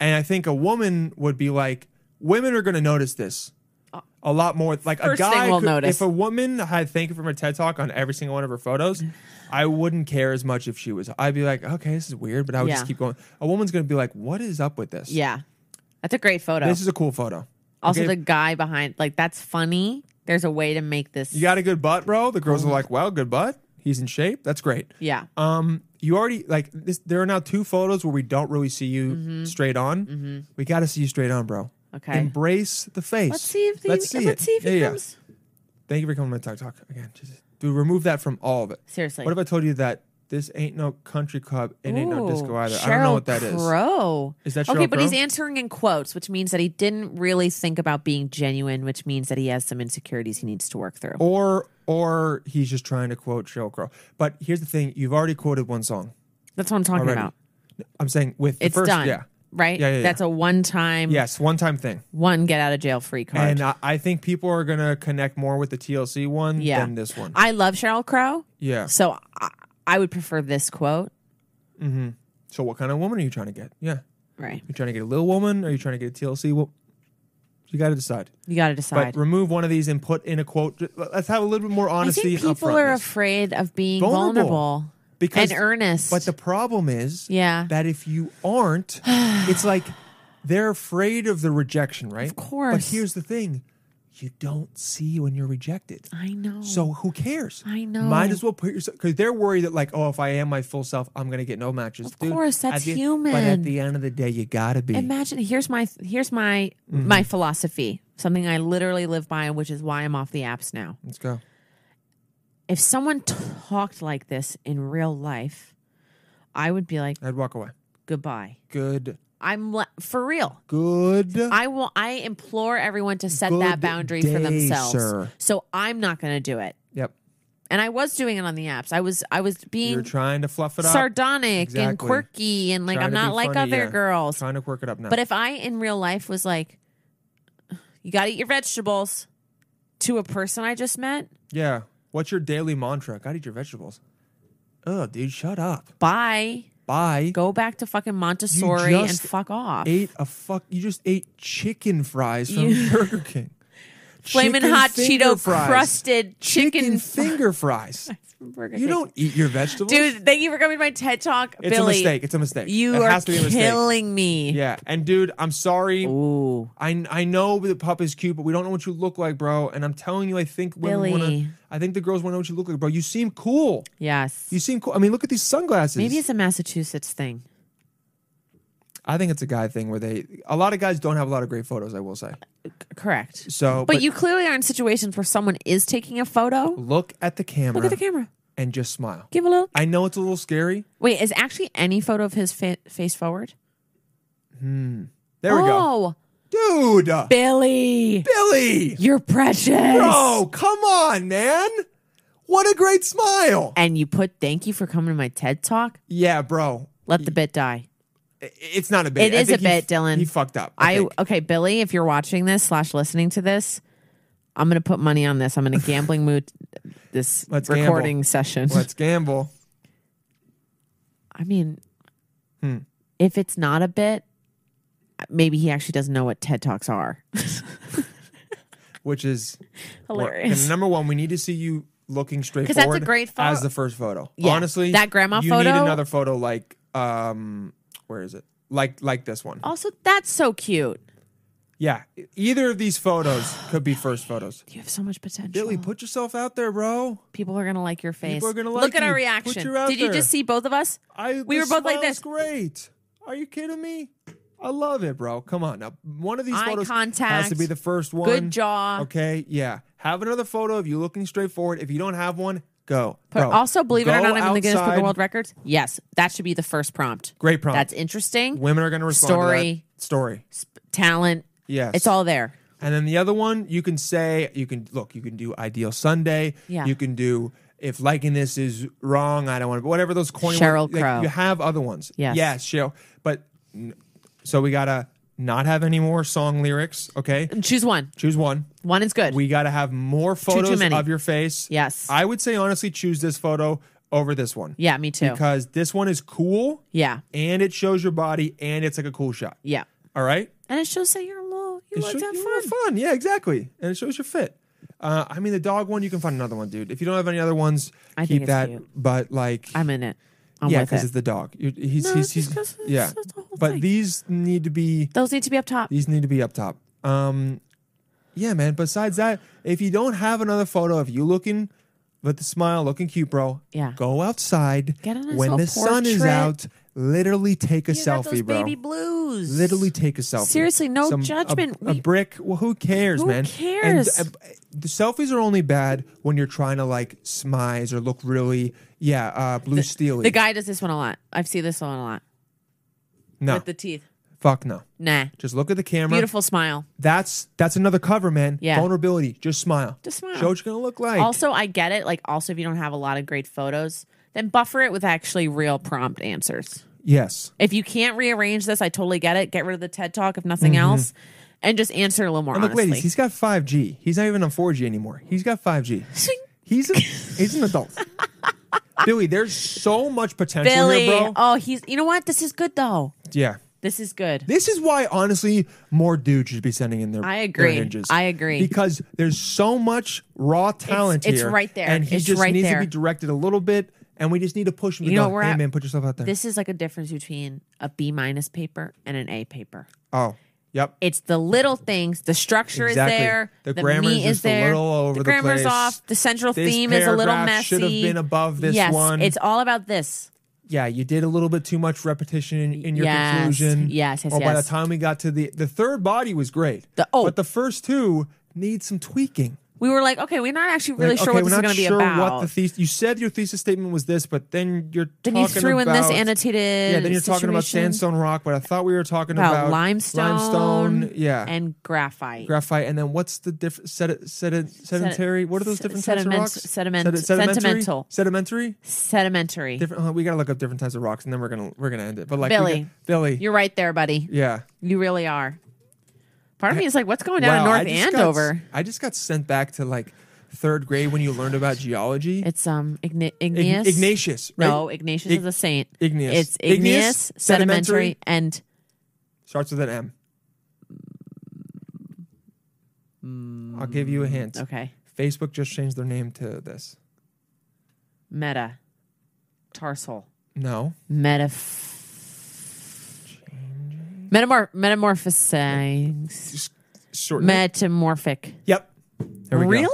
Speaker 3: and I think a woman would be like, women are going to notice this a lot more. Like
Speaker 4: Uh, First
Speaker 3: a
Speaker 4: thing
Speaker 3: guy,
Speaker 4: we'll
Speaker 3: could-
Speaker 4: notice.
Speaker 3: if a woman had thank you for my TED talk on every single one of her
Speaker 4: <laughs>
Speaker 3: photos, I wouldn't care as much if she was. I'd be like, okay, this is weird, but I would
Speaker 4: Yeah.
Speaker 3: just keep going. A woman's going to be like, what is up with this?
Speaker 4: Yeah. That's a great photo.
Speaker 3: this is a cool photo.
Speaker 4: also,
Speaker 3: Okay,
Speaker 4: the guy behind, like, that's funny. There's a way to make this.
Speaker 3: you got a good butt, bro. The girls are
Speaker 4: Oh.
Speaker 3: like, wow, good butt. He's in shape. That's great.
Speaker 4: Yeah.
Speaker 3: Um, you already like this. There are now two photos where we don't really see you straight on. We got to see you straight on, bro.
Speaker 4: Mm-hmm. Okay.
Speaker 3: Embrace the face.
Speaker 4: Let's see if the,
Speaker 3: let's see,
Speaker 4: let's
Speaker 3: it.
Speaker 4: see if he
Speaker 3: Yeah, yeah.
Speaker 4: comes.
Speaker 3: Thank you for coming to Talk Talk again. Jesus. Dude, remove that from all of it.
Speaker 4: Seriously.
Speaker 3: What if I told you that this ain't no country club? It ain't no
Speaker 4: Ooh,
Speaker 3: disco either.
Speaker 4: Cheryl
Speaker 3: I don't know what that is.
Speaker 4: Crow.
Speaker 3: Is that
Speaker 4: okay?
Speaker 3: Cheryl
Speaker 4: But
Speaker 3: Crow?
Speaker 4: he's answering in quotes, which means that he didn't really think about being genuine, which means that he has some insecurities he needs to work through.
Speaker 3: Or or he's just trying to quote Cheryl Crow. But here's the thing: you've already quoted one song.
Speaker 4: That's what I'm talking
Speaker 3: Already.
Speaker 4: about.
Speaker 3: I'm saying with the
Speaker 4: It's
Speaker 3: first,
Speaker 4: done.
Speaker 3: yeah,
Speaker 4: Right?
Speaker 3: Yeah, yeah, yeah.
Speaker 4: That's a one time,
Speaker 3: yes, one time thing.
Speaker 4: one get out of jail free card.
Speaker 3: And uh, I, I think people are gonna connect more with the TLC one
Speaker 4: yeah.
Speaker 3: than this one.
Speaker 4: I love Cheryl Crow.
Speaker 3: yeah.
Speaker 4: So I, I would prefer this quote.
Speaker 3: So what kind of woman are you trying to get? Yeah.
Speaker 4: Right.
Speaker 3: You trying to get a little woman? Or are you trying to get a TLC? Well, you got to decide.
Speaker 4: You got to decide.
Speaker 3: But remove one of these and put in a quote. Ju- Let's have a little bit more
Speaker 4: I
Speaker 3: honesty.
Speaker 4: think
Speaker 3: and
Speaker 4: people
Speaker 3: upfrontness.
Speaker 4: are afraid of being
Speaker 3: Vulnerable.
Speaker 4: vulnerable,
Speaker 3: because
Speaker 4: and earnest.
Speaker 3: But the problem is,
Speaker 4: Yeah.
Speaker 3: that if you
Speaker 4: <sighs>
Speaker 3: aren't, it's like they're afraid of the rejection, right? Of But
Speaker 4: course.
Speaker 3: here's the thing: you don't see when you're rejected.
Speaker 4: I know.
Speaker 3: So who cares?
Speaker 4: I know.
Speaker 3: Might as well put yourself because they're worried that like, oh, if I am my full self, I'm gonna get no matches. Of
Speaker 4: course, that's
Speaker 3: But
Speaker 4: human.
Speaker 3: at the end of the day, you gotta be.
Speaker 4: imagine here's my here's my
Speaker 3: Mm-hmm.
Speaker 4: my philosophy something i literally live by and which is why i'm off the apps now
Speaker 3: Let's go.
Speaker 4: if someone talked like this in real life i would be like
Speaker 3: I'd walk away.
Speaker 4: goodbye
Speaker 3: Good.
Speaker 4: i'm le- for real
Speaker 3: Good.
Speaker 4: i will i implore everyone to set
Speaker 3: Good
Speaker 4: that boundary for
Speaker 3: day,
Speaker 4: themselves
Speaker 3: sir.
Speaker 4: so i'm not going to do it
Speaker 3: yep.
Speaker 4: and i was doing it on the apps i was i was being
Speaker 3: You're trying to fluff it up.
Speaker 4: sardonic and
Speaker 3: Exactly.
Speaker 4: quirky and like
Speaker 3: Trying
Speaker 4: i'm
Speaker 3: to be
Speaker 4: not like
Speaker 3: funny,
Speaker 4: other
Speaker 3: yeah.
Speaker 4: girls
Speaker 3: Trying to work it up now.
Speaker 4: But if I in real life was like, You got to eat your vegetables. To a person I just met,
Speaker 3: Yeah. What's your daily mantra? Gotta eat your vegetables. Oh, dude, shut up.
Speaker 4: bye.
Speaker 3: Bye.
Speaker 4: Go back to fucking Montessori and
Speaker 3: just
Speaker 4: fuck off.
Speaker 3: Ate a fuck. You just ate chicken fries from
Speaker 4: You-
Speaker 3: Burger
Speaker 4: <laughs>
Speaker 3: King.
Speaker 4: Flaming
Speaker 3: Chicken
Speaker 4: hot
Speaker 3: finger
Speaker 4: Cheeto
Speaker 3: fries.
Speaker 4: crusted
Speaker 3: Chicken
Speaker 4: chicken. <laughs>
Speaker 3: finger fries.
Speaker 4: Burger
Speaker 3: You
Speaker 4: King.
Speaker 3: don't eat your vegetables,
Speaker 4: dude. Thank you for coming to my TED Talk,
Speaker 3: It's
Speaker 4: Billy.
Speaker 3: a mistake. It's a mistake.
Speaker 4: You
Speaker 3: it
Speaker 4: are
Speaker 3: has to be a mistake.
Speaker 4: killing me.
Speaker 3: Yeah, and dude, I'm sorry.
Speaker 4: Ooh.
Speaker 3: I, I know the pup is cute, but we don't know what you look like, bro. And I'm telling you, I think women
Speaker 4: Billy.
Speaker 3: want to. I think the girls want to know what you look like, bro. You seem cool.
Speaker 4: Yes.
Speaker 3: You seem cool. I mean, look at these sunglasses.
Speaker 4: Maybe it's a Massachusetts thing.
Speaker 3: I think it's a guy thing where they. A lot of guys don't have a lot of great photos. I will say.
Speaker 4: Correct.
Speaker 3: So,
Speaker 4: but, you clearly are in situations where someone is taking a photo.
Speaker 3: look at the camera.
Speaker 4: Look at the camera.
Speaker 3: and just smile.
Speaker 4: Give a little.
Speaker 3: I know it's a little scary.
Speaker 4: Wait, is actually any photo of his fa- face forward?
Speaker 3: There we go,
Speaker 4: oh,
Speaker 3: dude. uh,
Speaker 4: Billy,
Speaker 3: Billy,
Speaker 4: you're precious.
Speaker 3: bro, come on, man. What a great smile.
Speaker 4: And you put thank you for coming to my TED Talk.
Speaker 3: Yeah, bro.
Speaker 4: Let the bit die.
Speaker 3: I- It's not a bit.
Speaker 4: It
Speaker 3: I
Speaker 4: is
Speaker 3: think
Speaker 4: a
Speaker 3: he f-
Speaker 4: bit, Dylan.
Speaker 3: He fucked up. I,
Speaker 4: I, uh,
Speaker 3: think.
Speaker 4: okay, Billy, if you're watching this slash listening to this, I'm gonna put money on this. I'm gonna gambling mood this
Speaker 3: <laughs> Let's gamble.
Speaker 4: recording session.
Speaker 3: Let's gamble.
Speaker 4: I mean,
Speaker 3: Hmm.
Speaker 4: if it's not a bit, maybe he actually doesn't know what TED
Speaker 3: <laughs>
Speaker 4: Talks are.
Speaker 3: Which
Speaker 4: <laughs>
Speaker 3: is
Speaker 4: Hilarious.
Speaker 3: And number one, we need to see you looking straight
Speaker 4: that's a
Speaker 3: forward
Speaker 4: great photo.
Speaker 3: as the first photo.
Speaker 4: Yeah.
Speaker 3: Honestly,
Speaker 4: That grandma
Speaker 3: you need
Speaker 4: photo-
Speaker 3: another photo like um, where is it? Like like this one.
Speaker 4: also, that's so cute.
Speaker 3: Yeah, either of these photos could be first
Speaker 4: <gasps>
Speaker 3: photos.
Speaker 4: You have so much potential.
Speaker 3: Billy, put yourself out there, bro.
Speaker 4: People are gonna like your face.
Speaker 3: People are gonna
Speaker 4: Look
Speaker 3: like
Speaker 4: at our
Speaker 3: you. Put
Speaker 4: reaction.
Speaker 3: your out
Speaker 4: Did you
Speaker 3: there.
Speaker 4: just see both of us?
Speaker 3: I
Speaker 4: we
Speaker 3: the
Speaker 4: were both like
Speaker 3: smile's
Speaker 4: this.
Speaker 3: Great. Are you kidding me? I love it, bro. Come on now. One of these
Speaker 4: Eye
Speaker 3: photos has
Speaker 4: contact.
Speaker 3: to be the first one.
Speaker 4: Good jaw.
Speaker 3: Okay, yeah. Have another photo of you looking straight forward. If you don't have one, go.
Speaker 4: But
Speaker 3: Go.
Speaker 4: also, believe it or
Speaker 3: Go
Speaker 4: not, I'm in the Guinness Book
Speaker 3: outside.
Speaker 4: of World Records. Yes, that should be the first prompt.
Speaker 3: Great prompt.
Speaker 4: That's interesting.
Speaker 3: Women are going to respond. to that.
Speaker 4: Story.
Speaker 3: Story.
Speaker 4: Talent.
Speaker 3: Yes.
Speaker 4: It's all there.
Speaker 3: And then the other one, you can say, you can look, you can do ideal Sunday.
Speaker 4: Yeah.
Speaker 3: You can do if liking this is wrong, I don't want to, whatever those corny
Speaker 4: Sheryl
Speaker 3: ones- like,
Speaker 4: Crow.
Speaker 3: you have other ones.
Speaker 4: Yes.
Speaker 3: Yes, Cheryl. But n- so we got to not have any more song lyrics, okay?
Speaker 4: Choose one.
Speaker 3: Choose one.
Speaker 4: One is good.
Speaker 3: We got to have more photos
Speaker 4: many.
Speaker 3: of your face.
Speaker 4: Yes.
Speaker 3: I would say, honestly, choose this photo over this one.
Speaker 4: yeah, me too.
Speaker 3: Because this one is cool
Speaker 4: yeah,
Speaker 3: and it shows your body and it's like a cool shot.
Speaker 4: yeah.
Speaker 3: All right?
Speaker 4: And it shows that you're low. You
Speaker 3: It
Speaker 4: like
Speaker 3: shows
Speaker 4: that
Speaker 3: you
Speaker 4: fun.
Speaker 3: have fun. Yeah, exactly. And it shows you're fit. Uh, I mean, the dog one, you can find another one, dude. If you don't have any other ones,
Speaker 4: I think
Speaker 3: keep
Speaker 4: it's
Speaker 3: that.
Speaker 4: cute.
Speaker 3: But like,
Speaker 4: I'm in it. I'm
Speaker 3: yeah,
Speaker 4: with it.
Speaker 3: because it's the dog. You're, he's
Speaker 4: No,
Speaker 3: he's
Speaker 4: it's just
Speaker 3: he's
Speaker 4: 'cause it's-
Speaker 3: yeah.
Speaker 4: it's the whole
Speaker 3: but
Speaker 4: thing.
Speaker 3: these need to be
Speaker 4: Those need to be up top.
Speaker 3: these need to be up top. Um, yeah, man. Besides that, if you don't have another photo of you looking with the smile, looking cute, bro,
Speaker 4: Yeah.
Speaker 3: go outside
Speaker 4: Get a nice
Speaker 3: when
Speaker 4: little
Speaker 3: the sun is
Speaker 4: portrait.
Speaker 3: out. Literally take a
Speaker 4: You
Speaker 3: selfie,
Speaker 4: got those
Speaker 3: bro.
Speaker 4: baby blues.
Speaker 3: Literally take a selfie.
Speaker 4: Seriously, no
Speaker 3: a-
Speaker 4: judgment.
Speaker 3: A,
Speaker 4: We-
Speaker 3: brick. Well, who cares,
Speaker 4: Who
Speaker 3: man?
Speaker 4: cares?
Speaker 3: And, uh, the selfies are only bad when you're trying to like smize or look really, yeah, uh, blue steely.
Speaker 4: The guy does this one a lot. I've seen this one a lot.
Speaker 3: no,
Speaker 4: With the teeth.
Speaker 3: fuck no.
Speaker 4: Nah.
Speaker 3: Just look at the camera.
Speaker 4: Beautiful smile.
Speaker 3: That's that's another cover, man.
Speaker 4: Yeah.
Speaker 3: Vulnerability. Just smile.
Speaker 4: Just smile.
Speaker 3: Show what you're gonna look like.
Speaker 4: Also, I get it. Like, also, if you don't have a lot of great photos, then buffer it with actually real prompt answers.
Speaker 3: yes.
Speaker 4: If you can't rearrange this, I totally get it. Get rid of the TED Talk, if nothing else, and just answer a little more
Speaker 3: Mm-hmm. And look,
Speaker 4: honestly.
Speaker 3: ladies, he's got 5G. He's not even on 4G anymore. He's got 5G. He's a, he's an
Speaker 4: <laughs>
Speaker 3: adult. Billy, there's so much potential
Speaker 4: Billy.
Speaker 3: here, bro.
Speaker 4: Oh, he's. You know what? This is good though.
Speaker 3: yeah.
Speaker 4: This is good.
Speaker 3: This is why, honestly, more dudes should be sending in their.
Speaker 4: I agree.
Speaker 3: Their hinges.
Speaker 4: I agree.
Speaker 3: because there's so much raw talent
Speaker 4: it's
Speaker 3: here.
Speaker 4: right there.
Speaker 3: and he
Speaker 4: It's
Speaker 3: just
Speaker 4: right
Speaker 3: needs
Speaker 4: there.
Speaker 3: to be directed a little bit, and we just need to push him. To
Speaker 4: You know
Speaker 3: go,
Speaker 4: what we're
Speaker 3: hey
Speaker 4: at-
Speaker 3: man, put yourself out there.
Speaker 4: This is like a difference between a B minus paper and an A paper.
Speaker 3: oh, yep.
Speaker 4: It's the little things. The structure
Speaker 3: Exactly.
Speaker 4: is there.
Speaker 3: The
Speaker 4: The,
Speaker 3: grammar's
Speaker 4: meat
Speaker 3: just
Speaker 4: is
Speaker 3: a
Speaker 4: there.
Speaker 3: little over the
Speaker 4: the grammar's
Speaker 3: place.
Speaker 4: off. The central
Speaker 3: This
Speaker 4: theme is a little
Speaker 3: paragraph
Speaker 4: messy.
Speaker 3: should have been above this
Speaker 4: yes,
Speaker 3: one.
Speaker 4: It's all about this.
Speaker 3: Yeah, you did a little bit too much repetition in, in your
Speaker 4: Yes.
Speaker 3: conclusion.
Speaker 4: Yes, yes,
Speaker 3: Or by the
Speaker 4: yes.
Speaker 3: time we got to the the third body was great.
Speaker 4: The- oh.
Speaker 3: but the first two need some tweaking.
Speaker 4: We were like, okay, we're not actually really
Speaker 3: Like,
Speaker 4: sure
Speaker 3: okay,
Speaker 4: what
Speaker 3: we're
Speaker 4: this
Speaker 3: not
Speaker 4: is going to be
Speaker 3: sure
Speaker 4: about.
Speaker 3: what the thesis. You said your thesis statement was this, but then you're
Speaker 4: then
Speaker 3: talking
Speaker 4: you threw in this
Speaker 3: about-
Speaker 4: annotated.
Speaker 3: Yeah, then you're talking about
Speaker 4: situation
Speaker 3: sandstone rock, but I thought we were talking
Speaker 4: about,
Speaker 3: about,
Speaker 4: limestone,
Speaker 3: limestone, yeah,
Speaker 4: and graphite.
Speaker 3: graphite, and then what's the different sedi- sedi- sedentary? What are those
Speaker 4: se-
Speaker 3: different
Speaker 4: sediment-
Speaker 3: types of rocks?
Speaker 4: sediment-
Speaker 3: Sedi- sedimentary?
Speaker 4: sentimental.
Speaker 3: sedimentary.
Speaker 4: Sedimentary.
Speaker 3: Different. uh, we gotta look up different types of rocks, and then we're gonna we're gonna end it. But like we
Speaker 4: Billy.
Speaker 3: got- Billy,
Speaker 4: You're right there, buddy.
Speaker 3: yeah,
Speaker 4: You really are. Part of me is like, what's going down
Speaker 3: Wow,
Speaker 4: in North
Speaker 3: I just got-
Speaker 4: Andover?
Speaker 3: I just got sent back to like third grade when you learned about geology.
Speaker 4: It's um
Speaker 3: Ign-
Speaker 4: Igni- igneous.
Speaker 3: Ignatius, right?
Speaker 4: No, Ignatius
Speaker 3: Ig-
Speaker 4: is a saint.
Speaker 3: Igneous.
Speaker 4: It's
Speaker 3: Igneous,
Speaker 4: igneous, sedimentary,
Speaker 3: sedimentary.
Speaker 4: and
Speaker 3: Starts with an M. I'll give you a hint.
Speaker 4: okay,
Speaker 3: Facebook just changed their name to this.
Speaker 4: meta, tarsal,
Speaker 3: No.
Speaker 4: meta, metamor, metamorphosing,
Speaker 3: Short.
Speaker 4: metamorphic.
Speaker 3: yep. There we go.
Speaker 4: really?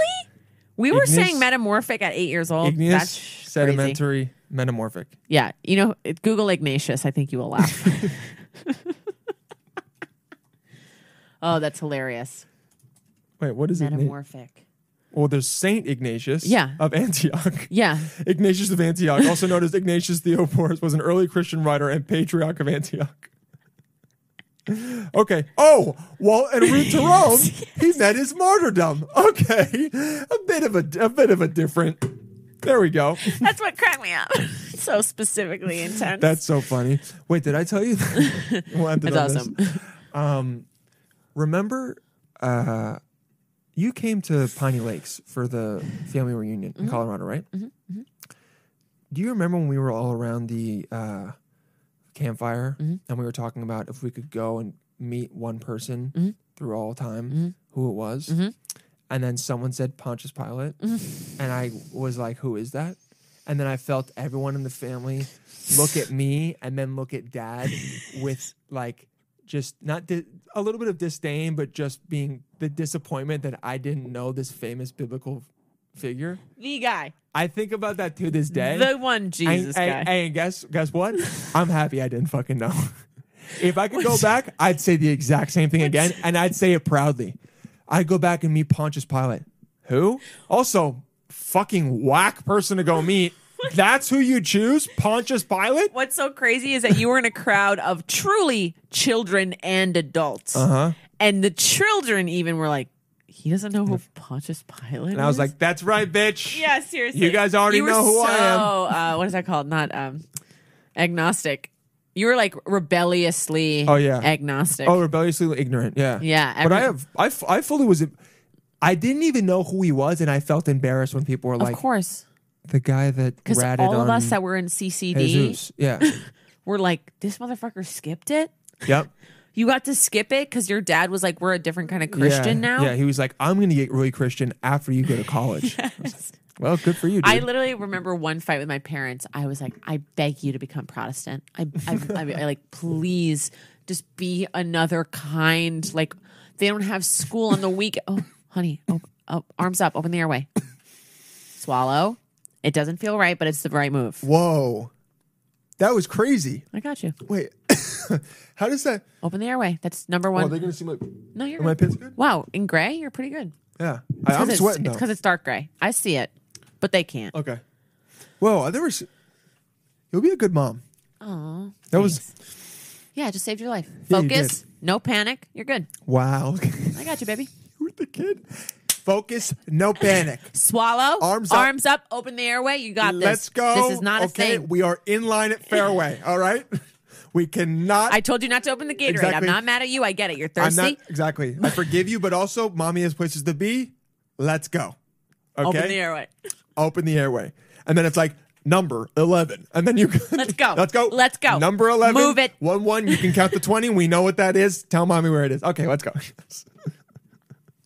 Speaker 4: We were
Speaker 3: Igneous-
Speaker 4: saying metamorphic at eight years old.
Speaker 3: Igneous,
Speaker 4: That's sh- crazy.
Speaker 3: sedimentary, metamorphic.
Speaker 4: Yeah, you know, it- Google Ignatius. I think you will
Speaker 3: <laughs>
Speaker 4: laugh. <laughs> oh, that's hilarious.
Speaker 3: Wait, what is it?
Speaker 4: Metamorphic.
Speaker 3: Well, there's Saint Ignatius
Speaker 4: Yeah.
Speaker 3: of Antioch.
Speaker 4: Yeah.
Speaker 3: <laughs> Ignatius of Antioch, also known as Ignatius Theophorus, was an early Christian writer and patriarch of Antioch. <laughs> Okay. Oh, well, en route to
Speaker 4: <laughs>
Speaker 3: Rome, he met his martyrdom. Okay, a bit of a, a bit of a different. There we go.
Speaker 4: <laughs> That's what cracked me up. <laughs> so specifically
Speaker 3: <laughs>
Speaker 4: intense.
Speaker 3: That's so funny. Wait, did I tell you? That? We'll end it
Speaker 4: That's
Speaker 3: on this.
Speaker 4: awesome.
Speaker 3: Remember, uh, you came to Piney Lakes for the family reunion in Colorado, right? Do you remember when we were all around the uh, campfire and we were talking about if we could go and meet one person through all time, who it was? And then someone said Pontius Pilate, and I was like, "Who is that?" And then I felt everyone in the family look at me and then look at Dad with like just not di- a little bit of disdain, but just being the disappointment that I didn't know this famous biblical figure.
Speaker 4: The guy.
Speaker 3: I think about that to this day.
Speaker 4: The one Jesus
Speaker 3: I,
Speaker 4: guy.
Speaker 3: And guess guess
Speaker 4: <laughs>
Speaker 3: what? I'm happy I didn't fucking know. <laughs> If I could go back, I'd say the exact same thing again, and I'd say it proudly. I'd go back and meet Pontius Pilate, who also fucking whack person to go
Speaker 4: <laughs>
Speaker 3: meet. That's who you choose, Pontius Pilate.
Speaker 4: What's so crazy is that you were in a crowd of truly children and adults. Uh-huh. And the children even were like, he doesn't know who Pontius Pilate
Speaker 3: And I was like, "That's right, bitch."
Speaker 4: yeah, seriously.
Speaker 3: You guys already
Speaker 4: You were
Speaker 3: know who I am.
Speaker 4: so, Uh, what is that called? Not um, agnostic. You were like rebelliously
Speaker 3: Oh, yeah.
Speaker 4: agnostic.
Speaker 3: Oh, rebelliously ignorant. Yeah.
Speaker 4: Yeah,
Speaker 3: but I
Speaker 4: every-
Speaker 3: have, I, f- I fully was, I didn't even know who he was, and I felt embarrassed when people were
Speaker 4: of
Speaker 3: like,
Speaker 4: course.
Speaker 3: the guy that
Speaker 4: Because
Speaker 3: ratted
Speaker 4: all of
Speaker 3: on
Speaker 4: us that were in CCD
Speaker 3: Jesus. Yeah.
Speaker 4: <laughs> were like, this motherfucker skipped it.
Speaker 3: yep.
Speaker 4: You got to skip it because your dad was like, we're a different kind of Christian
Speaker 3: yeah.
Speaker 4: now.
Speaker 3: Yeah. He was like, I'm going to get really Christian after you go to college.
Speaker 4: <laughs>
Speaker 3: I was like, well, good for you, dude.
Speaker 4: I literally remember one fight with my parents. I was like, I beg you to become Protestant. I, I, I, I like, please just be another kind. Like, they don't have school on the week. Oh, honey, oh, oh, arms up, open the airway. Swallow. It doesn't feel right, but it's the right move.
Speaker 3: Whoa. That was crazy.
Speaker 4: I got you.
Speaker 3: Wait. <laughs> How does that?
Speaker 4: Open the airway. That's number one.
Speaker 3: Oh, they're going to see my.
Speaker 4: no, you're
Speaker 3: Are my
Speaker 4: good.
Speaker 3: pins good?
Speaker 4: Wow, in gray, you're pretty good.
Speaker 3: Yeah. I, I'm
Speaker 4: 'Cause it's-
Speaker 3: sweating,
Speaker 4: It's
Speaker 3: though.
Speaker 4: because it's dark gray. I see it, but they can't.
Speaker 3: okay. Whoa. There was. You'll be a good mom.
Speaker 4: Aw.
Speaker 3: That was.
Speaker 4: Yeah, it just saved your life.
Speaker 3: Yeah, you
Speaker 4: Focus. No panic. You're good.
Speaker 3: Wow. <laughs>
Speaker 4: I got you, baby.
Speaker 3: with the kid. Focus,
Speaker 4: <coughs>
Speaker 3: no panic.
Speaker 4: Swallow.
Speaker 3: Arms up.
Speaker 4: Open the airway. You got this.
Speaker 3: Let's go.
Speaker 4: This is not
Speaker 3: okay,
Speaker 4: a thing.
Speaker 3: we are in line at fairway. All right, we cannot.
Speaker 4: I told you not to open the Gatorade. I'm
Speaker 3: Exactly.
Speaker 4: not mad at you. I get it. You're
Speaker 3: I'm
Speaker 4: thirsty.
Speaker 3: not exactly. I forgive you, but also, mommy has places to be. Let's go. Okay,
Speaker 4: Open the airway.
Speaker 3: Open the airway, and then it's like number eleven, and then you. <laughs>
Speaker 4: Let's go.
Speaker 3: Let's go.
Speaker 4: Let's go.
Speaker 3: Number eleven.
Speaker 4: Move it.
Speaker 3: One one. You can count to twenty. We know what that is. Tell mommy where it is. Okay, let's go. <laughs>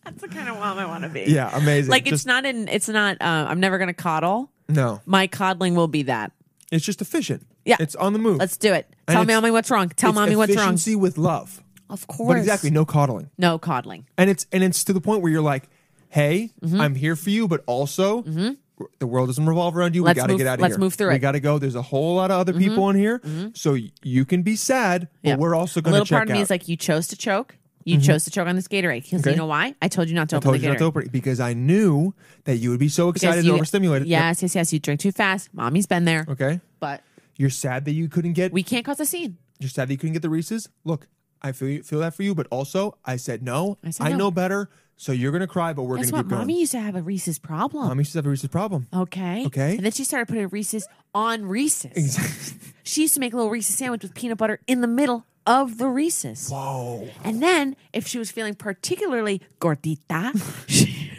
Speaker 4: That's the kind of mom I want to be.
Speaker 3: yeah, amazing.
Speaker 4: <laughs> Like it's
Speaker 3: Just-
Speaker 4: not in. It's not. Uh, I'm never gonna coddle.
Speaker 3: No,
Speaker 4: My coddling will be that.
Speaker 3: it's just efficient.
Speaker 4: Yeah.
Speaker 3: it's on the move.
Speaker 4: Let's do it.
Speaker 3: And
Speaker 4: Tell me,
Speaker 3: it's-
Speaker 4: mommy, what's wrong. Tell
Speaker 3: It's
Speaker 4: mommy what's wrong.
Speaker 3: Efficiency with love.
Speaker 4: Of course.
Speaker 3: But exactly, no coddling.
Speaker 4: No coddling.
Speaker 3: And it's and it's to the point where you're like, "Hey,
Speaker 4: Mm-hmm.
Speaker 3: I'm here for you, but also the world doesn't revolve around you.
Speaker 4: Let's
Speaker 3: we got to
Speaker 4: move-
Speaker 3: get out of
Speaker 4: let's
Speaker 3: here.
Speaker 4: move through
Speaker 3: we
Speaker 4: it. Mm-hmm.
Speaker 3: got to go. There's a whole lot of other people in here, so y- you can be sad, but
Speaker 4: Yeah.
Speaker 3: we're also
Speaker 4: A
Speaker 3: going
Speaker 4: little
Speaker 3: to check
Speaker 4: part of me
Speaker 3: out. Mm-hmm.
Speaker 4: is like, you chose to choke. You chose to choke on this Gatorade because
Speaker 3: Okay.
Speaker 4: you know why? I told you not
Speaker 3: I
Speaker 4: to open
Speaker 3: told
Speaker 4: the
Speaker 3: you not
Speaker 4: Gatorade.
Speaker 3: to open it because I knew that you would be so
Speaker 4: Because
Speaker 3: excited
Speaker 4: you-
Speaker 3: and overstimulated.
Speaker 4: Yes, yes, yes. You drink too fast. Mommy's been there.
Speaker 3: Yep. Okay.
Speaker 4: But
Speaker 3: You're sad that you couldn't get.
Speaker 4: we can't cause a scene.
Speaker 3: you're sad that you couldn't get the Reese's. Look, I feel you, feel that for you, but also I said no.
Speaker 4: I said no.
Speaker 3: know better, so you're going to cry, but we're going
Speaker 4: Guess
Speaker 3: to
Speaker 4: what?
Speaker 3: keep going.
Speaker 4: Mommy used to have a Reese's problem.
Speaker 3: Mommy should have a Reese's
Speaker 4: <laughs>
Speaker 3: problem. <laughs>
Speaker 4: Okay.
Speaker 3: Okay.
Speaker 4: And then she started putting Reese's on Reese's. She used to make a little Reese's sandwich with peanut butter in the middle of the Reese's.
Speaker 3: Whoa.
Speaker 4: And then if she was feeling particularly gordita, <laughs> she,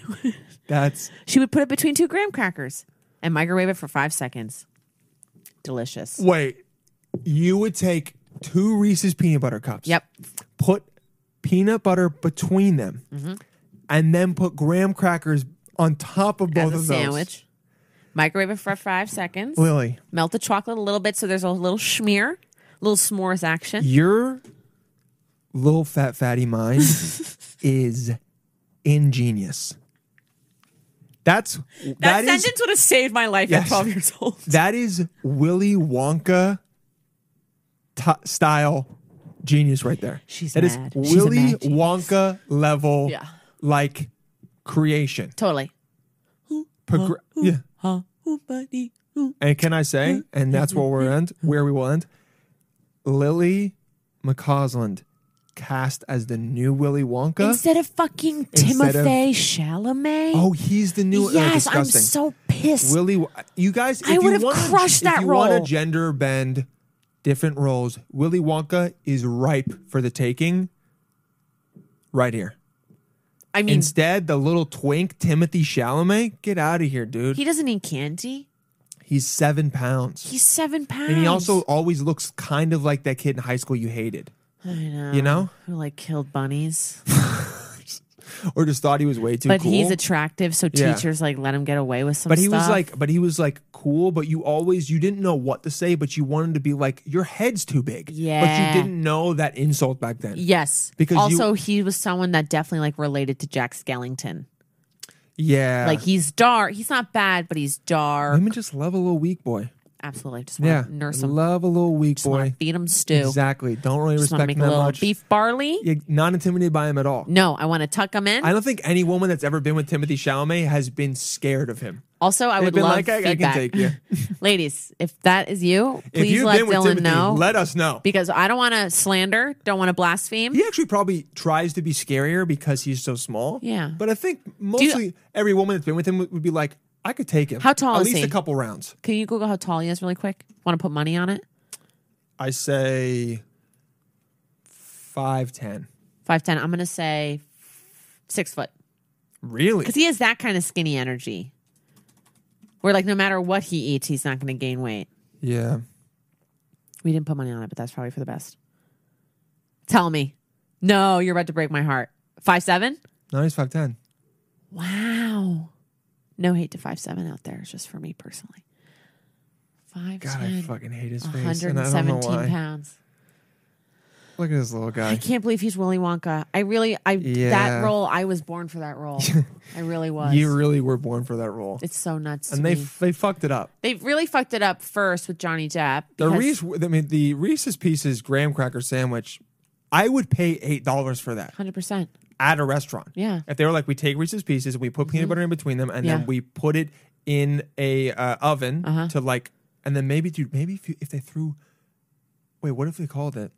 Speaker 3: That's
Speaker 4: she would put it between two graham crackers and microwave it for five seconds. Delicious.
Speaker 3: wait. You would take two Reese's peanut butter cups.
Speaker 4: Yep.
Speaker 3: Put peanut butter between them,
Speaker 4: Mm-hmm.
Speaker 3: and then put graham crackers on top of both
Speaker 4: As a
Speaker 3: of those.
Speaker 4: sandwich. Microwave it for five seconds.
Speaker 3: Lily,
Speaker 4: Melt the chocolate a little bit so there's a little schmear, little s'mores action.
Speaker 3: your little fat fatty mind
Speaker 4: <laughs>
Speaker 3: is ingenious. That's
Speaker 4: That,
Speaker 3: that is
Speaker 4: sentence would have saved my life
Speaker 3: Yes.
Speaker 4: at 12 years old.
Speaker 3: that is Willy Wonka t- style genius right there.
Speaker 4: She's
Speaker 3: That is
Speaker 4: mad. She's a
Speaker 3: Willy
Speaker 4: mad genius.
Speaker 3: Wonka level
Speaker 4: Yeah.
Speaker 3: like creation.
Speaker 4: Totally.
Speaker 3: Progr- yeah.
Speaker 4: Huh? Ooh, buddy. Ooh.
Speaker 3: And can I say, and that's where we'll end, where we will end. Lily McCausland cast as the new Willy Wonka.
Speaker 4: Instead of fucking
Speaker 3: Instead of-
Speaker 4: Timothée Chalamet.
Speaker 3: oh, he's the new. oh,
Speaker 4: yes, I'm
Speaker 3: disgusting.
Speaker 4: so pissed.
Speaker 3: Willy. You guys, if
Speaker 4: I
Speaker 3: you
Speaker 4: would've
Speaker 3: wanna-
Speaker 4: crushed that
Speaker 3: if you Want
Speaker 4: role.
Speaker 3: to gender bend different roles? Willy Wonka is ripe for the taking. Right here.
Speaker 4: I mean,
Speaker 3: Instead, the little twink Timothy Chalamet, get out of here, dude.
Speaker 4: he doesn't need candy.
Speaker 3: He's seven pounds,
Speaker 4: He's seven pounds.
Speaker 3: and he also always looks kind of like that kid in high school you hated.
Speaker 4: I know,
Speaker 3: You know,
Speaker 4: who like killed bunnies.
Speaker 3: or just thought he was way too
Speaker 4: Uh-huh. But
Speaker 3: cool.
Speaker 4: he's attractive, so
Speaker 3: Yeah.
Speaker 4: teachers like let him get away with some.
Speaker 3: but he was
Speaker 4: stuff.
Speaker 3: like, but he was like cool. But you always, you didn't know what to say, but you wanted to be like, your head's too big.
Speaker 4: Yeah.
Speaker 3: But you didn't know that insult back then.
Speaker 4: yes,
Speaker 3: because
Speaker 4: because
Speaker 3: you-
Speaker 4: also he was someone that definitely like related to Jack Skellington.
Speaker 3: Yeah.
Speaker 4: Like he's dark. He's not bad, but he's dark.
Speaker 3: women just love a little weak boy.
Speaker 4: Absolutely, just want
Speaker 3: Yeah.
Speaker 4: to nurse him,
Speaker 3: Love a little weak
Speaker 4: just want
Speaker 3: boy.
Speaker 4: to feed him stew.
Speaker 3: Exactly. Don't really
Speaker 4: Just want
Speaker 3: respect
Speaker 4: to make
Speaker 3: him
Speaker 4: a
Speaker 3: that
Speaker 4: little
Speaker 3: much.
Speaker 4: beef barley.
Speaker 3: You're not intimidated by him at all.
Speaker 4: No, I want to tuck him in.
Speaker 3: I don't think any woman that's ever been with Timothy Chalamet has been scared of him.
Speaker 4: Also, I
Speaker 3: They've
Speaker 4: would
Speaker 3: been
Speaker 4: love
Speaker 3: like, I, I can
Speaker 4: feedback.
Speaker 3: take you.
Speaker 4: <laughs> Ladies, if that is you,
Speaker 3: if
Speaker 4: please
Speaker 3: you've
Speaker 4: let
Speaker 3: been with
Speaker 4: Dylan
Speaker 3: Timothy,
Speaker 4: know.
Speaker 3: let us know.
Speaker 4: because I don't want to slander, don't want to blaspheme.
Speaker 3: he actually probably tries to be scarier because he's so small.
Speaker 4: Yeah.
Speaker 3: But I think mostly every woman that's been with him would would be like, I could take him.
Speaker 4: How tall
Speaker 3: At
Speaker 4: is
Speaker 3: least
Speaker 4: he?
Speaker 3: a couple rounds.
Speaker 4: Can you Google how tall he is really quick? Want to put money on it?
Speaker 3: I say five ten.
Speaker 4: Five ten. I'm gonna say six foot
Speaker 3: Really?
Speaker 4: because he has that kind of skinny energy. Where like no matter what he eats, he's not gonna gain weight.
Speaker 3: Yeah.
Speaker 4: We didn't put money on it, but that's probably for the best. Tell me, no, you're about to break my heart. Five seven.
Speaker 3: No, he's five ten.
Speaker 4: Wow. No hate to five seven out there. It's just for me personally. Five
Speaker 3: God, I fucking hate his face. And I don't know
Speaker 4: 117
Speaker 3: why.
Speaker 4: pounds.
Speaker 3: Look at this little
Speaker 4: I
Speaker 3: guy.
Speaker 4: can't believe he's Willy Wonka. I really, I
Speaker 3: Yeah.
Speaker 4: that role, I was born for
Speaker 3: <laughs>
Speaker 4: that role. I really was.
Speaker 3: You really were born for that role.
Speaker 4: it's so nuts.
Speaker 3: and they they fucked it up.
Speaker 4: they really fucked it up first with Johnny Depp.
Speaker 3: The
Speaker 4: because-
Speaker 3: Reese, I mean, the Reese's Pieces graham cracker sandwich, I would pay eight dollars for that.
Speaker 4: 100%.
Speaker 3: at a restaurant.
Speaker 4: Yeah. Mm-hmm.
Speaker 3: If they were like, we take Reese's Pieces and we put peanut butter in between them, and
Speaker 4: Yeah. Uh-huh.
Speaker 3: then we put it in a uh, oven to like, and then maybe, dude, maybe if, you, if they threw, wait, what if they called it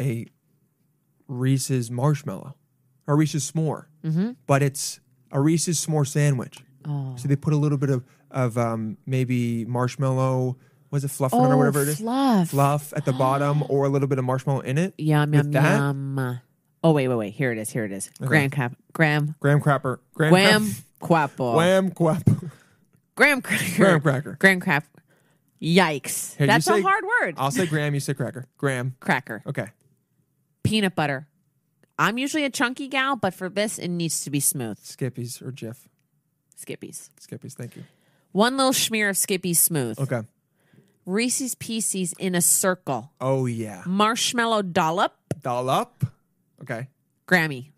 Speaker 3: a Reese's marshmallow or Reese's s'more? Mm-hmm. But it's a Reese's s'more sandwich. Oh. So they put a little bit of of um, maybe marshmallow. Was it fluffing
Speaker 4: Oh,
Speaker 3: or whatever it is?
Speaker 4: fluff.
Speaker 3: Fluff at the bottom,
Speaker 4: <gasps>
Speaker 3: or a little bit of marshmallow in it.
Speaker 4: Yum,
Speaker 3: With
Speaker 4: yum,
Speaker 3: that,
Speaker 4: yum. Oh, wait, wait, wait. Here it is. Here it is. Graham Cap. Graham.
Speaker 3: Graham crapper. Graham
Speaker 4: Wham.
Speaker 3: crap- <laughs>
Speaker 4: Quapo.
Speaker 3: Wham quap.
Speaker 4: Graham Cracker.
Speaker 3: Graham cracker.
Speaker 4: Graham Crap. Yikes.
Speaker 3: Here, you
Speaker 4: That's a
Speaker 3: say-
Speaker 4: hard word.
Speaker 3: I'll say Graham. You say cracker. Graham.
Speaker 4: cracker.
Speaker 3: Okay.
Speaker 4: Peanut butter. I'm usually a chunky gal, but for this, it needs to be smooth.
Speaker 3: Skippies or Jif.
Speaker 4: Skippies.
Speaker 3: Skippies. Thank you.
Speaker 4: One little schmear of Skippy Smooth.
Speaker 3: Okay.
Speaker 4: Reese's Pieces in a circle.
Speaker 3: Oh yeah.
Speaker 4: Marshmallow dollop.
Speaker 3: Doll up. Okay.
Speaker 4: Grammy.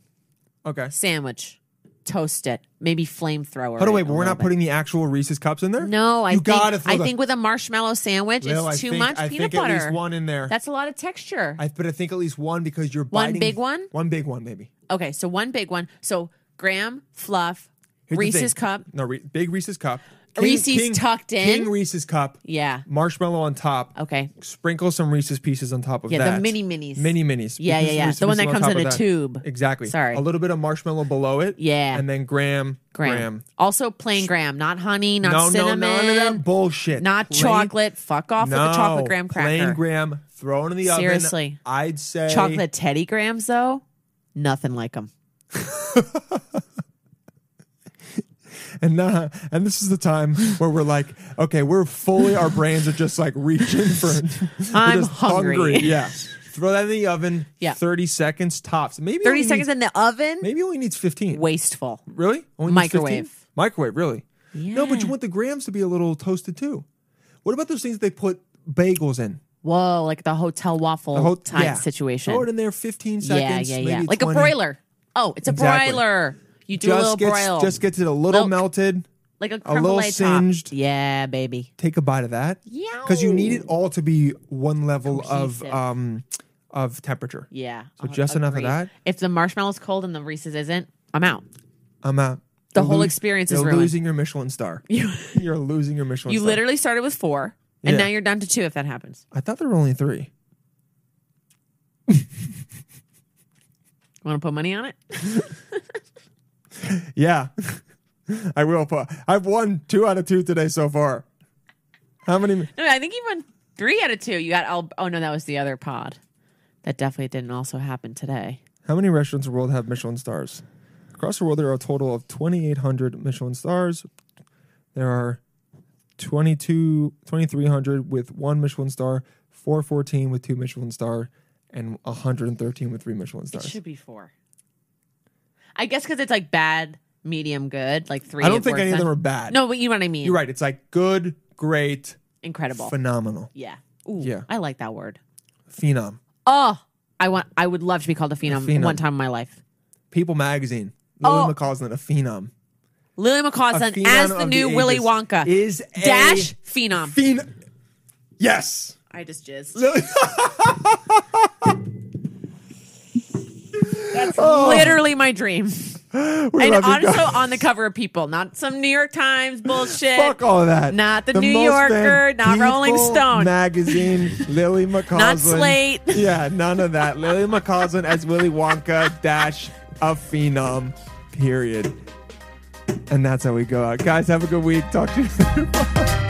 Speaker 3: Okay.
Speaker 4: Sandwich. Toast it. Maybe flamethrower.
Speaker 3: Hold on,
Speaker 4: it
Speaker 3: wait.
Speaker 4: a
Speaker 3: But we're
Speaker 4: little
Speaker 3: not
Speaker 4: bit.
Speaker 3: putting the actual Reese's cups in there.
Speaker 4: No, I
Speaker 3: you
Speaker 4: think,
Speaker 3: gotta. throw
Speaker 4: I
Speaker 3: the-
Speaker 4: think with a marshmallow sandwich,
Speaker 3: Lil,
Speaker 4: it's
Speaker 3: I
Speaker 4: too
Speaker 3: think-
Speaker 4: much
Speaker 3: I
Speaker 4: peanut
Speaker 3: think
Speaker 4: butter.
Speaker 3: At least one in there.
Speaker 4: That's a lot of texture.
Speaker 3: I but I think at least one because you're
Speaker 4: One
Speaker 3: biting-
Speaker 4: big one?
Speaker 3: One big one, maybe.
Speaker 4: okay, so one big one. So graham, fluff,
Speaker 3: Here's the
Speaker 4: Reese's
Speaker 3: thing.
Speaker 4: cup.
Speaker 3: No, Re- big Reese's cup.
Speaker 4: Reese's tucked in?
Speaker 3: King Reese's cup.
Speaker 4: Yeah.
Speaker 3: Marshmallow on top.
Speaker 4: Okay.
Speaker 3: Sprinkle some Reese's pieces on top of
Speaker 4: Yeah, the
Speaker 3: that.
Speaker 4: mini minis.
Speaker 3: Mini minis.
Speaker 4: Yeah, yeah, yeah.
Speaker 3: Reese's
Speaker 4: The one
Speaker 3: pieces
Speaker 4: that
Speaker 3: on
Speaker 4: comes
Speaker 3: top
Speaker 4: in
Speaker 3: of
Speaker 4: a
Speaker 3: that.
Speaker 4: tube.
Speaker 3: Exactly.
Speaker 4: Sorry.
Speaker 3: A little bit of marshmallow below it.
Speaker 4: Yeah.
Speaker 3: And then graham.
Speaker 4: Graham. Also plain graham, not honey, not
Speaker 3: no,
Speaker 4: cinnamon,
Speaker 3: no, none of that bullshit.
Speaker 4: not
Speaker 3: Plain-
Speaker 4: chocolate. Fuck off
Speaker 3: no,
Speaker 4: with the chocolate graham cracker.
Speaker 3: Plain graham. Throw it in the oven.
Speaker 4: Seriously.
Speaker 3: I'd say
Speaker 4: chocolate Teddy Grahams though, nothing like them.
Speaker 3: And uh, and this is the time where we're like, okay, we're fully, our brains are just like reaching
Speaker 4: <laughs>
Speaker 3: for. we're
Speaker 4: I'm
Speaker 3: just
Speaker 4: hungry.
Speaker 3: Yeah. Throw that in the oven.
Speaker 4: Yeah.
Speaker 3: Thirty seconds tops. Maybe
Speaker 4: Thirty
Speaker 3: only
Speaker 4: seconds
Speaker 3: Needs,
Speaker 4: in the oven,
Speaker 3: maybe only needs fifteen.
Speaker 4: wasteful.
Speaker 3: Really? Only needs 15?
Speaker 4: Microwave.
Speaker 3: Microwave. Really? No, but you
Speaker 4: Yeah.
Speaker 3: want the grams to be a little toasted too. What about those things they put bagels in?
Speaker 4: Whoa, like the hotel waffle
Speaker 3: The whole
Speaker 4: type
Speaker 3: yeah.
Speaker 4: situation.
Speaker 3: Throw it in there, fifteen
Speaker 4: yeah,
Speaker 3: seconds.
Speaker 4: yeah,
Speaker 3: maybe
Speaker 4: yeah. Like a
Speaker 3: 20.
Speaker 4: broiler. Oh, it's a
Speaker 3: Exactly.
Speaker 4: broiler. You do a little
Speaker 3: Just
Speaker 4: broil,
Speaker 3: gets, just gets it a little
Speaker 4: Milk.
Speaker 3: melted.
Speaker 4: like a,
Speaker 3: a
Speaker 4: creme
Speaker 3: little
Speaker 4: brulee top.
Speaker 3: singed.
Speaker 4: Yeah, baby.
Speaker 3: take a bite of that because you need it all to be one level
Speaker 4: Cohesive.
Speaker 3: of um of temperature.
Speaker 4: Yeah.
Speaker 3: So just enough of
Speaker 4: agreed.
Speaker 3: that?
Speaker 4: If the marshmallow's cold and the Reese's isn't, I'm out.
Speaker 3: I'm out.
Speaker 4: The
Speaker 3: You're
Speaker 4: whole
Speaker 3: lo-
Speaker 4: experience is
Speaker 3: you're
Speaker 4: ruined.
Speaker 3: losing your Michelin star.
Speaker 4: You,
Speaker 3: <laughs> You're losing your Michelin.
Speaker 4: you
Speaker 3: star.
Speaker 4: literally started with four, and
Speaker 3: Yeah.
Speaker 4: now you're down to two if that happens.
Speaker 3: I thought there were only three.
Speaker 4: Want to put money on it? <laughs>
Speaker 3: Yeah, <laughs> I will. Put, I've won two out of two today so far. How many?
Speaker 4: No, I think you won three out of two. You got all. Oh no, that was the other pod. That definitely didn't also happen today.
Speaker 3: How many restaurants in the world have Michelin stars? Across the world, there are a total of 2,800 Michelin stars. There are 22, 2,300 with one Michelin star, 414 with two Michelin star, and 113 with three Michelin
Speaker 4: It
Speaker 3: stars.
Speaker 4: should be four. I guess because it's like bad, medium, good, like three.
Speaker 3: I don't think
Speaker 4: works
Speaker 3: any of
Speaker 4: on-
Speaker 3: them are bad.
Speaker 4: No, but you know what I mean.
Speaker 3: You're right. It's like good, great,
Speaker 4: Incredible.
Speaker 3: phenomenal,
Speaker 4: yeah. Ooh,
Speaker 3: Yeah.
Speaker 4: I like that word.
Speaker 3: phenom.
Speaker 4: Oh, I want. I would love to be called a phenom,
Speaker 3: phenom.
Speaker 4: one time in my life.
Speaker 3: People magazine. Lily
Speaker 4: Oh.
Speaker 3: McCall's not a phenom.
Speaker 4: Lily
Speaker 3: A
Speaker 4: McCausland
Speaker 3: phenom
Speaker 4: as the
Speaker 3: of
Speaker 4: new
Speaker 3: the
Speaker 4: Willy
Speaker 3: ages
Speaker 4: Wonka
Speaker 3: is a
Speaker 4: dash phenom.
Speaker 3: Phenom. Yes. <laughs>
Speaker 4: I just jizzed.
Speaker 3: Lily-
Speaker 4: That's Oh. literally my dream. and
Speaker 3: love you
Speaker 4: also
Speaker 3: guys.
Speaker 4: on the cover of People, not some New York Times bullshit.
Speaker 3: Fuck all that.
Speaker 4: Not the New
Speaker 3: most
Speaker 4: Yorker,
Speaker 3: fan-
Speaker 4: not Rolling
Speaker 3: People
Speaker 4: Stone. <laughs>
Speaker 3: Magazine, Lily McCausland.
Speaker 4: Not Slate.
Speaker 3: <laughs> Yeah, none of that. Lily McCausland as Willy Wonka dash a phenom, period. And that's how we go out. Guys, have a good week. Talk to you <laughs> soon.